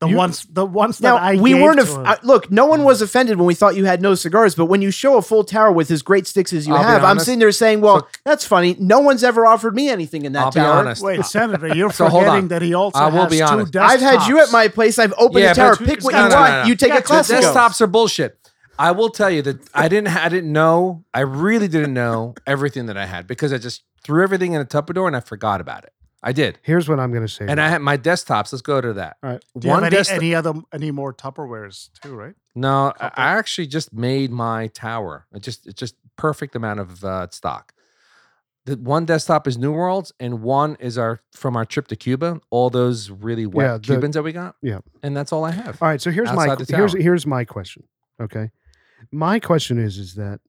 Speaker 3: The
Speaker 1: You-
Speaker 3: ones, the ones
Speaker 5: Now
Speaker 3: that I
Speaker 5: we
Speaker 3: gave
Speaker 5: weren't.
Speaker 3: to
Speaker 5: Af-
Speaker 3: him.
Speaker 5: I- look, no one was offended when we thought you had no cigars, but when you show a full tower with as great sticks as you
Speaker 2: I'll be
Speaker 5: have, I'm
Speaker 2: honest.
Speaker 5: sitting there saying, "Well, that's funny. No one's ever offered me anything in that
Speaker 2: I'll be
Speaker 5: tower."
Speaker 2: honest.
Speaker 3: Wait, Senator, you're
Speaker 2: So hold on.
Speaker 3: forgetting that he also
Speaker 2: I will
Speaker 3: has
Speaker 2: be honest.
Speaker 3: two desktops.
Speaker 5: I've had you at my place. I've opened
Speaker 2: Yeah,
Speaker 5: a tower.
Speaker 2: but-
Speaker 5: Pick what
Speaker 2: No,
Speaker 5: you
Speaker 2: no, no,
Speaker 5: want.
Speaker 2: no.
Speaker 5: You take
Speaker 3: Yeah,
Speaker 5: a
Speaker 3: but
Speaker 5: classic.
Speaker 2: Desktops are bullshit. I will tell you that I didn't. I didn't know. I really didn't know everything that I had because I just threw everything in a Tupperware and I forgot about it. I did,
Speaker 1: Here's what I'm going to say.
Speaker 2: and I had my desktops. Let's go to that.
Speaker 1: All right.
Speaker 3: Do you have any,
Speaker 2: desktop-
Speaker 3: any other any more Tupperwares too, right?
Speaker 2: No, I
Speaker 3: couple?
Speaker 2: I actually just made my tower. It just it's just perfect amount of uh, stock. The one desktop is New Worlds, and one is our from our trip to Cuba. All those really wet
Speaker 1: Yeah, the-
Speaker 2: Cubans that we got.
Speaker 1: yeah.
Speaker 2: and that's all I have.
Speaker 1: All right, so here's my
Speaker 2: Outside the
Speaker 1: here's
Speaker 2: tower.
Speaker 1: here's my question. Okay, my question is is that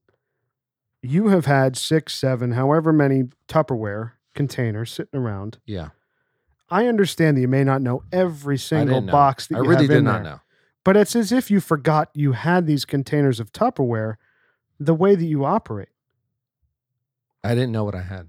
Speaker 1: you have had six, seven, however many Tupperware containers sitting around.
Speaker 2: Yeah,
Speaker 1: I understand that you may not know every single
Speaker 2: didn't know.
Speaker 1: box that
Speaker 2: I
Speaker 1: you
Speaker 2: really
Speaker 1: have
Speaker 2: did
Speaker 1: in
Speaker 2: not
Speaker 1: there,
Speaker 2: know.
Speaker 1: but it's as if you forgot you had these containers of Tupperware. The way that you operate,
Speaker 2: I didn't know what I had.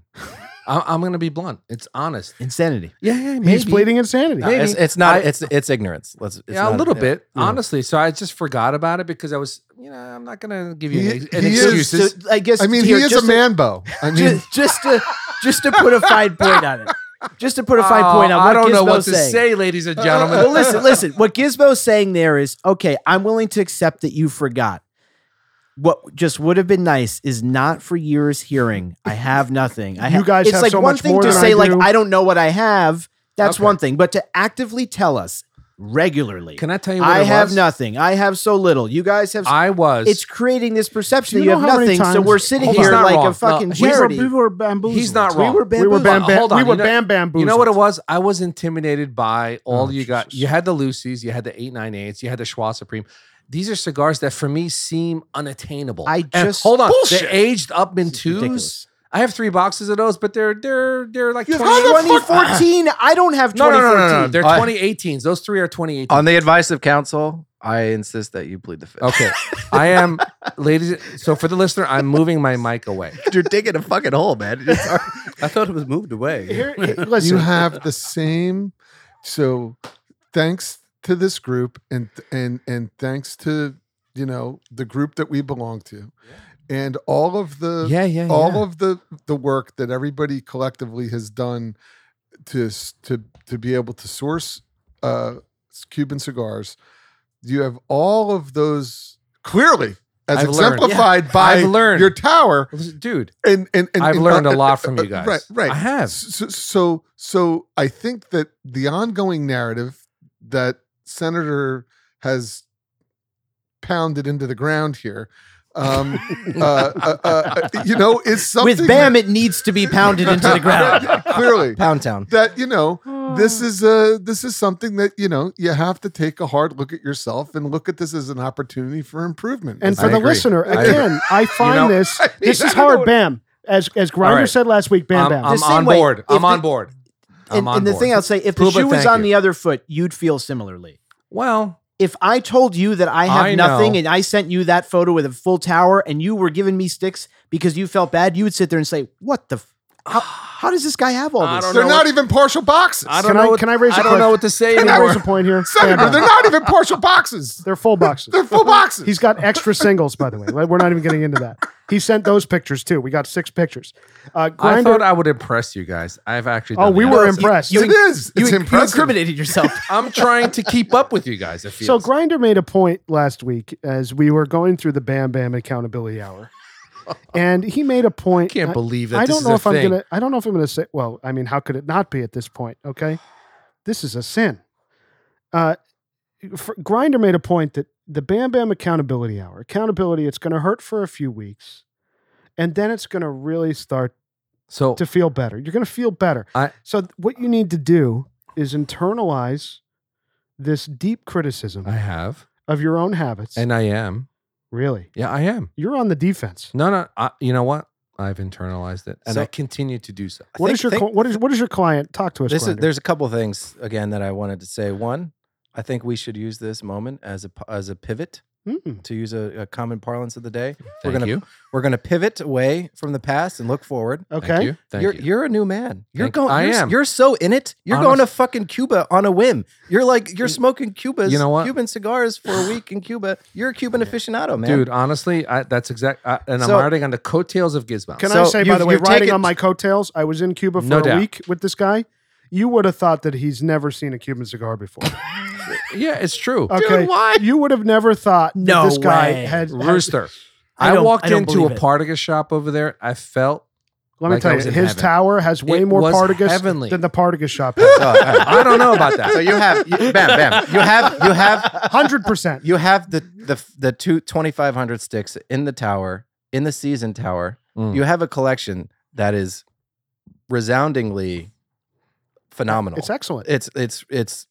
Speaker 2: I, I'm gonna be blunt. It's honest.
Speaker 5: Insanity.
Speaker 2: Yeah, yeah.
Speaker 1: he's bleeding insanity.
Speaker 2: No,
Speaker 7: No, it's,
Speaker 2: Maybe
Speaker 7: it's not.
Speaker 2: I-
Speaker 7: it's it's ignorance. Let's. It's
Speaker 2: yeah, a
Speaker 7: not-
Speaker 2: little
Speaker 7: yeah.
Speaker 2: bit,
Speaker 7: Yeah.
Speaker 2: honestly. So I just forgot about it because I was, you know, I'm not gonna give you
Speaker 6: He-
Speaker 2: an, ex- an
Speaker 6: he is-
Speaker 2: excuses.
Speaker 5: So I guess
Speaker 6: I mean,
Speaker 5: here,
Speaker 6: he is a
Speaker 5: just to-
Speaker 6: manbo. I mean,
Speaker 5: just, just to just to put a fine point on it. Just to put a fine point on
Speaker 2: Oh,
Speaker 5: what
Speaker 2: I don't know what
Speaker 5: Gizmo's
Speaker 2: to
Speaker 5: saying.
Speaker 2: say, ladies and gentlemen.
Speaker 5: uh, well, listen, listen. What Gizmo's saying there is okay. I'm willing to accept that you forgot. What just would have been nice is not for years hearing I have nothing. I
Speaker 1: You
Speaker 5: ha-"
Speaker 1: guys
Speaker 5: it's
Speaker 1: have
Speaker 5: like
Speaker 1: so
Speaker 5: one
Speaker 1: much
Speaker 5: thing
Speaker 1: more
Speaker 5: to
Speaker 1: than I
Speaker 5: say like
Speaker 1: do.
Speaker 5: I don't know what I have. That's
Speaker 2: Okay.
Speaker 5: one thing, but to actively tell us regularly,
Speaker 2: Can I tell you what
Speaker 5: I
Speaker 2: it
Speaker 5: have
Speaker 2: was?
Speaker 5: nothing. I have so little. You guys have.
Speaker 2: I was.
Speaker 5: it's creating this
Speaker 1: Do
Speaker 5: perception that
Speaker 1: you
Speaker 5: you
Speaker 1: know
Speaker 5: have
Speaker 1: how many
Speaker 5: nothing. So
Speaker 1: times-
Speaker 5: we're sitting
Speaker 2: Hold
Speaker 5: here
Speaker 2: on.
Speaker 5: like
Speaker 2: Well,
Speaker 5: a fucking
Speaker 2: well, he's
Speaker 3: We were,
Speaker 5: charity.
Speaker 3: we were bamboozled.
Speaker 2: he's not
Speaker 5: We
Speaker 2: wrong.
Speaker 5: were
Speaker 1: we were
Speaker 5: bamboozled.
Speaker 1: bam, bam,
Speaker 2: Hold on,
Speaker 1: we
Speaker 2: you
Speaker 1: were
Speaker 2: know-
Speaker 1: bam bam.
Speaker 2: You know what it was? I was intimidated by all
Speaker 1: Oh,
Speaker 2: you got. You had the Lucy's, you had the 898s, you had the Schwa Supreme. These are cigars that for me seem unattainable.
Speaker 5: I
Speaker 2: And
Speaker 5: just-
Speaker 2: hold on.
Speaker 5: Bullshit.
Speaker 2: They aged up in twos.
Speaker 5: ridiculous.
Speaker 2: I have three boxes of those, but they're they're they're like 20,
Speaker 5: 2014. I don't have
Speaker 2: No, no, no,
Speaker 5: 2014.
Speaker 2: no, no. They're
Speaker 7: I-
Speaker 2: 2018s. Those three are 2018.
Speaker 9: On the advice of counsel, I insist that you plead the fifth.
Speaker 2: okay. I am ladies. So for the listener, I'm moving my mic away.
Speaker 9: You're digging a fucking hole, man. It's hard.
Speaker 4: I thought it was moved away.
Speaker 1: Here, listen,
Speaker 6: you have the same. So, thanks to this group, and and and thanks to you know the group that we belong to, and all of
Speaker 1: Uh,
Speaker 6: the
Speaker 2: Yeah, yeah, yeah.
Speaker 6: all of the the work that everybody collectively has done to s- to to be able to source uh s- Cuban cigars, you have all of those clearly as
Speaker 2: I've learned.
Speaker 6: exemplified by
Speaker 2: I've learned.
Speaker 6: your tower
Speaker 2: Dude,
Speaker 6: and and, and
Speaker 2: I've
Speaker 6: and-
Speaker 2: learned a
Speaker 6: uh,
Speaker 2: lot
Speaker 6: uh,
Speaker 2: from
Speaker 6: uh,
Speaker 2: you guys.
Speaker 6: Right, right.
Speaker 2: I have.
Speaker 6: So, so so I think that the ongoing narrative that Senator has pounded into the ground here, um, uh, uh, uh, uh, you know, is something
Speaker 5: With Bam, it needs to be pounded into the ground.
Speaker 6: clearly
Speaker 5: Pound Town.
Speaker 6: that you know this
Speaker 2: Hmm.
Speaker 6: is uh this is something that you know you have to take a hard look at yourself and look at this as an opportunity for improvement.
Speaker 1: And
Speaker 6: It's-
Speaker 1: for
Speaker 2: I
Speaker 1: the
Speaker 2: agree.
Speaker 1: listener,
Speaker 6: I
Speaker 1: again, I find
Speaker 2: know,
Speaker 1: this
Speaker 6: I mean,
Speaker 1: this
Speaker 6: I
Speaker 1: is
Speaker 6: don't know
Speaker 1: hard.
Speaker 6: what-
Speaker 1: Bam, as as Grinder
Speaker 2: All right. Um,
Speaker 1: said last week. Bam,
Speaker 2: I'm,
Speaker 1: bam.
Speaker 2: I'm
Speaker 5: The
Speaker 2: on
Speaker 5: same way,
Speaker 2: board.
Speaker 5: if
Speaker 2: I'm
Speaker 5: the-
Speaker 2: on board. I'm
Speaker 5: And,
Speaker 2: on
Speaker 5: and the
Speaker 2: board.
Speaker 5: thing I'll say, if the
Speaker 2: Pooba,
Speaker 5: shoe was
Speaker 2: thank
Speaker 5: on
Speaker 2: you.
Speaker 5: the other foot, you'd feel similarly.
Speaker 2: well,
Speaker 5: If I told you that I have
Speaker 2: I
Speaker 5: nothing
Speaker 2: know.
Speaker 5: and I sent you that photo with a full tower and you were giving me sticks because you felt bad, you would sit there and say, "What the? F- how, how does this guy have all
Speaker 2: I
Speaker 5: this?"
Speaker 2: don't
Speaker 6: they're
Speaker 2: know
Speaker 6: not
Speaker 2: what-
Speaker 6: even partial boxes.
Speaker 2: I don't
Speaker 1: Can
Speaker 2: know.
Speaker 1: I-
Speaker 2: what,
Speaker 1: can I raise a
Speaker 2: I don't
Speaker 1: question?
Speaker 2: know what to say
Speaker 1: Can I raise a
Speaker 2: anymore.
Speaker 1: point here? Bam,
Speaker 6: Senator,
Speaker 1: bam.
Speaker 6: they're not even partial boxes.
Speaker 1: They're full boxes.
Speaker 6: They're full boxes.
Speaker 1: He's got extra singles, by the way. Like, We're not even getting into that. He sent those pictures too. We got six pictures. Uh,
Speaker 2: I
Speaker 1: Grinder.
Speaker 2: thought I would impress you guys. I've actually.
Speaker 1: oh,
Speaker 2: done
Speaker 1: we
Speaker 2: that.
Speaker 1: were impressed.
Speaker 6: it is.
Speaker 5: you,
Speaker 6: It's
Speaker 5: you
Speaker 6: impressive.
Speaker 5: incriminated yourself.
Speaker 2: I'm trying to keep up with you guys. It feels.
Speaker 1: so Grinder made a point last week as we were going through the Bam Bam Accountability Hour, and he made a
Speaker 2: I
Speaker 1: point.
Speaker 2: can't
Speaker 1: I-
Speaker 2: believe that
Speaker 1: I
Speaker 2: this
Speaker 1: don't
Speaker 2: is
Speaker 1: know
Speaker 2: a
Speaker 1: if
Speaker 2: thing.
Speaker 1: I'm gonna. I don't know if I'm gonna say. Well, I mean, how could it not be at this point? Okay, this is a sin. Uh, for, Grinder made a point that the Bam Bam Accountability Hour, accountability, it's going to hurt for a few weeks, and then it's going to really start
Speaker 2: So
Speaker 1: to feel better. You're going to feel better.
Speaker 2: I-
Speaker 1: so th- what you need to do is internalize this deep criticism
Speaker 2: I have,
Speaker 1: of your own habits.
Speaker 2: and I am.
Speaker 1: really,
Speaker 2: Yeah, I am.
Speaker 1: you're on the defense.
Speaker 2: No, no. I, you know what? I've internalized it, and
Speaker 9: So-
Speaker 2: I continue to do so.
Speaker 1: What is your cli- what is what is your client? Talk to us.
Speaker 9: This is,
Speaker 1: Grinder.
Speaker 9: there's a couple of things again that I wanted to say. One, I think we should use this moment as a p- as a pivot
Speaker 1: Mm.
Speaker 9: to use a, a common parlance of the day.
Speaker 2: Thank
Speaker 9: gonna-
Speaker 2: you.
Speaker 9: We're going to pivot away from the past and look forward.
Speaker 2: Thank
Speaker 1: Okay.
Speaker 2: you. Thank
Speaker 9: you're
Speaker 2: you.
Speaker 9: you're a new man. You're
Speaker 2: Thank-
Speaker 9: going.
Speaker 2: I
Speaker 9: you're, s-
Speaker 2: am.
Speaker 9: You're so in it. You're
Speaker 2: I'm a
Speaker 9: going to
Speaker 2: s-
Speaker 9: fucking Cuba on a whim. You're like you're smoking Cuba's.
Speaker 2: Mm, You know what?
Speaker 9: Cuban cigars for a week in Cuba. You're a Cuban aficionado, man.
Speaker 2: Dude, honestly, I, that's exact. I, and
Speaker 9: So-
Speaker 2: I'm riding on the coattails of Gizmo.
Speaker 1: Can I
Speaker 9: So
Speaker 1: say, by
Speaker 9: you've-
Speaker 1: the way,
Speaker 9: you've
Speaker 1: riding
Speaker 9: taken-
Speaker 1: on my coattails, I was in Cuba for
Speaker 2: No
Speaker 1: a
Speaker 2: doubt.
Speaker 1: week with this guy. You would have thought that he's never seen a Cuban cigar before.
Speaker 2: yeah, it's true.
Speaker 1: Okay,
Speaker 2: why?
Speaker 1: you would have never thought
Speaker 5: No
Speaker 1: that this guy
Speaker 5: way.
Speaker 1: had, had-
Speaker 2: Rooster.
Speaker 5: I
Speaker 2: I,
Speaker 5: don't-
Speaker 2: walked
Speaker 5: I don't
Speaker 2: into
Speaker 5: believe
Speaker 2: a
Speaker 5: it.
Speaker 2: Partagas shop over there. I felt.
Speaker 1: Let me
Speaker 2: Like
Speaker 1: tell
Speaker 2: I
Speaker 1: you,
Speaker 2: was
Speaker 1: his
Speaker 2: in heaven.
Speaker 1: tower has way
Speaker 2: It
Speaker 1: more
Speaker 2: was
Speaker 1: Partagas
Speaker 2: heavenly.
Speaker 1: than the Partagas shop. has.
Speaker 2: I don't know about that.
Speaker 9: so you have you, bam bam. You have you have
Speaker 1: Hundred percent.
Speaker 9: you have the the the two 2500 sticks in the tower in the season tower.
Speaker 2: Mm.
Speaker 9: You have a collection that is resoundingly phenomenal.
Speaker 1: It's excellent.
Speaker 9: it's it's it's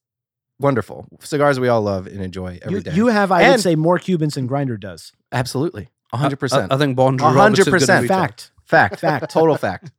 Speaker 9: wonderful cigars we all love and enjoy every
Speaker 5: You,
Speaker 9: day.
Speaker 5: you have, I
Speaker 9: And-
Speaker 5: would say, more Cubans than Grinder does.
Speaker 2: Uh,
Speaker 9: absolutely 100%
Speaker 4: I, I think Bond.
Speaker 9: A hundred percent.
Speaker 5: Fact.
Speaker 9: fact fact total fact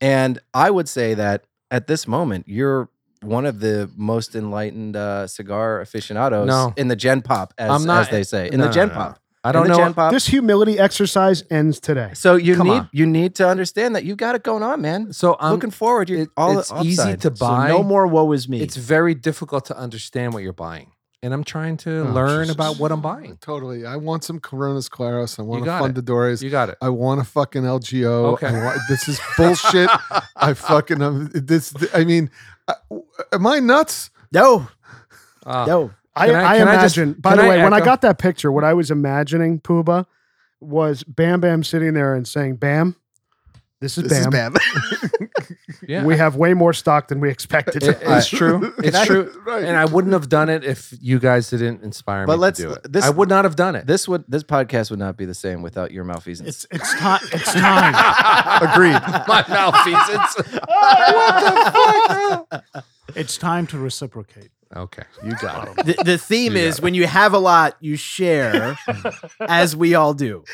Speaker 9: and i would say that at this moment you're one of the most enlightened uh, cigar aficionados
Speaker 2: No.
Speaker 9: in the gen pop as,
Speaker 2: I'm not-
Speaker 9: as they say in
Speaker 2: no,
Speaker 9: the gen
Speaker 2: no, no.
Speaker 9: pop
Speaker 2: I don't
Speaker 9: in the
Speaker 2: know.
Speaker 9: gen pop
Speaker 1: This humility exercise ends today.
Speaker 9: so you
Speaker 2: Come
Speaker 9: need
Speaker 2: on.
Speaker 9: you need to understand that you got it going on man
Speaker 2: So I'm
Speaker 9: looking forward you're
Speaker 2: it-
Speaker 9: all
Speaker 2: it's easy
Speaker 9: upside.
Speaker 2: to
Speaker 5: So
Speaker 2: buy.
Speaker 5: no more woe is me.
Speaker 2: It's very difficult to understand what you're buying, and I'm trying to
Speaker 6: Oh,
Speaker 2: learn
Speaker 6: Jesus.
Speaker 2: about what I'm buying.
Speaker 6: Totally. I want some Coronas Claros. I want a
Speaker 2: got it.
Speaker 6: Fundadores.
Speaker 2: You got it.
Speaker 6: I want a fucking LGO.
Speaker 2: Okay.
Speaker 6: I want, this is bullshit. I fucking um, this. I mean, I, am I nuts?
Speaker 5: no,
Speaker 2: Uh,
Speaker 5: no.
Speaker 1: I,
Speaker 2: Can I-
Speaker 1: I,
Speaker 2: can I just-
Speaker 1: imagine. by
Speaker 2: can
Speaker 1: the
Speaker 2: I
Speaker 1: way, when I
Speaker 2: echo?
Speaker 1: got that picture, what I was imagining, Pooba, was Bam Bam sitting there and saying, "Bam, this is Bam.
Speaker 2: yeah.
Speaker 1: We have way more stock than we expected."
Speaker 2: It- it's true. It's
Speaker 9: I-
Speaker 2: true.
Speaker 6: Right.
Speaker 2: And I wouldn't have done it if you guys didn't inspire
Speaker 9: But
Speaker 2: me
Speaker 9: let's-
Speaker 2: to do it.
Speaker 9: this-
Speaker 2: I would not have done it.
Speaker 9: this would this podcast would not be the same without your malfeasance
Speaker 3: It's it's time. It's time.
Speaker 6: Agreed.
Speaker 2: My malfeasance.
Speaker 3: it's time to reciprocate.
Speaker 2: okay, you got it.
Speaker 5: The, the theme
Speaker 2: You got
Speaker 5: is when you have a lot, you share, as we all do.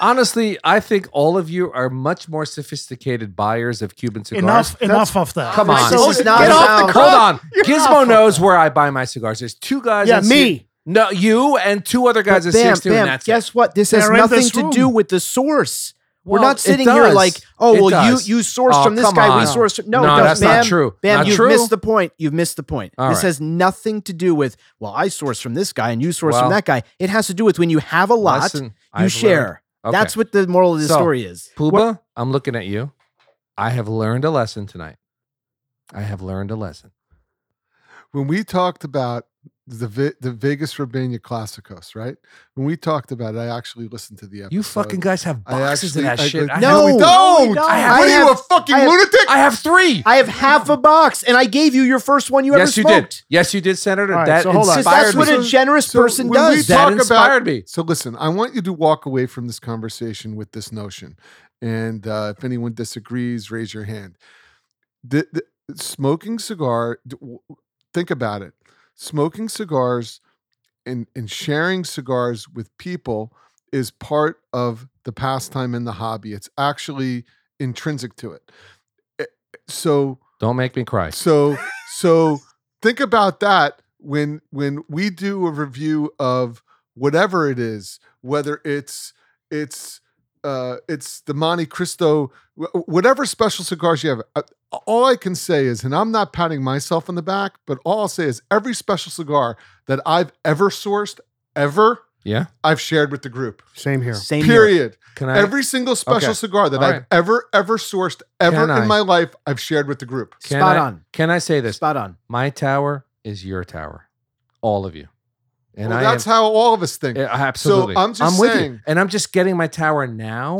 Speaker 2: Honestly, I think all of you are much more sophisticated buyers of Cuban cigars.
Speaker 3: Enough enough of that.
Speaker 2: Come on.
Speaker 5: So it's not
Speaker 2: Get off the
Speaker 5: about-
Speaker 2: Hold on. Gizmo knows where I buy my cigars. There's two guys.
Speaker 1: yeah,
Speaker 2: that's
Speaker 1: me.
Speaker 2: here- No, you and two other guys
Speaker 5: But
Speaker 2: at
Speaker 5: bam,
Speaker 2: 16.
Speaker 5: bam,
Speaker 2: and that's it.
Speaker 5: guess what? This has
Speaker 3: They're in
Speaker 5: nothing
Speaker 3: this
Speaker 5: to
Speaker 3: room.
Speaker 5: do with the source. We're
Speaker 2: Well,
Speaker 5: not
Speaker 2: it
Speaker 5: sitting here
Speaker 2: does.
Speaker 5: like, oh,
Speaker 2: It
Speaker 5: well,
Speaker 2: does.
Speaker 5: you you sourced
Speaker 2: Oh,
Speaker 5: from this
Speaker 2: come
Speaker 5: guy, we
Speaker 2: on.
Speaker 5: sourced from no,
Speaker 2: No,
Speaker 5: it doesn't.
Speaker 2: that's not
Speaker 5: Bam,
Speaker 2: true.
Speaker 5: Bam,
Speaker 2: Not
Speaker 5: you've
Speaker 2: true.
Speaker 5: missed the point. You've missed the point.
Speaker 2: All
Speaker 5: this
Speaker 2: right.
Speaker 5: has nothing to do with well, I sourced from this guy and you sourced
Speaker 2: Well,
Speaker 5: from that guy. It has to do with when you have a lot,
Speaker 2: Lesson
Speaker 5: you
Speaker 2: I've learned.
Speaker 5: share.
Speaker 2: Okay.
Speaker 5: That's what the moral of the
Speaker 2: So-
Speaker 5: story is.
Speaker 2: Pooba, I'm looking at you. I have learned a lesson tonight. I have learned a lesson.
Speaker 6: when we talked about the Vi- the Vegas Urbania Classicos, right? When we talked about it, I actually listened to the episode.
Speaker 2: You fucking guys have
Speaker 6: I
Speaker 2: boxes of
Speaker 6: actually-
Speaker 2: that
Speaker 6: I-
Speaker 2: shit. I
Speaker 5: No,
Speaker 2: have-
Speaker 5: we
Speaker 6: don't.
Speaker 5: we
Speaker 2: I have-
Speaker 6: What
Speaker 5: I
Speaker 6: are you a
Speaker 5: have,
Speaker 6: fucking
Speaker 5: I have-
Speaker 6: lunatic?
Speaker 2: I have three.
Speaker 5: I have half a box and I gave you your first one you ever
Speaker 2: yes, you
Speaker 5: smoked.
Speaker 2: did. Yes, you did, Senator.
Speaker 1: All right,
Speaker 2: that
Speaker 1: so hold on.
Speaker 5: Because
Speaker 2: inspired
Speaker 5: That's what
Speaker 2: me.
Speaker 5: a generous
Speaker 6: So
Speaker 5: person
Speaker 6: when we
Speaker 5: does.
Speaker 2: that
Speaker 6: talk about-
Speaker 2: inspired me.
Speaker 6: So listen, I want you to walk away from this conversation with this notion, and uh, if anyone disagrees, raise your hand. The, the smoking cigar. d- w- Think about it. Smoking cigars and and sharing cigars with people is part of the pastime and the hobby. It's actually intrinsic to it. Eh, So
Speaker 2: Don't make me cry.
Speaker 6: so so think about that when when we do a review of whatever it is, whether it's it's uh it's the Monte Cristo, wh- whatever special cigars you have. uh, All I can say is, and I'm not patting myself on the back, but all I'll say is every special cigar that I've ever sourced, ever,
Speaker 2: Yeah.
Speaker 6: I've shared with the group.
Speaker 1: Same here.
Speaker 5: Same here.
Speaker 6: Period.
Speaker 2: Can I?
Speaker 6: Every single special
Speaker 2: Okay.
Speaker 6: cigar that
Speaker 2: All
Speaker 6: I've
Speaker 2: right.
Speaker 6: ever, ever sourced, ever
Speaker 2: Can I?
Speaker 6: in my life, I've shared with the group.
Speaker 2: can
Speaker 5: Spot
Speaker 2: I-
Speaker 5: on.
Speaker 2: Can I say this?
Speaker 5: Spot on.
Speaker 2: My tower is your tower. All of you. And
Speaker 6: well,
Speaker 2: I
Speaker 6: that's
Speaker 2: am,
Speaker 6: how all of us think.
Speaker 2: Yeah, absolutely.
Speaker 6: I'm just
Speaker 2: with you.
Speaker 6: saying-
Speaker 2: and I'm just getting my tower now.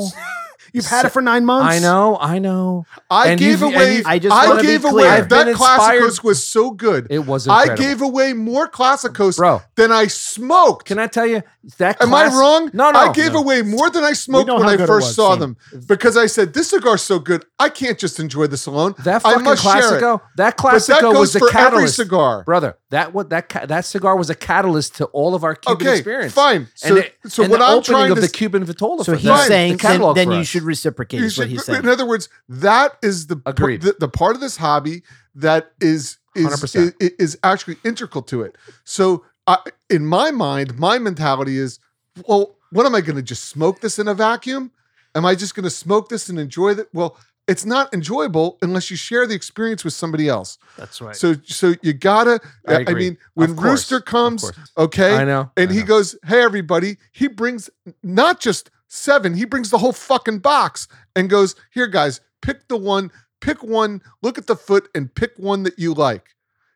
Speaker 1: You've had it for nine months.
Speaker 2: I know, I know.
Speaker 6: I
Speaker 2: And
Speaker 6: gave
Speaker 2: you've- and
Speaker 6: away.
Speaker 2: you've-
Speaker 5: I
Speaker 6: I,
Speaker 5: just wanna be
Speaker 6: gave
Speaker 5: clear.
Speaker 6: away.
Speaker 2: I've been
Speaker 6: That
Speaker 2: inspired-
Speaker 6: Classicos was so good.
Speaker 2: It was
Speaker 6: I
Speaker 2: incredible.
Speaker 6: gave away more Classicos
Speaker 2: bro.
Speaker 6: than I smoked.
Speaker 2: Can I tell you that?
Speaker 6: Am
Speaker 2: class-
Speaker 6: I wrong?
Speaker 2: No, no.
Speaker 6: I gave
Speaker 2: no.
Speaker 6: away more than I smoked
Speaker 1: know
Speaker 6: when
Speaker 1: how
Speaker 6: I
Speaker 1: good it
Speaker 6: first
Speaker 1: was,
Speaker 6: saw
Speaker 1: same.
Speaker 6: them because I said this cigar's so good, I can't just enjoy this alone.
Speaker 2: that
Speaker 6: I
Speaker 2: fucking
Speaker 6: must share it.
Speaker 2: classico. That
Speaker 6: But that
Speaker 2: classico
Speaker 6: goes
Speaker 2: was the
Speaker 6: for every
Speaker 2: catalyst,
Speaker 6: cigar.
Speaker 2: brother. That what that ca- that cigar was a catalyst to all of our Cuban
Speaker 6: Okay,
Speaker 2: experience.
Speaker 6: fine. So,
Speaker 2: and it-
Speaker 6: so
Speaker 2: and
Speaker 6: what
Speaker 2: the
Speaker 6: I'm
Speaker 2: opening
Speaker 6: trying
Speaker 2: of
Speaker 6: to
Speaker 2: the Cuban Vitola.
Speaker 5: So
Speaker 2: for
Speaker 5: he's
Speaker 2: us, the
Speaker 5: saying then,
Speaker 2: catalog
Speaker 5: then
Speaker 2: for
Speaker 5: you
Speaker 2: us.
Speaker 5: should reciprocate.
Speaker 6: You
Speaker 5: is what
Speaker 6: should-
Speaker 5: he's
Speaker 6: in
Speaker 5: saying.
Speaker 6: other words, that is the,
Speaker 2: Agreed.
Speaker 6: the the part of this hobby that is is,
Speaker 2: 100%.
Speaker 6: i- is actually integral to it. So I, in my mind, my mentality is, well, what am I going to just smoke this in a vacuum? Am I just going to smoke this and enjoy that? Well, it's not enjoyable unless you share the experience with somebody else.
Speaker 1: That's right.
Speaker 6: So so you gotta.
Speaker 2: I
Speaker 6: I,
Speaker 2: agree.
Speaker 6: mean, when
Speaker 2: Of course,
Speaker 6: Rooster
Speaker 2: of
Speaker 6: comes,
Speaker 2: course.
Speaker 6: okay,
Speaker 2: I know.
Speaker 6: and
Speaker 2: I
Speaker 6: he
Speaker 2: know.
Speaker 6: goes, "Hey, everybody!" He brings not just seven; he brings the whole fucking box and goes, "Here, guys, pick the one, pick one, look at the foot, and pick one that you like."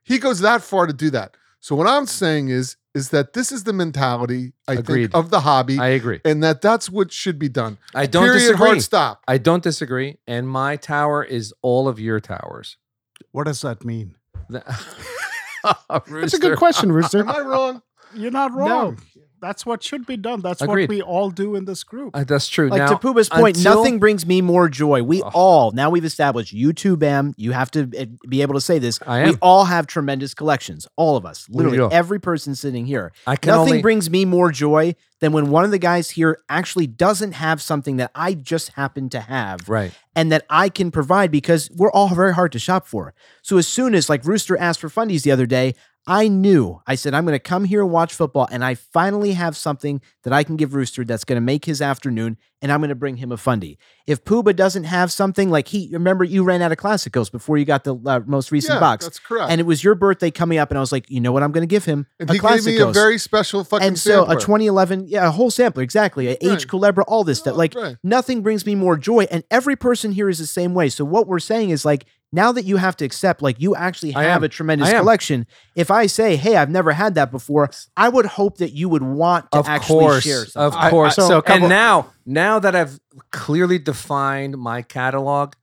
Speaker 6: He goes that far to do that. So what I'm saying is, is that this is the mentality I
Speaker 2: Agreed.
Speaker 6: think of the hobby,
Speaker 2: I agree.
Speaker 6: and that that's what should be done.
Speaker 2: I don't
Speaker 6: Period.
Speaker 2: disagree.
Speaker 6: Hard stop.
Speaker 2: I don't disagree. And my tower is all of your towers.
Speaker 3: What does that mean?
Speaker 2: Th-
Speaker 1: That's a
Speaker 2: Rooster.
Speaker 1: good question, Rooster.
Speaker 6: Am I wrong?
Speaker 3: You're not wrong. That's what should be done. That's
Speaker 2: Agreed.
Speaker 3: what we all do in this group.
Speaker 2: Uh, that's true.
Speaker 5: Like
Speaker 2: now,
Speaker 5: to Puba's point,
Speaker 2: until-
Speaker 5: nothing brings me more joy. We
Speaker 2: Ugh.
Speaker 5: all now we've established you too, Bam. You have to eh, be able to say this.
Speaker 2: I
Speaker 5: We
Speaker 2: am.
Speaker 5: all have tremendous collections. All of us, literally
Speaker 2: do.
Speaker 5: every person sitting here.
Speaker 2: I can
Speaker 5: Nothing
Speaker 2: only.
Speaker 5: brings me more joy than when one of the guys here actually doesn't have something that I just happen to have
Speaker 2: right.
Speaker 5: and that I can provide because we're all very hard to shop for. So as soon as like Rooster asked for fundies the other day, I knew I said I'm going to come here and watch football, and I finally have something that I can give Rooster that's going to make his afternoon, and I'm going to bring him a fundie. If Pooba doesn't have something like he remember you ran out of Classicos before you got the uh, most recent
Speaker 6: yeah,
Speaker 5: box,
Speaker 6: that's correct.
Speaker 5: and it was your birthday coming up, and I was like, you know what I'm going to give him
Speaker 6: And
Speaker 5: a
Speaker 6: he gave me a
Speaker 5: Classicos.
Speaker 6: very special fucking
Speaker 5: and so a
Speaker 6: sampler.
Speaker 5: 2011, yeah, a whole sampler, exactly. A
Speaker 6: Right.
Speaker 5: H Culebra, all this stuff.
Speaker 6: Oh,
Speaker 5: Like
Speaker 6: right.
Speaker 5: nothing brings me more joy and every person here is the same way so what we're saying is like now that you have to accept like you actually
Speaker 2: I
Speaker 5: have
Speaker 2: am.
Speaker 5: a tremendous
Speaker 2: I am.
Speaker 5: collection if i say hey i've never had that before i would hope that you would want to
Speaker 2: Of
Speaker 5: actually
Speaker 2: course.
Speaker 5: share something
Speaker 2: Of
Speaker 1: I-
Speaker 2: course.
Speaker 1: I- so a couple-
Speaker 2: and now, now that I've clearly defined my catalog,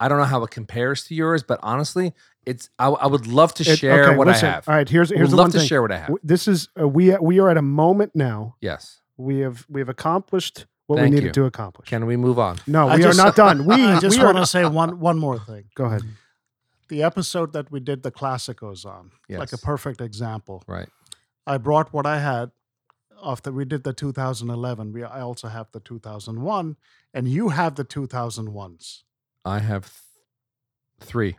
Speaker 2: I don't know how it compares to yours, but honestly, it's. I, I would love to
Speaker 1: It-
Speaker 2: share
Speaker 1: okay,
Speaker 2: what
Speaker 1: listen,
Speaker 2: I have.
Speaker 1: All right, here's
Speaker 2: I would
Speaker 1: here's the
Speaker 2: love
Speaker 1: one
Speaker 2: to
Speaker 1: thing.
Speaker 2: share what I have.
Speaker 1: W- This is uh, we we are at a moment now.
Speaker 2: yes.
Speaker 1: We have we have accomplished what
Speaker 2: Thank
Speaker 1: we needed
Speaker 2: you.
Speaker 1: to accomplish.
Speaker 2: Can we move on?
Speaker 1: no,
Speaker 3: I
Speaker 1: we
Speaker 3: just-
Speaker 1: are not done. We
Speaker 3: I just
Speaker 1: we are
Speaker 3: want to say one one more thing.
Speaker 1: Go ahead.
Speaker 3: The episode that we did the Classicos on, like a
Speaker 2: Yes.
Speaker 3: perfect example.
Speaker 2: Right.
Speaker 3: I brought what I had after we did the 2011. We I also have the 2001, and you have the 2001s.
Speaker 2: I have th- three.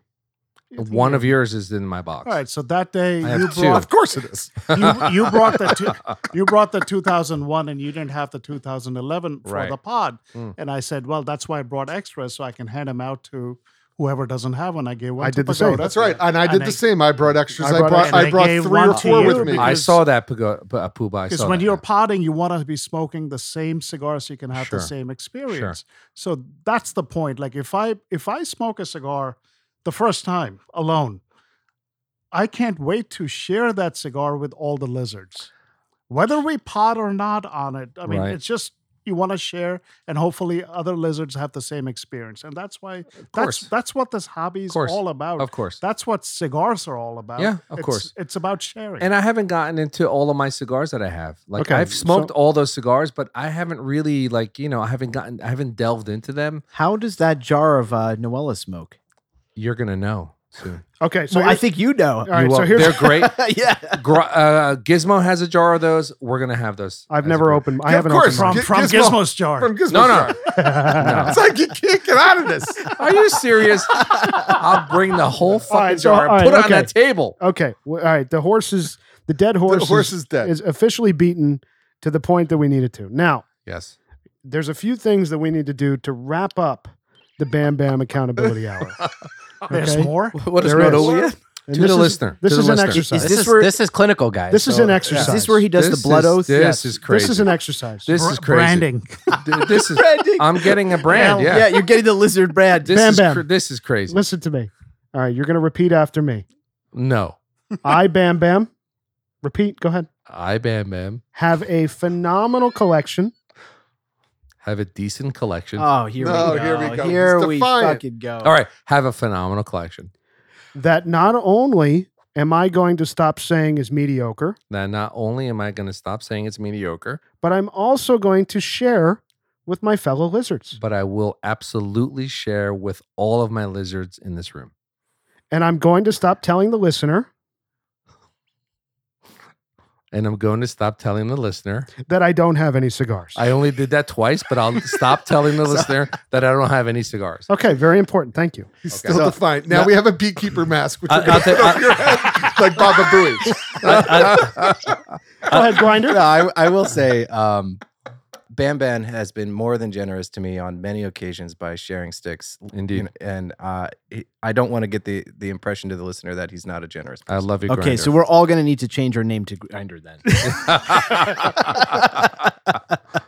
Speaker 2: One of yours is in my box.
Speaker 3: All right, so that day
Speaker 2: I have
Speaker 3: you
Speaker 2: two.
Speaker 3: brought
Speaker 6: Of course it is.
Speaker 3: you, you brought the two, you brought the 2001 and you didn't have the 2011 for
Speaker 2: Right.
Speaker 3: the pod.
Speaker 2: Mm.
Speaker 3: And I said, well, that's why I brought extras so I can hand them out to whoever doesn't have one. I gave one.
Speaker 1: I
Speaker 3: to
Speaker 1: did the same.
Speaker 3: Pagoda.
Speaker 6: Oh, That's right. And I
Speaker 3: And
Speaker 6: did
Speaker 3: I-
Speaker 6: the same. I brought extras.
Speaker 1: I
Speaker 6: I
Speaker 1: brought
Speaker 6: brought,
Speaker 1: extras.
Speaker 6: I
Speaker 3: And I
Speaker 6: brought
Speaker 3: gave
Speaker 6: three
Speaker 3: one
Speaker 6: or
Speaker 3: to
Speaker 6: four
Speaker 3: you
Speaker 6: with me.
Speaker 2: I
Speaker 3: because-
Speaker 2: saw that Puga, P- uh, Pooba. I
Speaker 3: Because
Speaker 2: saw
Speaker 3: when
Speaker 2: that,
Speaker 3: you're
Speaker 2: yeah.
Speaker 3: potting, you want to be smoking the same cigar so you can have
Speaker 2: Sure.
Speaker 3: the same experience. So that's the point. Like if I if I smoke a cigar the first time alone, I can't wait to share that cigar with all the lizards. Whether we pot or not on it, I mean,
Speaker 2: Right.
Speaker 3: it's just you want to share, and hopefully other lizards have the same experience. And that's why that's
Speaker 2: course.
Speaker 3: that's what this hobby is
Speaker 2: course.
Speaker 3: all about.
Speaker 2: of course.
Speaker 3: that's what cigars are all about.
Speaker 2: Yeah, of
Speaker 3: It's-
Speaker 2: course.
Speaker 3: It's about sharing.
Speaker 2: And I haven't gotten into all of my cigars that I have. Like
Speaker 1: Okay,
Speaker 2: I've smoked
Speaker 1: so-
Speaker 2: all those cigars, but I haven't really like you know I haven't gotten I haven't delved into them.
Speaker 5: how does that jar of uh, noella smoke
Speaker 2: You're gonna know soon.
Speaker 1: Okay, so
Speaker 5: well, i
Speaker 1: here's-
Speaker 5: think you know
Speaker 1: all right.
Speaker 2: You
Speaker 1: so
Speaker 2: will-
Speaker 1: here's
Speaker 2: they're great.
Speaker 5: yeah
Speaker 2: Gr- uh, Gizmo has a jar of those. We're gonna have those.
Speaker 1: I've
Speaker 2: as a
Speaker 1: never
Speaker 2: group.
Speaker 1: opened. I
Speaker 6: Yeah,
Speaker 1: haven't
Speaker 6: of course.
Speaker 1: opened.
Speaker 3: from
Speaker 1: mine.
Speaker 6: Gi-
Speaker 3: from
Speaker 6: Gizmo-
Speaker 3: Gizmo's jar.
Speaker 6: From Gizmo
Speaker 2: No, no.
Speaker 6: Shark. It's like you can't get out of this.
Speaker 2: Are you serious? I'll bring the whole fucking
Speaker 1: right, so-
Speaker 2: jar and
Speaker 1: all right,
Speaker 2: put it on
Speaker 1: okay.
Speaker 2: that table.
Speaker 1: Okay, well, all right. The horse is the dead horse.
Speaker 6: the horse is dead.
Speaker 1: is officially beaten to the point that we needed to. Now,
Speaker 2: Yes.
Speaker 1: there's a few things that we need to do to wrap up the Bam Bam Accountability Hour.
Speaker 3: There's
Speaker 6: Uh,
Speaker 1: Okay.
Speaker 3: more.
Speaker 4: What is
Speaker 1: There
Speaker 4: not
Speaker 1: is.
Speaker 4: over yet?
Speaker 1: And
Speaker 2: To
Speaker 1: this
Speaker 2: the
Speaker 1: is-
Speaker 2: listener,
Speaker 1: This
Speaker 2: to the
Speaker 1: is an
Speaker 2: listener.
Speaker 1: exercise.
Speaker 5: Is
Speaker 1: This,
Speaker 5: this
Speaker 7: This is
Speaker 5: where-
Speaker 7: this is clinical, guys.
Speaker 1: This is
Speaker 7: so-
Speaker 1: an
Speaker 7: yeah.
Speaker 1: exercise.
Speaker 5: is this where he does
Speaker 2: This
Speaker 5: the blood
Speaker 2: is-
Speaker 5: oath
Speaker 2: This
Speaker 1: Yes.
Speaker 2: is crazy.
Speaker 1: is an exercise.
Speaker 2: This
Speaker 3: Br-
Speaker 2: is crazy.
Speaker 3: Branding.
Speaker 2: Th- This is. I'm getting a brand. Yeah.
Speaker 5: you're getting the lizard brand
Speaker 2: This
Speaker 1: Bam,
Speaker 2: is
Speaker 1: bam.
Speaker 2: cr- this is crazy.
Speaker 1: Listen to me. All right, you're going to repeat after me.
Speaker 2: No.
Speaker 1: I Bam Bam. Repeat. Go ahead.
Speaker 2: I Bam Bam.
Speaker 1: Have a phenomenal collection.
Speaker 2: Have a decent collection.
Speaker 5: Oh, here
Speaker 6: No,
Speaker 5: we go.
Speaker 6: here
Speaker 5: Here
Speaker 6: we
Speaker 5: we,
Speaker 6: go. Let's define it.
Speaker 5: fucking go.
Speaker 2: All right. Have a phenomenal collection.
Speaker 1: that not only am I going to stop saying is mediocre,
Speaker 2: Now, not only am I going to stop saying it's mediocre,
Speaker 1: but I'm also going to share with my fellow lizards.
Speaker 2: but I will absolutely share with all of my lizards in this room.
Speaker 1: And I'm going to stop telling the listener
Speaker 2: And I'm going to stop telling the listener.
Speaker 1: that I don't have any cigars.
Speaker 2: I only did that twice, but I'll stop telling the listener that I don't have any cigars.
Speaker 1: okay, very important. Thank you.
Speaker 6: He's
Speaker 2: Okay.
Speaker 6: still
Speaker 2: So-
Speaker 6: defined. Now
Speaker 2: no-
Speaker 6: we have a beekeeper mask, which
Speaker 2: I-
Speaker 6: you're going
Speaker 2: I'll
Speaker 6: to
Speaker 2: ta-
Speaker 6: put
Speaker 2: I-
Speaker 6: over your head like Baba Booey.
Speaker 1: Go ahead, Grinder.
Speaker 9: no, I, I will say, um, Bam Bam has been more than generous to me on many occasions by sharing sticks.
Speaker 2: Indeed.
Speaker 9: You know, and uh, he- I don't want to get the, the impression to the listener that he's not a generous
Speaker 2: I love you,
Speaker 5: Okay, so we're all going to need to change our name to Grinder then.
Speaker 2: Grinder.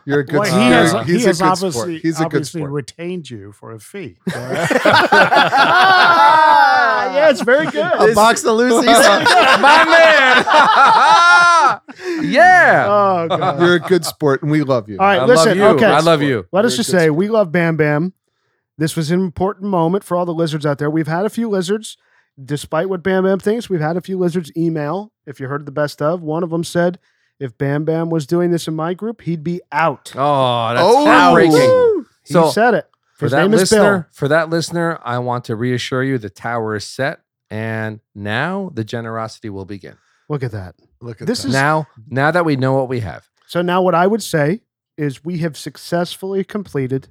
Speaker 6: You're a good
Speaker 3: Well, he has,
Speaker 6: sport. He's
Speaker 3: he
Speaker 6: a
Speaker 3: has
Speaker 6: good
Speaker 3: obviously,
Speaker 6: sport. He's a good
Speaker 3: obviously
Speaker 6: sport.
Speaker 3: retained you for a fee.
Speaker 1: Ah, yes, very good.
Speaker 9: a box of Lucy's.
Speaker 2: My man. yeah.
Speaker 1: Oh, God.
Speaker 6: You're a good sport, and we love you.
Speaker 1: All right,
Speaker 2: I love
Speaker 1: listen.
Speaker 2: you.
Speaker 1: Okay,
Speaker 2: I love you.
Speaker 1: Let us
Speaker 6: Very
Speaker 1: just
Speaker 6: good
Speaker 1: say we love Bam Bam. This was an important moment for all the lizards out there. We've had a few lizards, despite what Bam Bam thinks, we've had a few lizards email. If you heard the best of, one of them said, if Bam Bam was doing this in my group, he'd be out.
Speaker 2: Oh, that's
Speaker 6: Oh,
Speaker 2: heartbreaking.
Speaker 1: Woo!
Speaker 2: So
Speaker 1: he said it.
Speaker 2: for
Speaker 1: His
Speaker 2: that
Speaker 1: name is Bill.
Speaker 2: listener, for that listener, I want to reassure you the tower is set, and now the generosity will begin.
Speaker 1: Look at that.
Speaker 6: Look at
Speaker 1: This
Speaker 6: that.
Speaker 1: is-
Speaker 2: Now, now that we know what we have,
Speaker 1: So now what I would say is we have successfully completed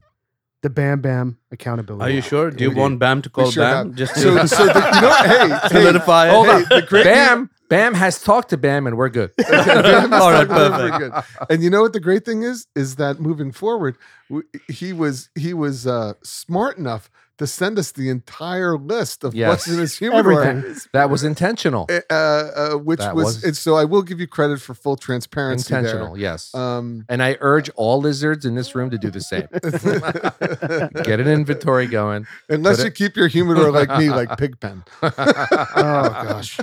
Speaker 1: the Bam Bam accountability.
Speaker 4: Are you
Speaker 1: Act.
Speaker 4: sure? Do you
Speaker 6: We
Speaker 4: want Bam to call
Speaker 6: sure
Speaker 4: Bam?
Speaker 6: have.
Speaker 4: Just to
Speaker 6: so, so the, you know, hey, hey,
Speaker 4: solidify it.
Speaker 2: hold on.
Speaker 6: the great-
Speaker 2: Bam, Bam has talked to Bam, and we're good.
Speaker 6: Bam is
Speaker 4: All
Speaker 6: talking about
Speaker 4: right,
Speaker 6: it
Speaker 4: perfect.
Speaker 6: very good. And you know what the great thing is is that moving forward, w- he was he was uh, smart enough to send us the entire list of
Speaker 2: Yes.
Speaker 6: what's in his human
Speaker 1: Everything.
Speaker 6: organs,
Speaker 2: That was intentional,
Speaker 6: uh, uh, which
Speaker 2: That
Speaker 6: was,
Speaker 2: was-
Speaker 6: and so I will give you credit for full transparency. there.
Speaker 2: intentional. Yes,
Speaker 6: Um,
Speaker 2: and I urge all lizards in this room to do the same. Get an inventory going.
Speaker 6: unless
Speaker 2: But
Speaker 6: you
Speaker 2: it-
Speaker 6: keep your humidor like me, like Pigpen.
Speaker 1: oh gosh.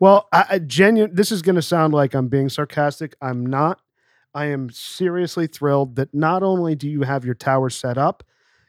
Speaker 1: Well, I, I genuine. This is going to sound like I'm being sarcastic. I'm not. I am seriously thrilled that not only do you have your tower set up,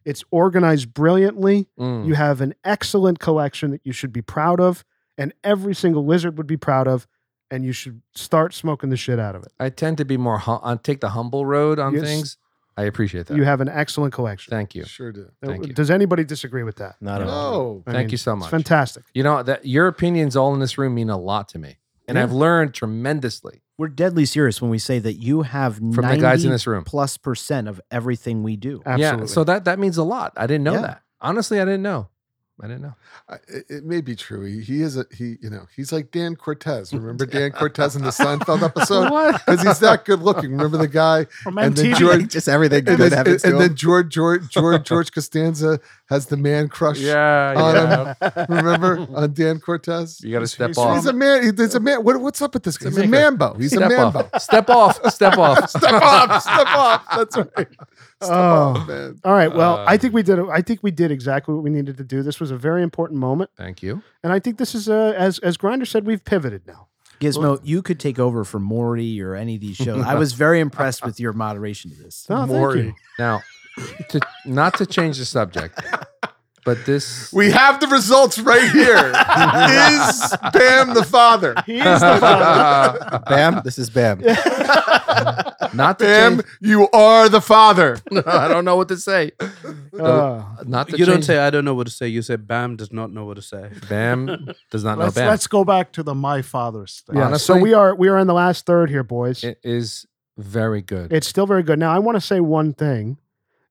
Speaker 1: it's organized brilliantly.
Speaker 2: Mm.
Speaker 1: You have an excellent collection that you should be proud of, and every single lizard would be proud of, and you should start smoking the shit out of it.
Speaker 2: I tend to be more hum- on take the humble road on
Speaker 1: Yes.
Speaker 2: things. I appreciate that.
Speaker 1: You have an excellent collection.
Speaker 2: Thank you.
Speaker 6: Sure do.
Speaker 1: Uh,
Speaker 2: thank you.
Speaker 1: Does anybody disagree with that?
Speaker 7: Not at all.
Speaker 6: No.
Speaker 1: I
Speaker 2: Thank
Speaker 1: mean,
Speaker 2: you so much.
Speaker 1: It's fantastic.
Speaker 2: You know that your opinions all in this room mean a lot to me, and I've learned tremendously
Speaker 5: We're deadly serious when we say that you have
Speaker 2: from the guys in this room.
Speaker 5: plus percent of everything we do.
Speaker 6: Uh,
Speaker 1: Absolutely.
Speaker 2: Yeah, so that that means a lot. I didn't know
Speaker 1: Yeah.
Speaker 2: that. Honestly, I didn't know. I didn't know.
Speaker 6: I- it, it may be true. He, he is a he. You know, he's like Dan Cortez. Remember Dan Cortez in the Seinfeld episode?
Speaker 2: what?
Speaker 6: Because he's that good looking. Remember the guy?
Speaker 3: From
Speaker 6: And then
Speaker 3: MTV.
Speaker 6: George-
Speaker 9: Just everything
Speaker 6: And,
Speaker 9: good
Speaker 6: then,
Speaker 9: happens
Speaker 6: and
Speaker 9: to
Speaker 6: then
Speaker 9: him.
Speaker 6: George George George George Costanza has the man crush.
Speaker 2: Yeah,
Speaker 6: on
Speaker 2: yeah.
Speaker 6: him. Remember on Dan Cortez?
Speaker 2: You got to
Speaker 3: He's-
Speaker 2: step
Speaker 3: he's
Speaker 2: off.
Speaker 6: He's a man. he- He's a man. What, what's up with this guy? He's a
Speaker 2: Jamaica.
Speaker 6: mambo. He's a
Speaker 2: step
Speaker 6: mambo.
Speaker 2: off. Step off. Step off.
Speaker 6: Step off. Step off. That's right. Step
Speaker 1: Oh.
Speaker 6: off, man.
Speaker 1: All right. Well, I
Speaker 2: Um,
Speaker 1: think we did. I think we did exactly what we needed to do. This was a very important moment.
Speaker 2: Thank you.
Speaker 1: And I think this is uh, as as Grinder said, we've pivoted now.
Speaker 5: Gizmo, you could take over for Maury or any of these shows. I was very impressed with your moderation to this.
Speaker 1: No,
Speaker 6: Maury.
Speaker 2: Now, to not to change the subject, but this
Speaker 6: We have the results right here. Is Bam the father?
Speaker 1: He is the father.
Speaker 9: Bam, this is Bam.
Speaker 2: not to
Speaker 6: Bam,
Speaker 2: change.
Speaker 6: you are the father.
Speaker 2: I don't know what to say.
Speaker 1: Uh,
Speaker 2: Not to
Speaker 4: You don't
Speaker 2: change-
Speaker 4: say I don't know what to say. You say Bam does not know what to say.
Speaker 2: Bam does not know
Speaker 3: let's,
Speaker 2: Bam.
Speaker 3: let's go back to the my father's thing.
Speaker 1: yeah.
Speaker 2: Honestly-
Speaker 1: so we are we are in the last third here, boys.
Speaker 2: It is very good.
Speaker 1: it's still very good. Now I want to say one thing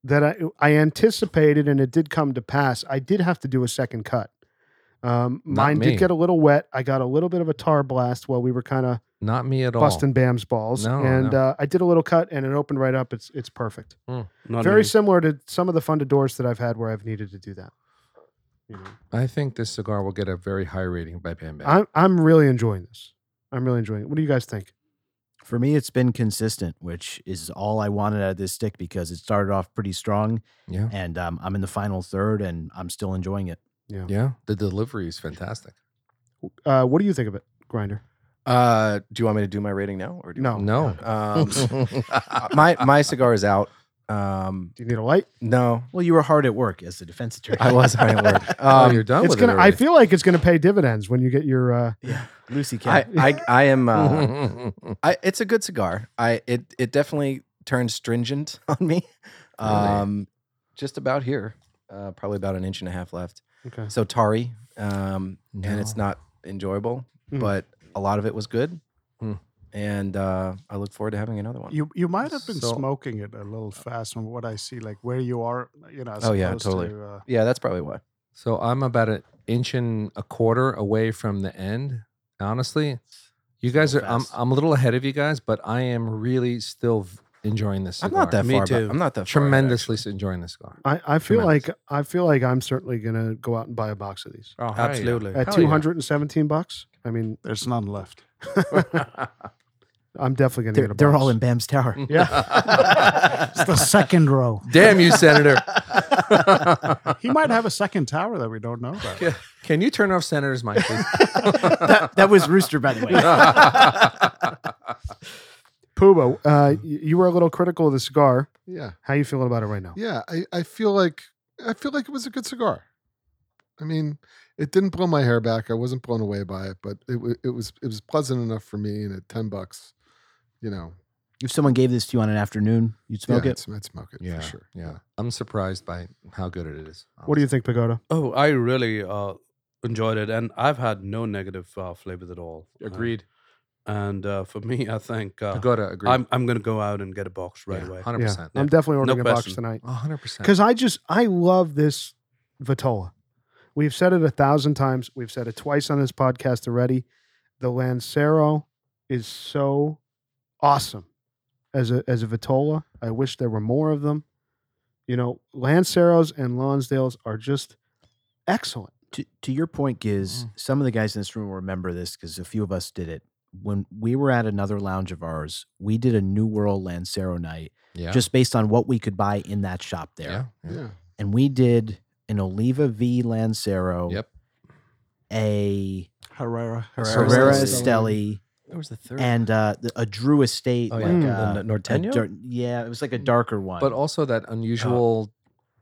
Speaker 1: that I I anticipated and it did come to pass. I did have to do a second cut. Um,
Speaker 2: Not
Speaker 1: mine
Speaker 2: me.
Speaker 1: did get a little wet. I got a little bit of a tar blast while we were kind of
Speaker 2: not me at all.
Speaker 1: busting Bam's balls,
Speaker 2: No,
Speaker 1: and
Speaker 2: no.
Speaker 1: Uh, I did a little cut, and it opened right up. It's it's perfect.
Speaker 4: Not
Speaker 1: Very
Speaker 4: me.
Speaker 1: similar to some of the fun to doors that I've had where I've needed to do that.
Speaker 2: I think this cigar will get a very high rating by Bam Bam.
Speaker 1: I'm I'm really enjoying this. I'm really enjoying it. What do you guys think?
Speaker 5: For me, it's been consistent, which is all I wanted out of this stick because it started off pretty strong,
Speaker 2: yeah.
Speaker 5: and um, I'm in the final third, and I'm still enjoying it.
Speaker 2: Yeah. The delivery is fantastic.
Speaker 1: Uh, what do you think of it, Grinder?
Speaker 7: Uh, do you want me to do my rating now, or do you
Speaker 1: No.
Speaker 2: No.
Speaker 7: Um, my my cigar is out. Um,
Speaker 1: Do you need a light?
Speaker 7: no,
Speaker 5: Well, you were hard at work as the defense attorney.
Speaker 7: I was high at work.
Speaker 2: oh,
Speaker 7: Um,
Speaker 2: you're done
Speaker 1: it's
Speaker 2: with
Speaker 1: gonna.
Speaker 2: it.
Speaker 1: I feel like it's gonna pay dividends when you get your. Uh,
Speaker 5: Lucy
Speaker 7: I,
Speaker 5: Cat.
Speaker 7: I I am. Uh,
Speaker 2: already.
Speaker 7: I, it's a good cigar. I it it definitely turned stringent on me.
Speaker 2: Really?
Speaker 7: Um, just about here, uh, probably about an inch and a half left.
Speaker 1: okay.
Speaker 7: So tarry, um, and it's
Speaker 2: No.
Speaker 7: not enjoyable,
Speaker 1: Mm.
Speaker 7: but a lot of it was good,
Speaker 2: Mm.
Speaker 7: and uh, I look forward to having another one.
Speaker 3: You you might have been
Speaker 7: So-
Speaker 3: smoking it a little fast from what I see, like where you are, you know. As
Speaker 7: Oh, yeah,
Speaker 3: opposed
Speaker 7: totally.
Speaker 3: To, uh,
Speaker 7: yeah, that's probably why.
Speaker 2: So I'm about an inch and a quarter away from the end. Honestly, you guys are.
Speaker 5: Still
Speaker 2: I'm,
Speaker 5: fast.
Speaker 2: I'm a little ahead of you guys, but I am really still v- enjoying this.
Speaker 7: I'm
Speaker 2: cigar.
Speaker 7: not that
Speaker 4: Me
Speaker 7: far.
Speaker 4: too.
Speaker 7: But I'm not that far,
Speaker 2: tremendously
Speaker 7: actually.
Speaker 2: enjoying this cigar.
Speaker 1: I, I feel
Speaker 2: Tremendous.
Speaker 1: like I feel like I'm certainly gonna go out and buy a box of these
Speaker 2: Oh,
Speaker 4: Absolutely.
Speaker 1: at
Speaker 2: Hell yeah.
Speaker 1: two hundred and seventeen bucks. I mean,
Speaker 3: there's none left.
Speaker 1: I'm definitely gonna
Speaker 5: They're,
Speaker 1: get a box.
Speaker 5: they're all in Bam's Tower.
Speaker 2: yeah.
Speaker 3: It's the second row.
Speaker 2: Damn you, Senator.
Speaker 3: He might have a second tower that we don't know about.
Speaker 2: Ca- Can you turn off Senator's mic, please?
Speaker 5: that, that was Rooster, by the way.
Speaker 1: Puba, uh, y- you were a little critical of the cigar.
Speaker 6: Yeah.
Speaker 1: How you feeling about it right now?
Speaker 6: Yeah, I, I feel like I feel like it was a good cigar. I mean, it didn't blow my hair back. I wasn't blown away by it, but it wa- it was it was pleasant enough for me. And at ten bucks, you know,
Speaker 5: If someone gave this to you on an afternoon, you'd smoke
Speaker 6: yeah,
Speaker 5: it.
Speaker 6: I'd, I'd smoke it
Speaker 2: yeah,
Speaker 6: for sure.
Speaker 2: yeah. I'm surprised by how good it is.
Speaker 1: What do you think, Pagoda?
Speaker 4: Oh, I really uh, enjoyed it, and I've had no negative uh, flavors at all. Uh,
Speaker 2: Agreed.
Speaker 4: and uh, for me, I think uh,
Speaker 2: Pagoda, agreed.
Speaker 4: I'm I'm gonna go out and get a box right away.
Speaker 2: Hundred
Speaker 1: Yeah,
Speaker 2: percent.
Speaker 1: I'm definitely ordering a box
Speaker 4: question.
Speaker 1: tonight
Speaker 2: hundred percent.
Speaker 1: because I just I love this Vitola. We've said it a thousand times. We've said it twice on this podcast already. The Lancero is so awesome as a as a Vitola. I wish there were more of them. You know, Lanceros and Lonsdales are just excellent.
Speaker 5: To, to your point, Giz, some of the guys in this room will remember this because a few of us did it. When we were at another lounge of ours, we did a New World Lancero night
Speaker 2: Yeah.
Speaker 5: just based on what we could buy in that shop there.
Speaker 2: yeah. yeah.
Speaker 6: Yeah,
Speaker 5: And we did an Oliva V Lancero,
Speaker 2: Yep.
Speaker 5: a
Speaker 3: Herrera,
Speaker 6: Herrera
Speaker 5: Herrera
Speaker 6: Esteli.
Speaker 5: Esteli,
Speaker 7: Where was the third?
Speaker 5: and uh, the- a Drew Estate.
Speaker 7: oh yeah,
Speaker 5: like,
Speaker 1: Mm.
Speaker 5: uh,
Speaker 7: the
Speaker 5: a
Speaker 7: Norteño.
Speaker 5: dar- yeah, it was like a darker one.
Speaker 2: But also that unusual,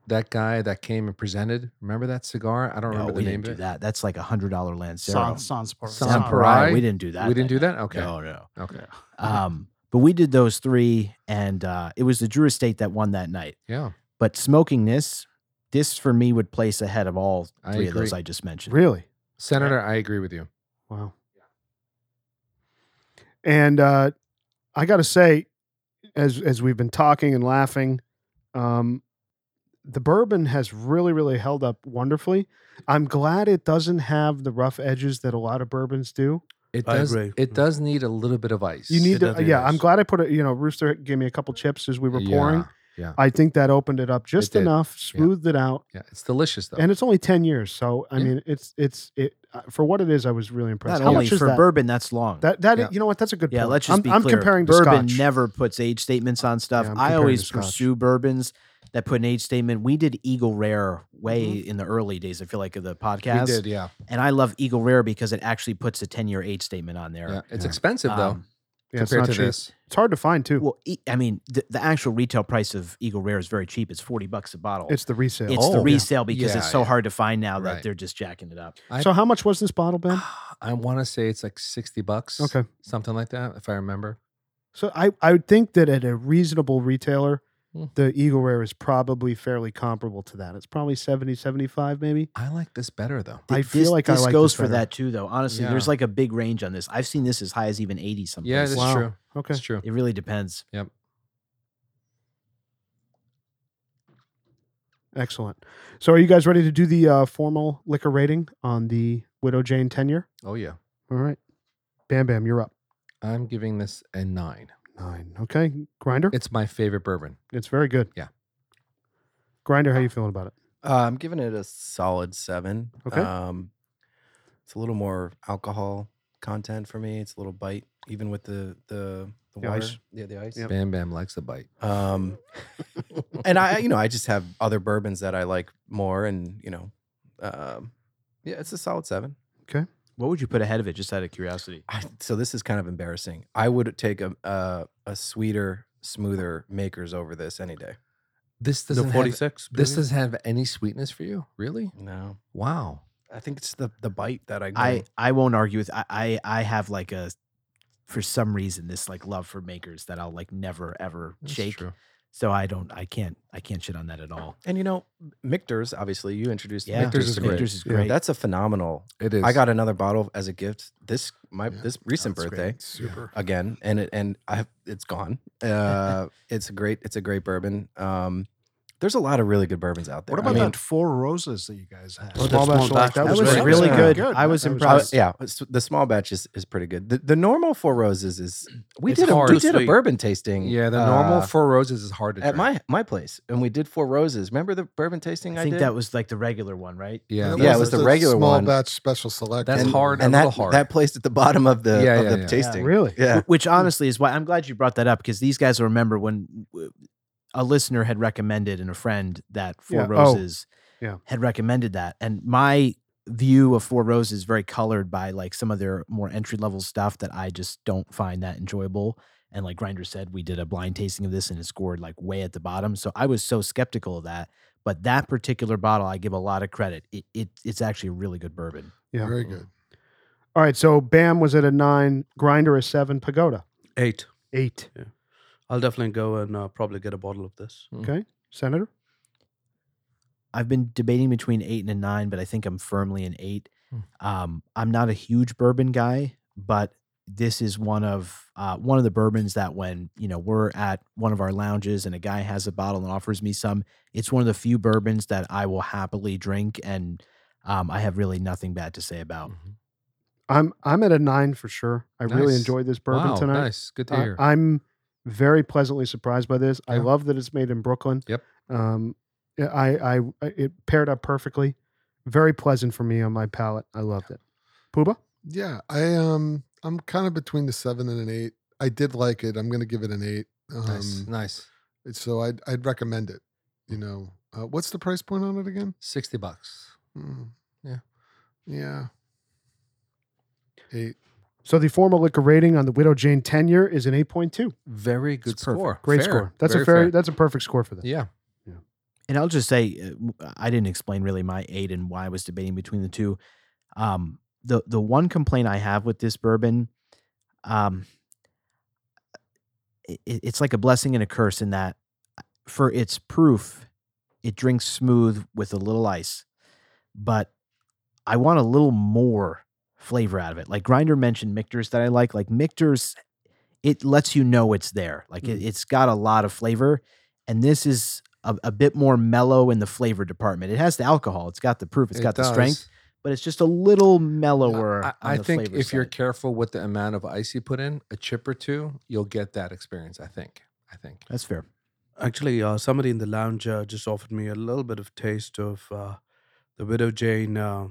Speaker 2: that guy that came and presented. Remember that cigar? I don't
Speaker 5: Uh, no,
Speaker 2: remember the
Speaker 5: we
Speaker 2: name
Speaker 5: didn't
Speaker 2: of it.
Speaker 5: do that. That's like a hundred dollar Lancero.
Speaker 3: Sans, sans, por-
Speaker 2: Sans
Speaker 3: sans-
Speaker 2: Pariah.
Speaker 5: Pariah, We didn't do that.
Speaker 2: we didn't do that. Okay.
Speaker 5: No, no.
Speaker 2: Okay.
Speaker 5: Um, but we did those three, and uh, it was the Drew Estate that won that night.
Speaker 2: Yeah.
Speaker 5: But smoking this, this for me would place ahead of all
Speaker 2: I
Speaker 5: three of those
Speaker 2: agree.
Speaker 5: I just mentioned.
Speaker 1: Really?
Speaker 2: Senator, I agree with you.
Speaker 1: Wow. And uh, I got to say, as as we've been talking and laughing, um, the bourbon has really, really held up wonderfully. I'm glad it doesn't have the rough edges that a lot of bourbons do.
Speaker 2: It
Speaker 4: I
Speaker 2: does.
Speaker 4: agree.
Speaker 2: It does need a little bit of ice.
Speaker 1: You need
Speaker 4: It
Speaker 1: to,
Speaker 4: doesn't
Speaker 1: yeah.
Speaker 4: have
Speaker 1: I'm
Speaker 4: ice.
Speaker 1: glad I put it. You know, Rooster gave me a couple chips as we were pouring.
Speaker 2: Yeah. yeah.
Speaker 1: I think that opened it up just
Speaker 2: did.
Speaker 1: enough, smoothed it out,
Speaker 2: Yeah, It's delicious though.
Speaker 1: and it's only ten years. So I
Speaker 2: Yeah.
Speaker 1: mean, it's it's it uh, for what it is. I was really impressed.
Speaker 5: Not
Speaker 1: How
Speaker 5: only
Speaker 1: much is
Speaker 5: for
Speaker 1: that?
Speaker 5: bourbon, that's long.
Speaker 1: That that
Speaker 2: Yeah.
Speaker 1: you know what? That's a good.
Speaker 5: yeah,
Speaker 1: point.
Speaker 5: let's just
Speaker 1: I'm,
Speaker 5: be
Speaker 1: I'm
Speaker 5: clear.
Speaker 1: comparing to
Speaker 5: bourbon
Speaker 1: Scotch.
Speaker 5: never puts age statements on stuff.
Speaker 1: Yeah, I'm
Speaker 5: I
Speaker 1: comparing
Speaker 5: always
Speaker 1: to Scotch.
Speaker 5: pursue bourbons that put an age statement. We did Eagle Rare way in the early days. I feel like of the
Speaker 2: we
Speaker 5: podcast,
Speaker 2: did. Yeah.
Speaker 5: and I love Eagle Rare because it actually puts a ten year age statement on there.
Speaker 2: yeah. It's expensive though
Speaker 5: Um,
Speaker 1: Yeah, it's
Speaker 2: compared
Speaker 1: not
Speaker 2: to
Speaker 1: cheap.
Speaker 2: this.
Speaker 1: It's hard to find too.
Speaker 5: Well, e- I mean, the, the actual retail price of Eagle Rare is very cheap. It's forty bucks a bottle.
Speaker 1: it's the resale.
Speaker 5: It's the
Speaker 2: Oh.
Speaker 5: resale because
Speaker 2: Yeah,
Speaker 5: it's so
Speaker 2: yeah.
Speaker 5: hard to find now that
Speaker 2: Right.
Speaker 5: they're just jacking it up.
Speaker 2: I-
Speaker 1: so how much was this bottle, Ben?
Speaker 2: I want to say it's like sixty bucks.
Speaker 1: Okay.
Speaker 2: Something like that, if I remember.
Speaker 1: So I I would think that at a reasonable retailer,
Speaker 2: Hmm.
Speaker 1: the Eagle Rare is probably fairly comparable to that. It's probably 70, 75 maybe.
Speaker 2: I like this better though.
Speaker 1: I
Speaker 5: Th-
Speaker 1: feel
Speaker 5: this,
Speaker 1: like I
Speaker 5: this
Speaker 1: like
Speaker 5: goes
Speaker 1: this
Speaker 5: for
Speaker 1: better.
Speaker 5: that too, though. Honestly, there's
Speaker 2: Yeah.
Speaker 5: like a big range on this. I've seen this as high as even eighty sometimes.
Speaker 2: Yeah, that's
Speaker 1: Wow.
Speaker 2: true.
Speaker 1: Okay.
Speaker 2: That's true.
Speaker 5: It really depends.
Speaker 1: Excellent. So are you guys ready to do the uh, formal liquor rating on the Widow Jane tenure?
Speaker 2: Oh yeah.
Speaker 1: All right. Bam Bam, you're up.
Speaker 2: I'm giving this a nine.
Speaker 1: Nine. Okay. Grinder.
Speaker 2: It's my favorite bourbon.
Speaker 1: It's very good.
Speaker 2: Yeah.
Speaker 1: Grinder, how you feeling about it?
Speaker 7: Uh, I'm giving it a solid seven.
Speaker 1: Okay.
Speaker 7: Um, it's a little more alcohol content for me. It's a little bite, even with the the, the,
Speaker 1: The
Speaker 7: water.
Speaker 1: ice.
Speaker 7: Yeah, the ice.
Speaker 1: Yep.
Speaker 2: Bam Bam likes a bite.
Speaker 7: Um, and I, you know, I just have other bourbons that I like more, and you know, um, yeah, it's a solid seven.
Speaker 5: What would you put ahead of it, just out of curiosity?
Speaker 7: I, so this is kind of embarrassing. I would take a a, a sweeter, smoother makers over this any day.
Speaker 2: This
Speaker 4: The
Speaker 2: doesn't have,
Speaker 4: 46.
Speaker 2: this
Speaker 4: billion?
Speaker 2: doesn't have any sweetness for you, really?
Speaker 7: No,
Speaker 2: Wow.
Speaker 7: I think it's the the bite that I.
Speaker 5: I
Speaker 7: go-
Speaker 5: I won't argue with. I, I I have like a, for some reason, this like love for makers that I'll like never ever
Speaker 2: That's
Speaker 5: shake.
Speaker 2: true.
Speaker 5: So I don't. I can't. I can't shit on that at all.
Speaker 7: and you know, Michter's obviously you introduced.
Speaker 5: Yeah,
Speaker 2: Michter's is
Speaker 7: to me.
Speaker 2: great.
Speaker 5: Michter's is
Speaker 4: Yeah,
Speaker 5: great.
Speaker 7: That's a phenomenal.
Speaker 2: It is.
Speaker 7: I got another bottle as a gift this my
Speaker 6: Yeah.
Speaker 7: this recent
Speaker 6: That's great.
Speaker 7: birthday.
Speaker 6: Super.
Speaker 7: again and it and i have- it's gone uh it's a great it's a great bourbon um there's a lot of really good bourbons out there
Speaker 3: What
Speaker 7: I
Speaker 3: about
Speaker 7: mean,
Speaker 3: that four roses that you guys had?
Speaker 4: Oh, the small batch
Speaker 1: batch,
Speaker 4: that
Speaker 5: that
Speaker 4: was
Speaker 5: was,
Speaker 4: great.
Speaker 5: really
Speaker 7: Yeah.
Speaker 5: good.
Speaker 3: Good.
Speaker 5: I was
Speaker 3: That was
Speaker 7: I
Speaker 5: impressed.
Speaker 7: was- yeah it's- the small batch is, is pretty good the, the normal four roses is we
Speaker 2: It's
Speaker 7: did a,
Speaker 2: hard.
Speaker 7: we did a
Speaker 4: Sweet.
Speaker 7: bourbon tasting
Speaker 2: Yeah, the normal
Speaker 7: uh,
Speaker 2: four roses is hard to
Speaker 7: at
Speaker 2: drink.
Speaker 7: my my place and we did four roses remember the bourbon tasting
Speaker 5: I
Speaker 7: i,
Speaker 5: think
Speaker 7: did
Speaker 5: that was like the regular one, right?
Speaker 2: yeah,
Speaker 7: Yeah, it was the regular
Speaker 6: small
Speaker 7: one.
Speaker 6: batch special select.
Speaker 2: That's
Speaker 6: one.
Speaker 7: and,
Speaker 2: hard,
Speaker 7: and
Speaker 2: a
Speaker 7: that
Speaker 2: little hard.
Speaker 7: that placed at the bottom of the
Speaker 2: Yeah,
Speaker 7: of
Speaker 2: yeah, yeah.
Speaker 7: the
Speaker 2: Yeah,
Speaker 7: tasting
Speaker 3: really?
Speaker 7: yeah
Speaker 5: Wh- Which honestly is why I'm glad you brought that up because these guys will remember when w- a listener had recommended and a friend that Four
Speaker 1: Yeah. Oh.
Speaker 5: Roses
Speaker 1: Yeah.
Speaker 5: had recommended that. And my view of Four Roses is very colored by like some of their more entry level stuff that I just don't find that enjoyable. And like Grinder said, we did a blind tasting of this and it scored like way at the bottom. So I was so skeptical of that. But that particular bottle, I give a lot of credit. It, it it's actually a really good bourbon.
Speaker 1: Yeah.
Speaker 6: Very good.
Speaker 1: All right. So Bam was at a nine, Grinder a seven, Pagoda
Speaker 4: Eight.
Speaker 1: eight.
Speaker 4: I'll definitely go and uh, probably get a bottle of this.
Speaker 1: Senator.
Speaker 5: I've been debating between eight and a nine, but I think I'm firmly an eight.
Speaker 2: Hmm.
Speaker 5: Um, I'm not a huge bourbon guy, but this is one of uh, one of the bourbons that when you know we're at one of our lounges and a guy has a bottle and offers me some, it's one of the few bourbons that I will happily drink, and um, I have really nothing bad to say about.
Speaker 2: Mhm.
Speaker 1: I'm I'm at a nine for sure. I really
Speaker 2: Nice.
Speaker 1: enjoyed this bourbon
Speaker 2: wow,
Speaker 1: tonight.
Speaker 2: Nice. Good to
Speaker 1: I-
Speaker 2: hear.
Speaker 1: I'm very pleasantly surprised by this. I
Speaker 2: Yeah.
Speaker 1: love that it's made in Brooklyn.
Speaker 2: Yep.
Speaker 1: Um, yeah, I, I I- it paired up perfectly. Very pleasant for me on my palate. I loved it. Pooba.
Speaker 6: Yeah, I um, I'm kind of between the seven and an eight. I did like it. I'm going to give it an eight. Um,
Speaker 2: nice. nice.
Speaker 6: So I'd I'd recommend it. You know, uh, what's the price point on it again?
Speaker 2: 60 bucks.
Speaker 6: Mm.
Speaker 2: Yeah.
Speaker 6: Yeah. Eight.
Speaker 1: So the formal liquor rating on the Widow Jane tenure is an eight point two.
Speaker 2: Very good
Speaker 7: perfect.
Speaker 2: score.
Speaker 1: Great
Speaker 2: Fair.
Speaker 1: score. That's
Speaker 2: Very
Speaker 1: a fair,
Speaker 2: fair.
Speaker 1: That's a perfect score for this.
Speaker 2: Yeah.
Speaker 5: And I'll just say, uh, w- I didn't explain really my eight and why I was debating between the two. Um, the the one complaint I have with this bourbon, um, i- i- it's like a blessing and a curse in that, uh, for its proof, it drinks smooth with a little ice, but I want a little more flavor out of it. Like Grinder mentioned, Michter's that I like. Like Michter's, it lets you know it's there. Like
Speaker 2: Mm.
Speaker 5: it, it's got a lot of flavor and this is a, a bit more mellow in the flavor department. It has the alcohol, it's got the proof, it's
Speaker 2: It
Speaker 5: got the
Speaker 2: does.
Speaker 5: strength, but it's just a little mellower.
Speaker 2: I,
Speaker 5: on
Speaker 2: I
Speaker 5: the
Speaker 2: think
Speaker 5: flavor
Speaker 2: if you're
Speaker 5: side.
Speaker 2: careful with the amount of ice you put in, a chip or two, you'll get that experience. I think. I think.
Speaker 5: that's fair.
Speaker 4: Actually, uh, somebody in the lounge uh, just offered me a little bit of taste of uh, the Widow Jane. Uh,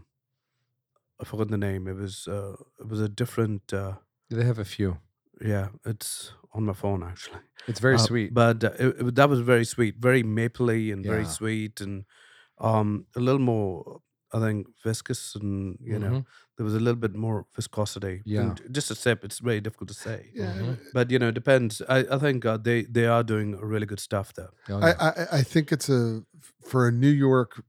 Speaker 4: I forgot the name. It was uh, it was a different. Uh,
Speaker 2: They have a few.
Speaker 4: yeah, it's on my phone actually.
Speaker 2: It's very
Speaker 4: Uh,
Speaker 2: sweet.
Speaker 4: But uh, it, it- that was very sweet, very mapley and very
Speaker 2: Yeah.
Speaker 4: sweet, and um, a little more. I think viscous, and you know,
Speaker 2: Mhm.
Speaker 4: there was a little bit more viscosity.
Speaker 2: Yeah.
Speaker 4: And just a sip. It's very difficult to say.
Speaker 6: Yeah.
Speaker 2: Mhm.
Speaker 4: But you know, it depends. I, I think uh, they they are doing really good stuff there.
Speaker 2: Oh,
Speaker 6: I,
Speaker 2: yeah.
Speaker 6: I I- I think it's a for a New York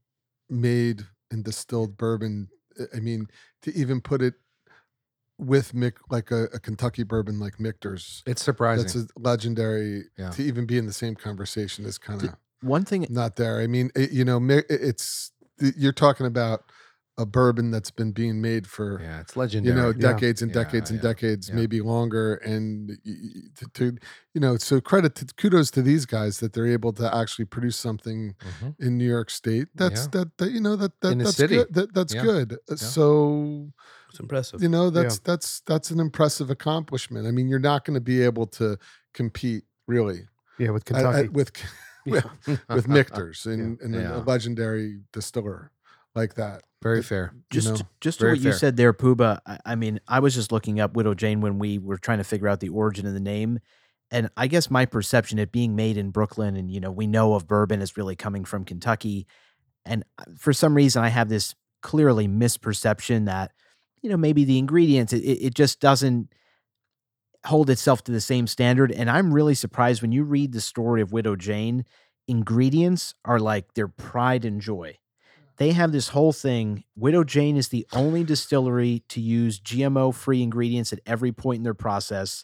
Speaker 6: made and distilled bourbon. I- I mean, to even put it with Mick like a, a Kentucky bourbon like Michter's,
Speaker 2: it's surprising.
Speaker 6: that's a legendary.
Speaker 2: Yeah.
Speaker 6: To even be in the same conversation is kind of
Speaker 5: One thing
Speaker 6: not there. I mean, it, you know, Mi- it- it's you're talking about a bourbon that's been being made for
Speaker 2: yeah, it's
Speaker 6: you
Speaker 2: legendary.
Speaker 6: know
Speaker 2: Yeah.
Speaker 6: decades and
Speaker 2: Yeah,
Speaker 6: decades and
Speaker 2: yeah,
Speaker 6: decades
Speaker 2: yeah.
Speaker 6: maybe longer and y- y- to, to you know so credit to kudos to these guys that they're able to actually produce something
Speaker 2: Mhm.
Speaker 6: in new york state that's
Speaker 2: Yeah.
Speaker 6: that, that you know that, that
Speaker 2: In the
Speaker 6: that's
Speaker 2: city.
Speaker 6: good that, that's
Speaker 2: Yeah.
Speaker 6: good Uh, so
Speaker 4: It's impressive.
Speaker 6: you know that's that's that's an impressive accomplishment i mean you're not going to be able to compete really
Speaker 1: Yeah, with
Speaker 6: I- I-
Speaker 1: Kentucky.
Speaker 6: with with, with Michter's and, and
Speaker 2: Yeah.
Speaker 6: a legendary distiller like that
Speaker 2: very
Speaker 6: it-
Speaker 2: fair.
Speaker 6: you
Speaker 5: just
Speaker 6: know?
Speaker 5: to- just to
Speaker 2: Very
Speaker 5: what you
Speaker 2: fair.
Speaker 5: said there, Pooba. I, I mean, I was just looking up Widow Jane when we were trying to figure out the origin of the name, and I guess my perception it being made in Brooklyn, and you know, we know of bourbon is really coming from Kentucky, and I- for some reason, I have this clearly misperception that you know maybe the ingredients it, it, it just doesn't hold itself to the same standard and i'm really surprised when you read the story of widow jane ingredients are like their pride and joy they have this whole thing widow jane is the only distillery to use gmo free ingredients at every point in their process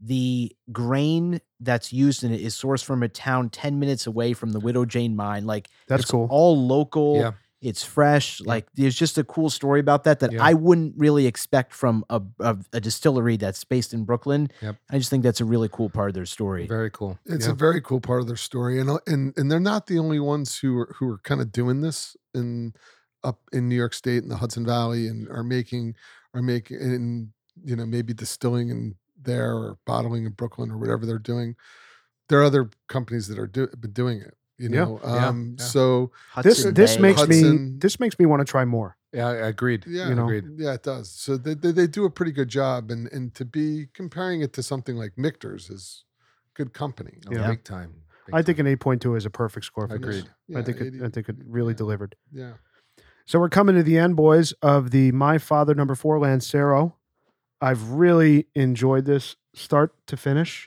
Speaker 5: the grain that's used in it is sourced from a town 10 minutes away from the widow jane mine like
Speaker 1: That's
Speaker 5: it's
Speaker 1: cool.
Speaker 5: all local
Speaker 2: Yeah.
Speaker 5: it's fresh. Like there's just a cool story about that that
Speaker 2: Yeah.
Speaker 5: I wouldn't really expect from a, a, a distillery that's based in Brooklyn.
Speaker 2: Yep.
Speaker 5: I just think that's a really cool part of their story.
Speaker 2: Very cool.
Speaker 6: It's
Speaker 2: Yeah.
Speaker 6: a very cool part of their story, and uh, and and they're not the only ones who are who are kind of doing this in up in New York State and the Hudson Valley, and are making are making and you know maybe distilling in there or bottling in Brooklyn or whatever they're doing. There are other companies that are do, been doing it. You
Speaker 1: Yeah,
Speaker 6: know,
Speaker 2: yeah,
Speaker 6: um,
Speaker 2: yeah.
Speaker 6: so
Speaker 1: This
Speaker 5: Hudson
Speaker 1: this
Speaker 5: Bay.
Speaker 1: makes me
Speaker 6: Hudson.
Speaker 1: this makes me want to try more.
Speaker 2: Yeah, I- I agreed.
Speaker 6: yeah,
Speaker 1: You know.
Speaker 2: Agreed.
Speaker 6: yeah, it does. So they, they they do a pretty good job, and and to be comparing it to something like Michter's is good company.
Speaker 2: Oh,
Speaker 1: Yeah.
Speaker 2: Big time. Big
Speaker 1: I think
Speaker 2: time.
Speaker 1: an 8.2 is a perfect score for
Speaker 2: Agreed.
Speaker 1: this. I think it, I think it really delivered.
Speaker 6: Yeah.
Speaker 1: So we're coming to the end, boys, of the My Father Number Four Lancero. I've really enjoyed this start to finish.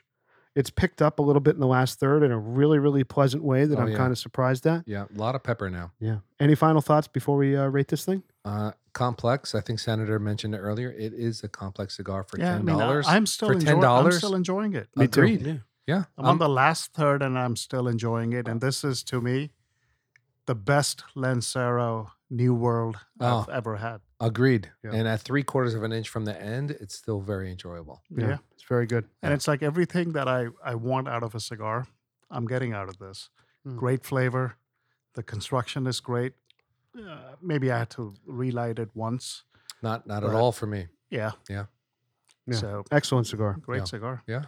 Speaker 1: It's picked up a little bit in the last third in a really, really pleasant way that
Speaker 2: Oh,
Speaker 1: I'm
Speaker 2: yeah.
Speaker 1: kind of surprised at.
Speaker 2: Yeah, a lot of pepper now.
Speaker 1: Yeah. Any final thoughts before we uh, rate this thing?
Speaker 2: Uh, complex. I think Senator mentioned it earlier. It is a complex cigar for
Speaker 3: yeah,
Speaker 2: ten
Speaker 3: I mean,
Speaker 2: dollars.
Speaker 3: I, am still
Speaker 2: for
Speaker 3: enjoying. I'm
Speaker 2: $10?
Speaker 3: still enjoying it.
Speaker 1: Me too.
Speaker 2: Agreed. Yeah,
Speaker 3: I'm
Speaker 2: I'm-
Speaker 3: on the last third, and I'm still enjoying it. And this is to me the best Lancero New World I've
Speaker 2: Oh.
Speaker 3: ever had.
Speaker 2: agreed.
Speaker 1: Yeah.
Speaker 2: And at three quarters of an inch from the end, it's still very enjoyable.
Speaker 3: Yeah.
Speaker 1: It's very good.
Speaker 3: And it's like everything that I, I want out of a cigar, I'm getting out of this.
Speaker 2: Hmm.
Speaker 1: Mm.
Speaker 3: Great flavor. The construction is great. Uh, maybe I had to relight it once.
Speaker 2: Not not at
Speaker 3: Right.
Speaker 2: all for me.
Speaker 3: Yeah.
Speaker 2: Yeah.
Speaker 1: Yeah.
Speaker 3: So
Speaker 1: Excellent cigar.
Speaker 3: great
Speaker 2: Yeah.
Speaker 3: cigar.
Speaker 1: All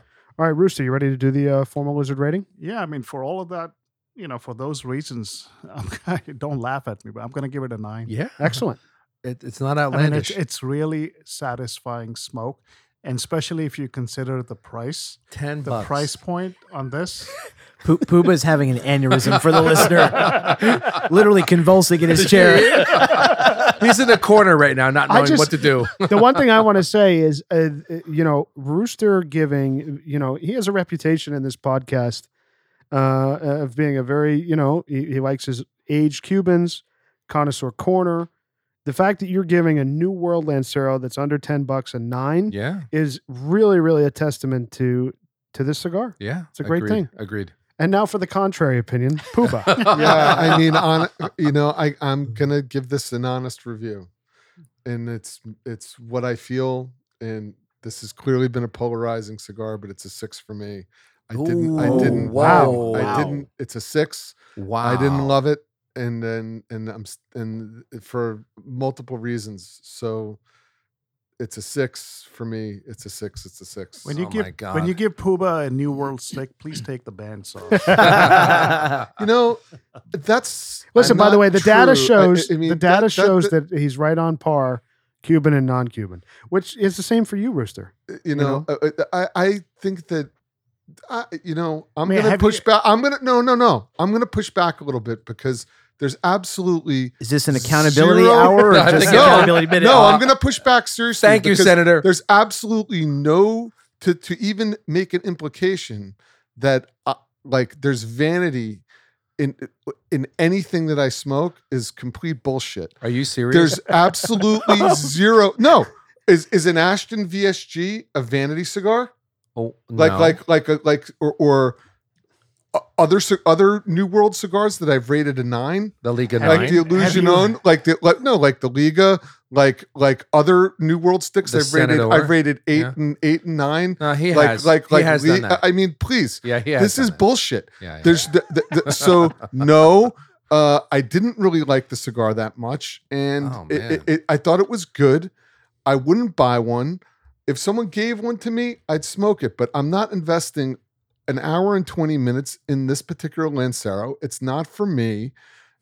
Speaker 1: right, Rooster, you ready to do the uh, formal lizard rating?
Speaker 3: Yeah. I mean, for all of that, you know, for those reasons, I'm, don't laugh at me, but I'm going to give it a nine.
Speaker 2: Yeah,
Speaker 1: Excellent.
Speaker 2: It, it's not
Speaker 3: I mean, it's,
Speaker 2: outlandish.
Speaker 3: it's really satisfying smoke. And especially if you consider the price,
Speaker 2: ten
Speaker 3: the
Speaker 2: bucks.
Speaker 3: price point on this.
Speaker 5: Poo- Pooba's having an aneurysm for the listener, literally convulsing in his chair.
Speaker 2: He's in the corner right now, not
Speaker 1: I
Speaker 2: knowing
Speaker 1: just-
Speaker 2: what to do.
Speaker 1: the one thing I want to say is, uh, you know, Rooster giving, you know, he has a reputation in this podcast uh, of being a very, you know, he, he likes his aged Cubans, connoisseur corner. The fact that you're giving a New World Lancero that's under ten bucks a nine
Speaker 2: yeah,
Speaker 1: is really, really a testament to to this cigar.
Speaker 2: yeah.
Speaker 1: It's a great
Speaker 2: agreed,
Speaker 1: thing.
Speaker 2: Agreed.
Speaker 1: And now for the contrary opinion, Pooba.
Speaker 6: yeah, I mean, on you know, I I'm gonna give this an honest review, and it's it's what I feel, and this has clearly been a polarizing cigar, but it's a six for me. I didn't, I
Speaker 2: Ooh,
Speaker 6: didn't,
Speaker 2: wow.
Speaker 6: I didn't. It's a six.
Speaker 9: Wow.
Speaker 6: I didn't love it, and then and I'm s- and for multiple reasons. So it's a six for me. It's a six. It's a six.
Speaker 3: When you
Speaker 2: Oh
Speaker 3: give
Speaker 2: my
Speaker 3: when you
Speaker 2: God.
Speaker 3: give Pooba a New World stick, please
Speaker 1: Mm.
Speaker 3: take the bands off.
Speaker 2: Oh,
Speaker 6: you know, that's
Speaker 1: Listen, by the
Speaker 6: not
Speaker 1: way, the data
Speaker 6: true. I-
Speaker 1: shows
Speaker 6: I mean,
Speaker 1: the data
Speaker 6: that- that-
Speaker 1: shows
Speaker 6: that-
Speaker 1: that, he's right on par, Cuban and non-Cuban, which is the same for you, Rooster.
Speaker 6: you know, uh, uh, I I think that I you know I'm
Speaker 3: mean,
Speaker 6: gonna
Speaker 3: have
Speaker 6: push
Speaker 3: you-
Speaker 6: back. I'm gonna no no no. I'm gonna push back a little bit because there's absolutely
Speaker 5: Is this an accountability
Speaker 6: Zero-
Speaker 5: hour or
Speaker 2: I
Speaker 5: just
Speaker 2: think
Speaker 5: an
Speaker 2: no.
Speaker 5: accountability minute?
Speaker 6: no.
Speaker 5: Uh,
Speaker 6: I'm gonna push back seriously.
Speaker 2: Thank you,
Speaker 6: because
Speaker 2: Senator.
Speaker 6: There's absolutely no to to even make an implication that uh, like there's vanity. In, in anything that I smoke is complete bullshit.
Speaker 2: Are you serious?
Speaker 6: There's absolutely zero. No, is is an Ashton VSG a vanity cigar?
Speaker 2: oh,
Speaker 6: like
Speaker 2: no.
Speaker 6: like like a, like or, or o- other ci- other New World cigars that I've rated a nine,
Speaker 2: the League of
Speaker 6: like the
Speaker 2: Nine,
Speaker 6: Illusion
Speaker 3: you-
Speaker 6: on, like the like no, like the Liga, like like other New World sticks
Speaker 2: The
Speaker 6: I've rated.
Speaker 2: Senador.
Speaker 6: I've rated eight
Speaker 2: Yeah.
Speaker 6: and eight and nine.
Speaker 2: no, he
Speaker 6: like
Speaker 2: has.
Speaker 6: like
Speaker 2: he
Speaker 6: like
Speaker 2: has
Speaker 6: Li-
Speaker 2: done that.
Speaker 6: I mean, please,
Speaker 2: yeah, he has.
Speaker 6: this
Speaker 2: done
Speaker 6: is
Speaker 2: that.
Speaker 6: bullshit.
Speaker 2: Yeah, yeah.
Speaker 6: There's the, the, the, so no. Uh, I didn't really like the cigar that much, and
Speaker 2: Oh,
Speaker 6: it,
Speaker 2: man.
Speaker 6: it, it, I thought it was good. I wouldn't buy one. If someone gave one to me, I'd smoke it, but I'm not investing an hour and 20 minutes in this particular Lancero. It's not for me,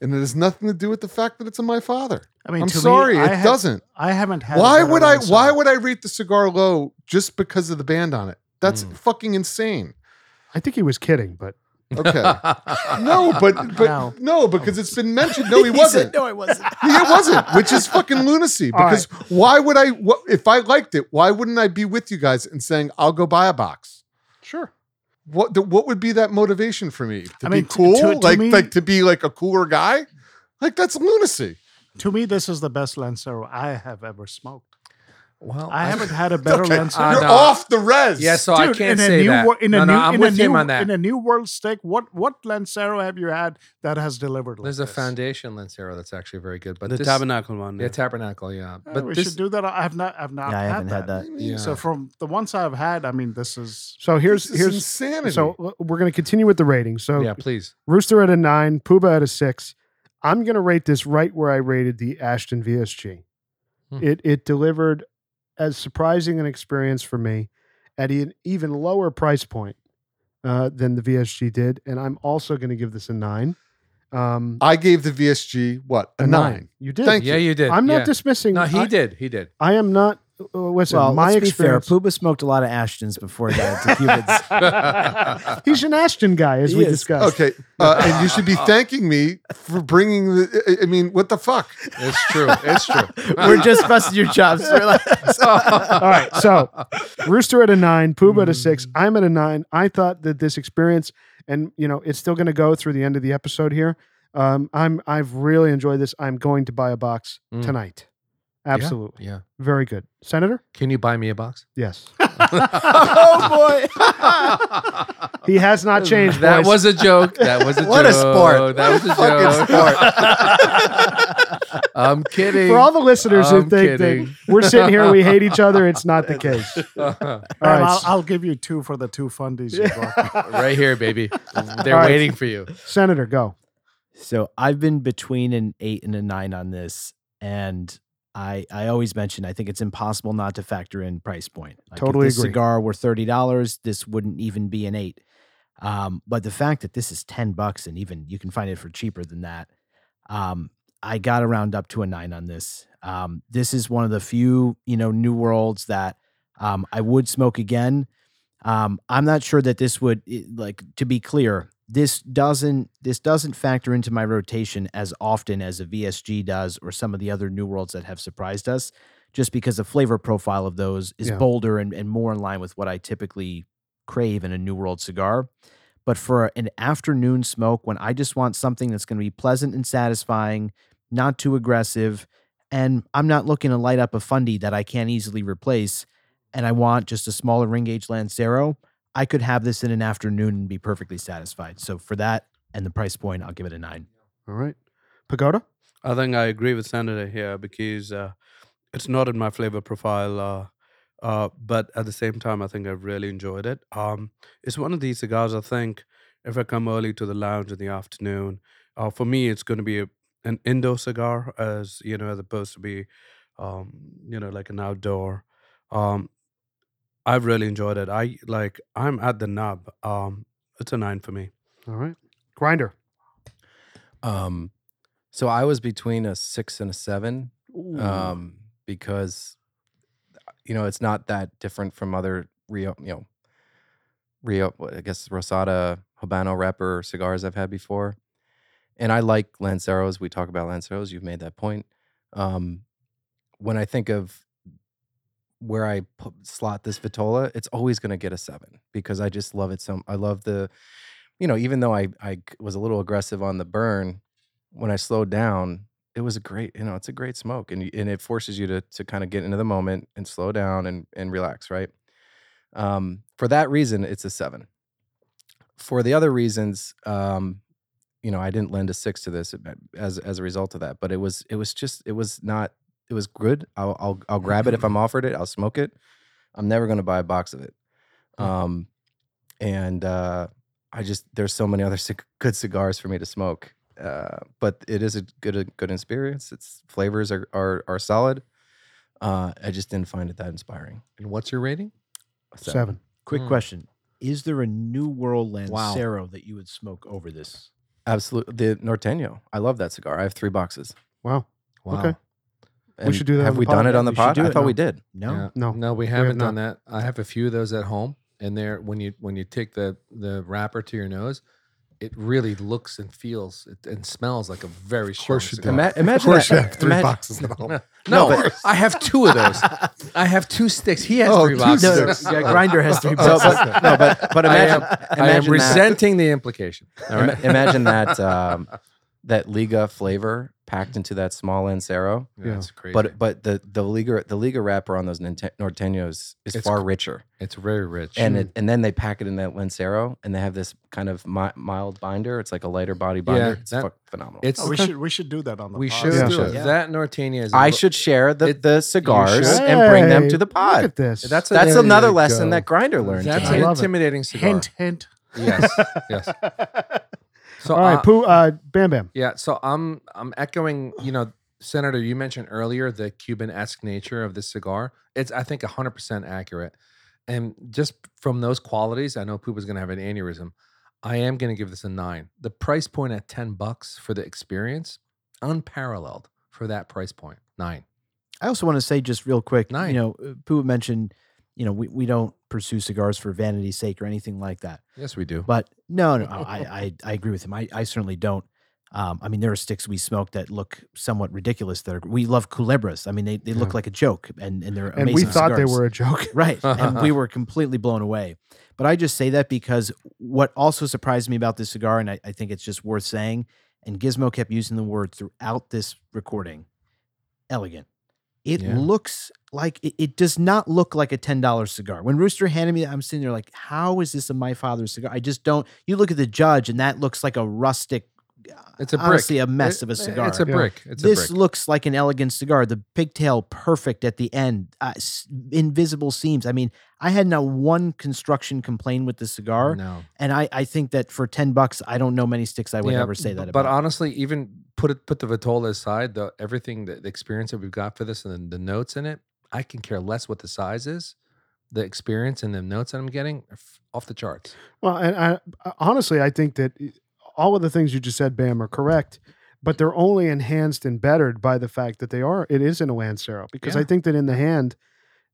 Speaker 6: and it has nothing to do with the fact that it's in my father.
Speaker 3: I mean,
Speaker 6: I'm
Speaker 3: to me,
Speaker 6: sorry,
Speaker 3: I
Speaker 6: it
Speaker 3: have-
Speaker 6: doesn't.
Speaker 3: I haven't had. a
Speaker 6: Why
Speaker 3: better
Speaker 6: would I? Why
Speaker 3: Lancero.
Speaker 6: would I rate the cigar low just because of the band on it? That's
Speaker 2: Mm.
Speaker 6: fucking insane.
Speaker 1: I think he was kidding, but
Speaker 6: Okay. No, but but
Speaker 3: No.
Speaker 6: no, because it's been mentioned. No, he
Speaker 5: said,
Speaker 6: wasn't.
Speaker 5: no, I wasn't.
Speaker 6: He it wasn't, which is fucking lunacy.
Speaker 1: All
Speaker 6: Because why would I? What, if I liked it, why wouldn't I be with you guys and saying I'll go buy a box?
Speaker 1: Sure.
Speaker 6: What the, what would be that motivation for me to
Speaker 3: I
Speaker 6: be
Speaker 3: mean, to-
Speaker 6: cool,
Speaker 3: to- to
Speaker 6: like
Speaker 3: me-
Speaker 6: like to be like a cooler guy? Like that's lunacy.
Speaker 3: To me, this is the best Lancero I have ever smoked.
Speaker 2: well,
Speaker 3: I haven't had a better
Speaker 6: Okay,
Speaker 3: Lancero.
Speaker 2: Uh,
Speaker 6: you're
Speaker 2: no.
Speaker 6: off the res.
Speaker 2: Yeah, so I
Speaker 3: Dude,
Speaker 2: can't
Speaker 3: in a
Speaker 2: say
Speaker 3: new
Speaker 2: that.
Speaker 3: wor- in a
Speaker 2: no,
Speaker 3: new,
Speaker 2: no, I'm
Speaker 3: in
Speaker 2: with
Speaker 3: a
Speaker 2: him
Speaker 3: new,
Speaker 2: on that.
Speaker 3: In a new world steak, what what Lancero have you had that has delivered? Like
Speaker 2: There's a
Speaker 3: this?
Speaker 2: foundation Lancero that's actually very good, but
Speaker 4: the
Speaker 2: this,
Speaker 4: tabernacle one.
Speaker 2: yeah,
Speaker 4: yeah.
Speaker 2: tabernacle, yeah.
Speaker 3: Uh,
Speaker 2: But
Speaker 3: we
Speaker 2: this,
Speaker 3: should do that. I've not. I've not.
Speaker 5: Yeah, I
Speaker 3: had
Speaker 5: haven't
Speaker 3: that.
Speaker 5: had that.
Speaker 2: yeah.
Speaker 3: So from the ones I've had, I mean, this is
Speaker 1: So here's
Speaker 6: This is
Speaker 1: here's
Speaker 6: insanity.
Speaker 1: so l- we're going to continue with the ratings. So
Speaker 2: yeah, please.
Speaker 1: Rooster at a nine, Pooba at a six. I'm going to rate this right where I rated the Ashton VSG.
Speaker 2: Hmm.
Speaker 1: It it delivered as surprising an experience for me at an even lower price point uh, than the VSG did, and I'm also going to give this a nine. Um,
Speaker 6: I gave the VSG what a, nine.
Speaker 1: You did.
Speaker 6: Thank
Speaker 2: Yeah, you did.
Speaker 1: I'm not
Speaker 2: yeah.
Speaker 1: dismissing.
Speaker 2: No, he
Speaker 1: I,
Speaker 2: did. He did.
Speaker 1: I am not. uh, listen,
Speaker 5: well,
Speaker 1: my
Speaker 5: let's
Speaker 1: experience.
Speaker 5: be fair. Puba smoked a lot of Ashtons before he got into Cubans.
Speaker 1: he's an Ashton guy, as
Speaker 5: He
Speaker 1: we
Speaker 5: is. Oh,
Speaker 1: discussed.
Speaker 6: Okay, uh, and you should be thanking me for bringing the. I- I mean, what the fuck?
Speaker 2: It's true. It's true.
Speaker 5: We're just busting your chops. We're like,
Speaker 1: All right, so Rooster at a nine, Pooba at a six, I'm at a nine. I thought that this experience, and you know, it's still going to go through the end of the episode here. Um, I'm I've really enjoyed this. I'm going to buy a box
Speaker 2: Mm.
Speaker 1: tonight. Absolutely,
Speaker 2: yeah.
Speaker 1: very good, Senator.
Speaker 2: Can you buy me a box?
Speaker 1: Yes,
Speaker 5: oh boy.
Speaker 1: he has not changed.
Speaker 2: That
Speaker 1: boys.
Speaker 2: was a joke. That was a
Speaker 9: What a
Speaker 2: joke.
Speaker 9: sport.
Speaker 2: That was a joke. I'm kidding.
Speaker 1: for all the listeners who
Speaker 2: I'm
Speaker 1: think that
Speaker 2: kidding.
Speaker 1: we're sitting here, we hate each other. It's not the case. All
Speaker 3: And
Speaker 1: right,
Speaker 3: I'll, I'll give you two for the two fundies you brought.
Speaker 2: right here, baby. They're
Speaker 1: All right.
Speaker 2: waiting for you.
Speaker 1: Senator, go.
Speaker 5: So I've been between an eight and a nine on this, and I I always mention I think it's impossible not to factor in price point. Like
Speaker 1: Totally
Speaker 5: if this
Speaker 1: agree.
Speaker 5: Cigar were thirty dollars, this wouldn't even be an eight. Um, but the fact that this is ten bucks, and even you can find it for cheaper than that, um, I got to round up to a nine on this. Um, this is one of the few you know new worlds that um, I would smoke again. Um, I'm not sure that this would i- like to be clear. This doesn't this doesn't factor into my rotation as often as a VSG does or some of the other new worlds that have surprised us, just because the flavor profile of those is
Speaker 1: Yeah.
Speaker 5: bolder and, and more in line with what I typically crave in a new world cigar. But for an afternoon smoke, when I just want something that's going to be pleasant and satisfying, not too aggressive, and I'm not looking to light up a fundy that I can't easily replace, and I want just a smaller ring gauge Lancero, I could have this in an afternoon and be perfectly satisfied. So for that and the price point, I'll give it a nine.
Speaker 1: All right, Pagoda.
Speaker 4: I think I agree with Senator here because uh, it's not in my flavor profile. Uh, uh, but at the same time, I think I've really enjoyed it. Um, it's one of these cigars I think if I come early to the lounge in the afternoon, uh, for me, it's going to be a, an indoor cigar as you know, as opposed to be, um, you know, like an outdoor. Um, I've really enjoyed it. I like. I'm at the nub. Um, it's a nine for me.
Speaker 1: All right, Grinder.
Speaker 7: Um, so I was between a six and a seven,
Speaker 1: Uh,
Speaker 7: um, because you know it's not that different from other Rio, you know, Rio. I guess Rosada Habano wrapper cigars I've had before, and I like Lanceros. We talk about Lanceros. You've made that point. Um, when I think of where I pu- slot this Vitola, it's always going to get a seven because I just love it. So I love the you know, even though I I g- was a little aggressive on the burn, when I slowed down, it was a great, you know, it's a great smoke, and you- and it forces you to to kind of get into the moment and slow down and and relax, right? Um, for that reason, it's a seven. For the other reasons, um, you know, I didn't lend a six to this as as a result of that, but it was it was just it was not it was good. I'll I'll, I'll grab it if I'm offered it. I'll smoke it. I'm never going to buy a box of it. Um, and uh, I just there's so many other cig- good cigars for me to smoke. Uh, but it is a good a good experience. Its flavors are are, are solid. Uh, I just didn't find it that inspiring.
Speaker 2: And what's your rating?
Speaker 7: So-
Speaker 1: Seven.
Speaker 5: Quick
Speaker 2: Hmm.
Speaker 5: question. Is there a New World
Speaker 2: Wow.
Speaker 5: Lancero that you would smoke over this?
Speaker 7: Absolutely, the Norteño. I love that cigar. I have three boxes.
Speaker 1: Wow.
Speaker 2: Wow.
Speaker 1: Okay. We
Speaker 7: And
Speaker 1: should do that on
Speaker 7: Have
Speaker 1: the
Speaker 7: we
Speaker 1: pod.
Speaker 7: done it on the
Speaker 5: We should
Speaker 7: pod?
Speaker 5: do
Speaker 7: I
Speaker 5: it
Speaker 7: thought we
Speaker 5: now.
Speaker 7: did.
Speaker 5: No.
Speaker 2: Yeah.
Speaker 1: No.
Speaker 2: no, we
Speaker 1: have
Speaker 2: haven't done that. I have a few of those at home, and they're when you when you take the the wrapper to your nose, it really looks and feels it, and smells like a very strong
Speaker 6: course you do.
Speaker 2: cigar.
Speaker 7: Ima-
Speaker 6: Of
Speaker 7: imagine
Speaker 6: course,
Speaker 7: that.
Speaker 6: you have three
Speaker 7: Imagine-
Speaker 6: boxes now.
Speaker 2: No,
Speaker 7: No, but-
Speaker 2: I have two of those. I have two sticks. He has
Speaker 6: Oh,
Speaker 2: three
Speaker 6: two
Speaker 2: boxes.
Speaker 6: sticks.
Speaker 5: No,
Speaker 6: Six.
Speaker 5: yeah, grinder has three
Speaker 6: Oh,
Speaker 7: So,
Speaker 5: bucks.
Speaker 7: but, no, but but
Speaker 2: I
Speaker 7: imagine
Speaker 2: am- I am
Speaker 7: imagine that.
Speaker 2: resenting the implication. All
Speaker 7: Ima-
Speaker 2: right.
Speaker 7: imagine that um, that Liga flavor packed into that small Lancero.
Speaker 2: Yeah, it's crazy.
Speaker 7: But but the the Liga the Liga wrapper on those Ninten- Norteños is
Speaker 2: It's
Speaker 7: far
Speaker 2: cr-
Speaker 7: richer,
Speaker 2: it's very rich.
Speaker 7: and it, and then they pack it in that Lancero, and they have this kind of mi- mild binder. It's like a lighter body binder.
Speaker 2: Yeah,
Speaker 7: it's
Speaker 2: that-
Speaker 7: fuck phenomenal.
Speaker 2: it's
Speaker 3: Oh, we should we should do that on the
Speaker 2: we
Speaker 3: pod.
Speaker 2: should
Speaker 6: Yeah.
Speaker 2: do it.
Speaker 7: Yeah.
Speaker 2: That Nortenia is. a
Speaker 7: I
Speaker 2: little-
Speaker 7: should share the,
Speaker 2: it-
Speaker 7: the cigars
Speaker 2: should.
Speaker 7: and bring them
Speaker 1: Hey,
Speaker 7: to the
Speaker 1: Look
Speaker 7: pod.
Speaker 1: at this.
Speaker 2: That's a,
Speaker 7: That's
Speaker 6: There
Speaker 7: another
Speaker 6: you
Speaker 7: lesson
Speaker 6: go.
Speaker 7: that Grinder learned.
Speaker 2: that's
Speaker 1: I
Speaker 2: an
Speaker 7: tonight.
Speaker 1: love it.
Speaker 2: intimidating cigar.
Speaker 3: Hint, hint.
Speaker 2: Yes, yes. So
Speaker 1: All right,
Speaker 2: uh,
Speaker 1: Pooh, uh, Bam Bam.
Speaker 2: Yeah, so I'm I'm echoing, you know, Senator, you mentioned earlier the Cuban-esque nature of this cigar. It's I think 100% accurate. And just from those qualities, I know Poopa's going to have an aneurysm. I am going to give this a 9. The price point at 10 bucks for the experience, unparalleled for that price point. 9.
Speaker 5: I also want to say just real quick,
Speaker 2: Nine.
Speaker 5: you know, uh, Pooh mentioned, you know, we, we don't pursue cigars for vanity's sake or anything like that.
Speaker 2: Yes, we do.
Speaker 5: But no, no, I, I, I agree with him. I, I certainly don't. Um, I mean, there are sticks we smoke that look somewhat ridiculous. That are, we love culebras. I mean, they, they look like a joke, and and they're
Speaker 1: And
Speaker 5: amazing
Speaker 1: we thought they
Speaker 5: cigars.
Speaker 1: were a joke.
Speaker 5: right, and we were completely blown away. But I just say that because what also surprised me about this cigar, and I, I think it's just worth saying, and Gizmo kept using the word throughout this recording, elegant. It
Speaker 2: Yeah.
Speaker 5: looks like it, it does not look like a ten dollar cigar. When Rooster handed me, that, I'm sitting there like, how is this a my father's cigar? I just don't. You look at the judge, and that looks like a rustic.
Speaker 2: It's a brick.
Speaker 5: honestly a mess
Speaker 2: It-
Speaker 5: of a cigar.
Speaker 2: It's a
Speaker 1: Yeah.
Speaker 2: brick. It's
Speaker 5: this
Speaker 2: a brick.
Speaker 5: looks like an elegant cigar. The pigtail perfect at the end, uh, s- invisible seams. I mean, I had not one construction complaint with the cigar,
Speaker 2: no.
Speaker 5: and I, I think that for ten bucks, I don't know many sticks I would
Speaker 2: Yeah,
Speaker 5: ever say that
Speaker 2: b-
Speaker 5: about.
Speaker 2: But honestly, even put it put the Vitola aside, the everything the, the experience that we've got for this and the, the notes in it, I can care less what the size is. The experience and the notes that I'm getting are f- off the charts.
Speaker 1: Well, and I, honestly, I think that all of the things you just said, Bam, are correct, but they're only enhanced and bettered by the fact that they are. It is in a Lancero because I
Speaker 2: Yeah.
Speaker 1: think that in the hand,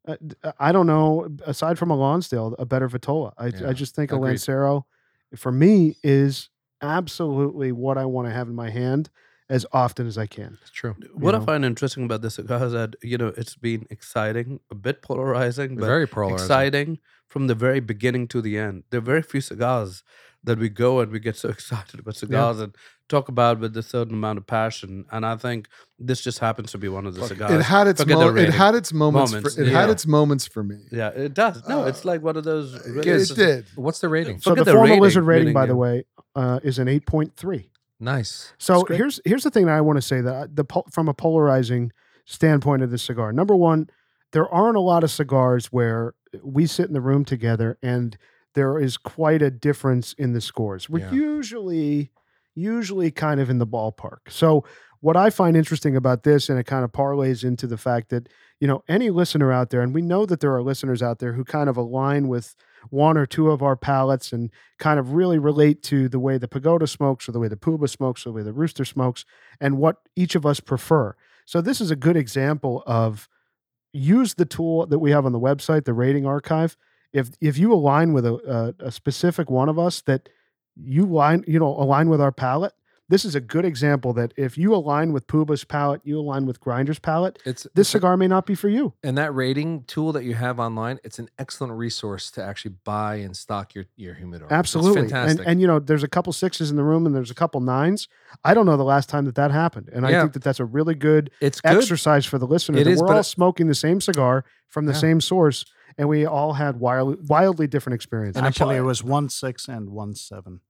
Speaker 1: uh, d- I don't know. Aside from a Lonsdale, a better Vitola. I,
Speaker 2: Yeah,
Speaker 1: I just think a
Speaker 2: agreed.
Speaker 1: Lancero, for me, is absolutely what I want to have in my hand as often as I can.
Speaker 2: It's true.
Speaker 4: What
Speaker 1: know?
Speaker 4: I find interesting about this cigar is that you know it's been exciting, a bit polarizing, but
Speaker 2: Very polarizing.
Speaker 4: exciting from the very beginning to the end. There are very few cigars that we go and we get so excited about cigars and talk about with a certain amount of passion. And I think this just happens to be one of the cigars.
Speaker 6: It had its
Speaker 4: Forget the
Speaker 6: mo- it
Speaker 4: rating.
Speaker 6: had its moments.
Speaker 4: Moments,
Speaker 6: for, it had
Speaker 4: yeah.
Speaker 6: its moments for me.
Speaker 4: yeah, it does. No, it's like one of those.
Speaker 6: It,
Speaker 4: really-
Speaker 6: it did.
Speaker 2: What's the rating?
Speaker 1: So
Speaker 4: Look
Speaker 1: the
Speaker 4: at the
Speaker 1: formal
Speaker 4: rating,
Speaker 1: lizard rating,
Speaker 4: rating,
Speaker 1: by the
Speaker 4: yeah.
Speaker 1: way, uh, is an eight point three.
Speaker 2: Nice.
Speaker 1: So here's here's the thing that I want to say that I- the pol- from a polarizing standpoint of this cigar. Number one, there aren't a lot of cigars where we sit in the room together and there is quite a difference in the scores. We're
Speaker 2: Yeah.
Speaker 1: usually usually kind of in the ballpark. So what I find interesting about this, and it kind of parlays into the fact that you know any listener out there, and we know that there are listeners out there who kind of align with one or two of our palettes and kind of really relate to the way the pagoda smokes or the way the puba smokes or the way the rooster smokes and what each of us prefer. So this is a good example of use the tool that we have on the website, the rating archive. If if you align with a, a, a specific one of us that you line you know align with our palette, this is a good example that if you align with Puba's palette, you align with Grinder's palette.
Speaker 2: It's
Speaker 1: This
Speaker 2: it's a-
Speaker 1: cigar may not be for you.
Speaker 2: and that rating tool that you have online. It's an excellent resource to actually buy and stock your your humidor. It's
Speaker 1: Absolutely.
Speaker 2: fantastic.
Speaker 1: And and you know, there's a couple sixes in the room and there's a couple nines. I don't know the last time that that happened, and I
Speaker 2: Yeah.
Speaker 1: think that that's a really good
Speaker 2: it's good.
Speaker 1: exercise for the listener.
Speaker 2: It
Speaker 1: that
Speaker 2: is,
Speaker 1: we're
Speaker 2: but
Speaker 1: all
Speaker 2: it-
Speaker 1: smoking the same cigar from the
Speaker 2: Yeah.
Speaker 1: same source, and we all had wildly, wildly different experiences.
Speaker 2: And a
Speaker 3: Actually,
Speaker 2: pod.
Speaker 3: it was one six and one seven.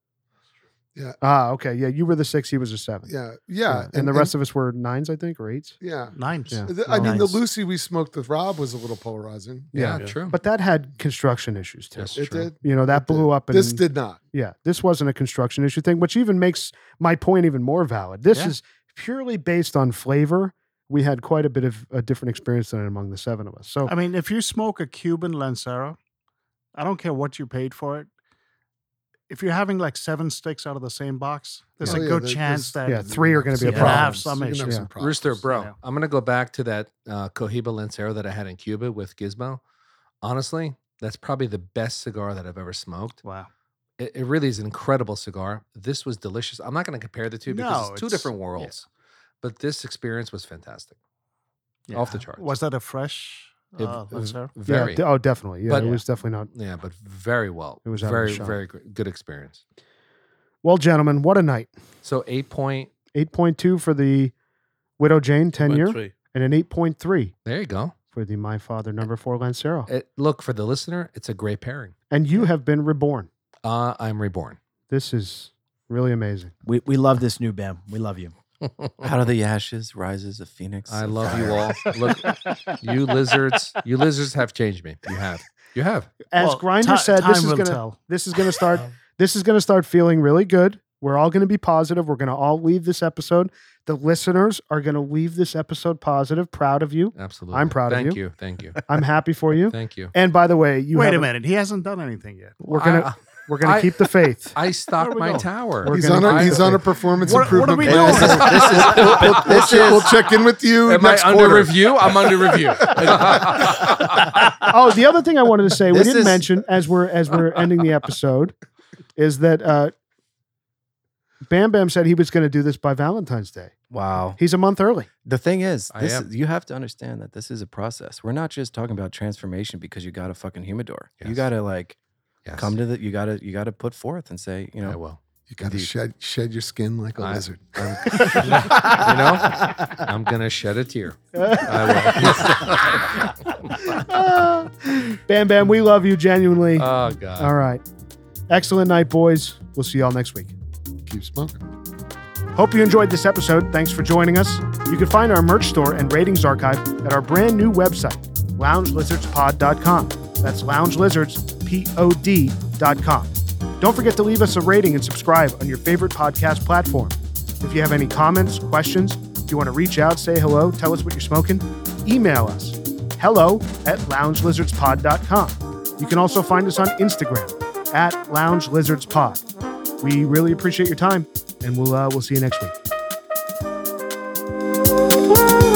Speaker 1: ah, okay, yeah, you were the six, he was a seven.
Speaker 6: Yeah, yeah.
Speaker 1: and, the rest of us were nines, I think, or eights.
Speaker 6: yeah.
Speaker 3: Nines.
Speaker 1: Yeah.
Speaker 6: The- I mean, the
Speaker 3: Nice.
Speaker 6: Lucy we smoked with Rob was a little polarizing.
Speaker 2: yeah,
Speaker 1: yeah.
Speaker 2: true.
Speaker 1: But that had construction issues too.
Speaker 2: That's
Speaker 6: it
Speaker 2: Hmm. true.
Speaker 6: did.
Speaker 1: You know, that
Speaker 6: It did.
Speaker 1: blew up. And,
Speaker 6: This did not.
Speaker 1: Yeah, this wasn't a construction issue thing, which even makes my point even more valid. This
Speaker 3: Yeah.
Speaker 1: is purely based on flavor. We had quite a bit of a different experience than among the seven of us. So
Speaker 3: I mean, if you smoke a Cuban Lancero, I don't care what you paid for it. If you're having like seven sticks out of the same box, there's
Speaker 6: Oh,
Speaker 3: a
Speaker 6: yeah,
Speaker 3: good
Speaker 6: there-
Speaker 3: chance
Speaker 6: there's-
Speaker 3: that
Speaker 1: Yeah, three are gonna be a
Speaker 3: you're gonna have
Speaker 1: problem.
Speaker 3: some
Speaker 6: You're gonna
Speaker 3: issues.
Speaker 6: have some problems.
Speaker 2: Rooster, bro,
Speaker 3: Yeah.
Speaker 2: I'm gonna go back to that uh, Cohiba Lancero that I had in Cuba with Gizmo. Honestly, that's probably the best cigar that I've ever smoked.
Speaker 3: Wow.
Speaker 2: It, it really is an incredible cigar. This was delicious. I'm not going to compare the two because
Speaker 3: No,
Speaker 2: it's two
Speaker 3: it's-
Speaker 2: different
Speaker 3: yeah.
Speaker 2: worlds. But this experience was fantastic. Off the
Speaker 3: Yeah.
Speaker 2: charts.
Speaker 3: Was that a fresh
Speaker 2: It-
Speaker 3: uh,
Speaker 2: it was
Speaker 3: Lancer?
Speaker 2: very,
Speaker 1: Yeah, de- oh, definitely. Yeah,
Speaker 2: But-
Speaker 1: it was definitely not.
Speaker 2: yeah, but very well.
Speaker 1: It was out of the
Speaker 2: very,
Speaker 1: shop.
Speaker 2: very gr- good experience.
Speaker 1: Well, gentlemen, what a night.
Speaker 2: So eight point.
Speaker 1: 8.2 for the Widow Jane 10
Speaker 4: Went
Speaker 1: year
Speaker 4: three.
Speaker 1: and an 8.3
Speaker 2: There you go.
Speaker 1: for the My
Speaker 3: Eh,
Speaker 1: Father number 4 Lancero.
Speaker 2: It, look for the listener. It's a great pairing.
Speaker 1: And you have been reborn.
Speaker 2: Uh, I'm reborn.
Speaker 1: This is really amazing.
Speaker 5: We, we love this new Bam. We love you.
Speaker 7: Out of the ashes rises a phoenix.
Speaker 2: I
Speaker 7: of
Speaker 2: love you
Speaker 7: fire.
Speaker 2: all. Look, you lizards, you lizards have changed me. You have, you have.
Speaker 1: As
Speaker 3: Well,
Speaker 1: Grinder
Speaker 3: ti-
Speaker 1: said,
Speaker 3: time
Speaker 1: this is
Speaker 3: will
Speaker 1: going to
Speaker 3: tell.
Speaker 1: this is going to start this is going to start feeling really good. We're all going to be positive. We're going to all leave this episode. The listeners are going to leave this episode positive, proud of you.
Speaker 2: Absolutely,
Speaker 1: proud of
Speaker 2: Thank
Speaker 1: you.
Speaker 2: you. Thank you.
Speaker 1: I'm happy for you.
Speaker 2: Thank you.
Speaker 1: And by the way, you
Speaker 3: Wait a
Speaker 1: haven't-
Speaker 3: minute, he hasn't done anything yet.
Speaker 1: We're going to
Speaker 2: I-
Speaker 1: we're going to
Speaker 2: I-
Speaker 1: keep the faith.
Speaker 2: I stocked
Speaker 3: we
Speaker 2: my
Speaker 3: going?
Speaker 2: tower.
Speaker 1: We're
Speaker 6: He's
Speaker 1: gonna
Speaker 6: on a
Speaker 1: buy
Speaker 6: he's
Speaker 1: the
Speaker 6: on a
Speaker 1: thing.
Speaker 6: performance
Speaker 3: What- what are
Speaker 6: improvement.
Speaker 3: we
Speaker 6: plan.
Speaker 3: doing?
Speaker 9: This is, this is,
Speaker 6: We'll- we'll
Speaker 9: this
Speaker 6: check-
Speaker 9: is
Speaker 6: we'll check in with you
Speaker 2: Am I
Speaker 6: next
Speaker 2: under
Speaker 6: quarter.
Speaker 2: review? I'm under review.
Speaker 1: oh, the other thing I wanted to say we
Speaker 9: This
Speaker 1: didn't
Speaker 9: is-
Speaker 1: mention as we're as we're ending the episode is that uh, Bam Bam said he was going to do this by Valentine's Day.
Speaker 7: Wow.
Speaker 1: He's a month early.
Speaker 7: The thing is,
Speaker 2: I
Speaker 7: this
Speaker 2: am.
Speaker 7: you have to understand that this is a process. We're not just talking about transformation because you got a fucking humidor. You
Speaker 2: Yes.
Speaker 7: got to like
Speaker 2: Yes,
Speaker 7: come to the. You got to you got to put forth and say, you
Speaker 2: I
Speaker 7: know,
Speaker 2: will.
Speaker 6: You gotta
Speaker 2: Indeed.
Speaker 6: shed shed your skin like a
Speaker 2: I-
Speaker 6: lizard.
Speaker 2: You know, I'm gonna shed a tear. I
Speaker 1: Bam Bam, we love you genuinely.
Speaker 2: will. oh God.
Speaker 1: All right. Excellent night, boys. We'll see y'all next week.
Speaker 6: Keep smoking.
Speaker 1: Hope you enjoyed this episode. Thanks for joining us. You can find our merch store and ratings archive at our brand new website, loungelizardspod.com. That's loungelizardspod.com. Don't forget to leave us a rating and subscribe on your favorite podcast platform. If you have any comments, questions, if you want to reach out, say hello, tell us what you're smoking, email us hello at loungelizardspod.com. You can also find us on Instagram at loungelizardspod. We really appreciate your time and we'll uh, we'll see you next week.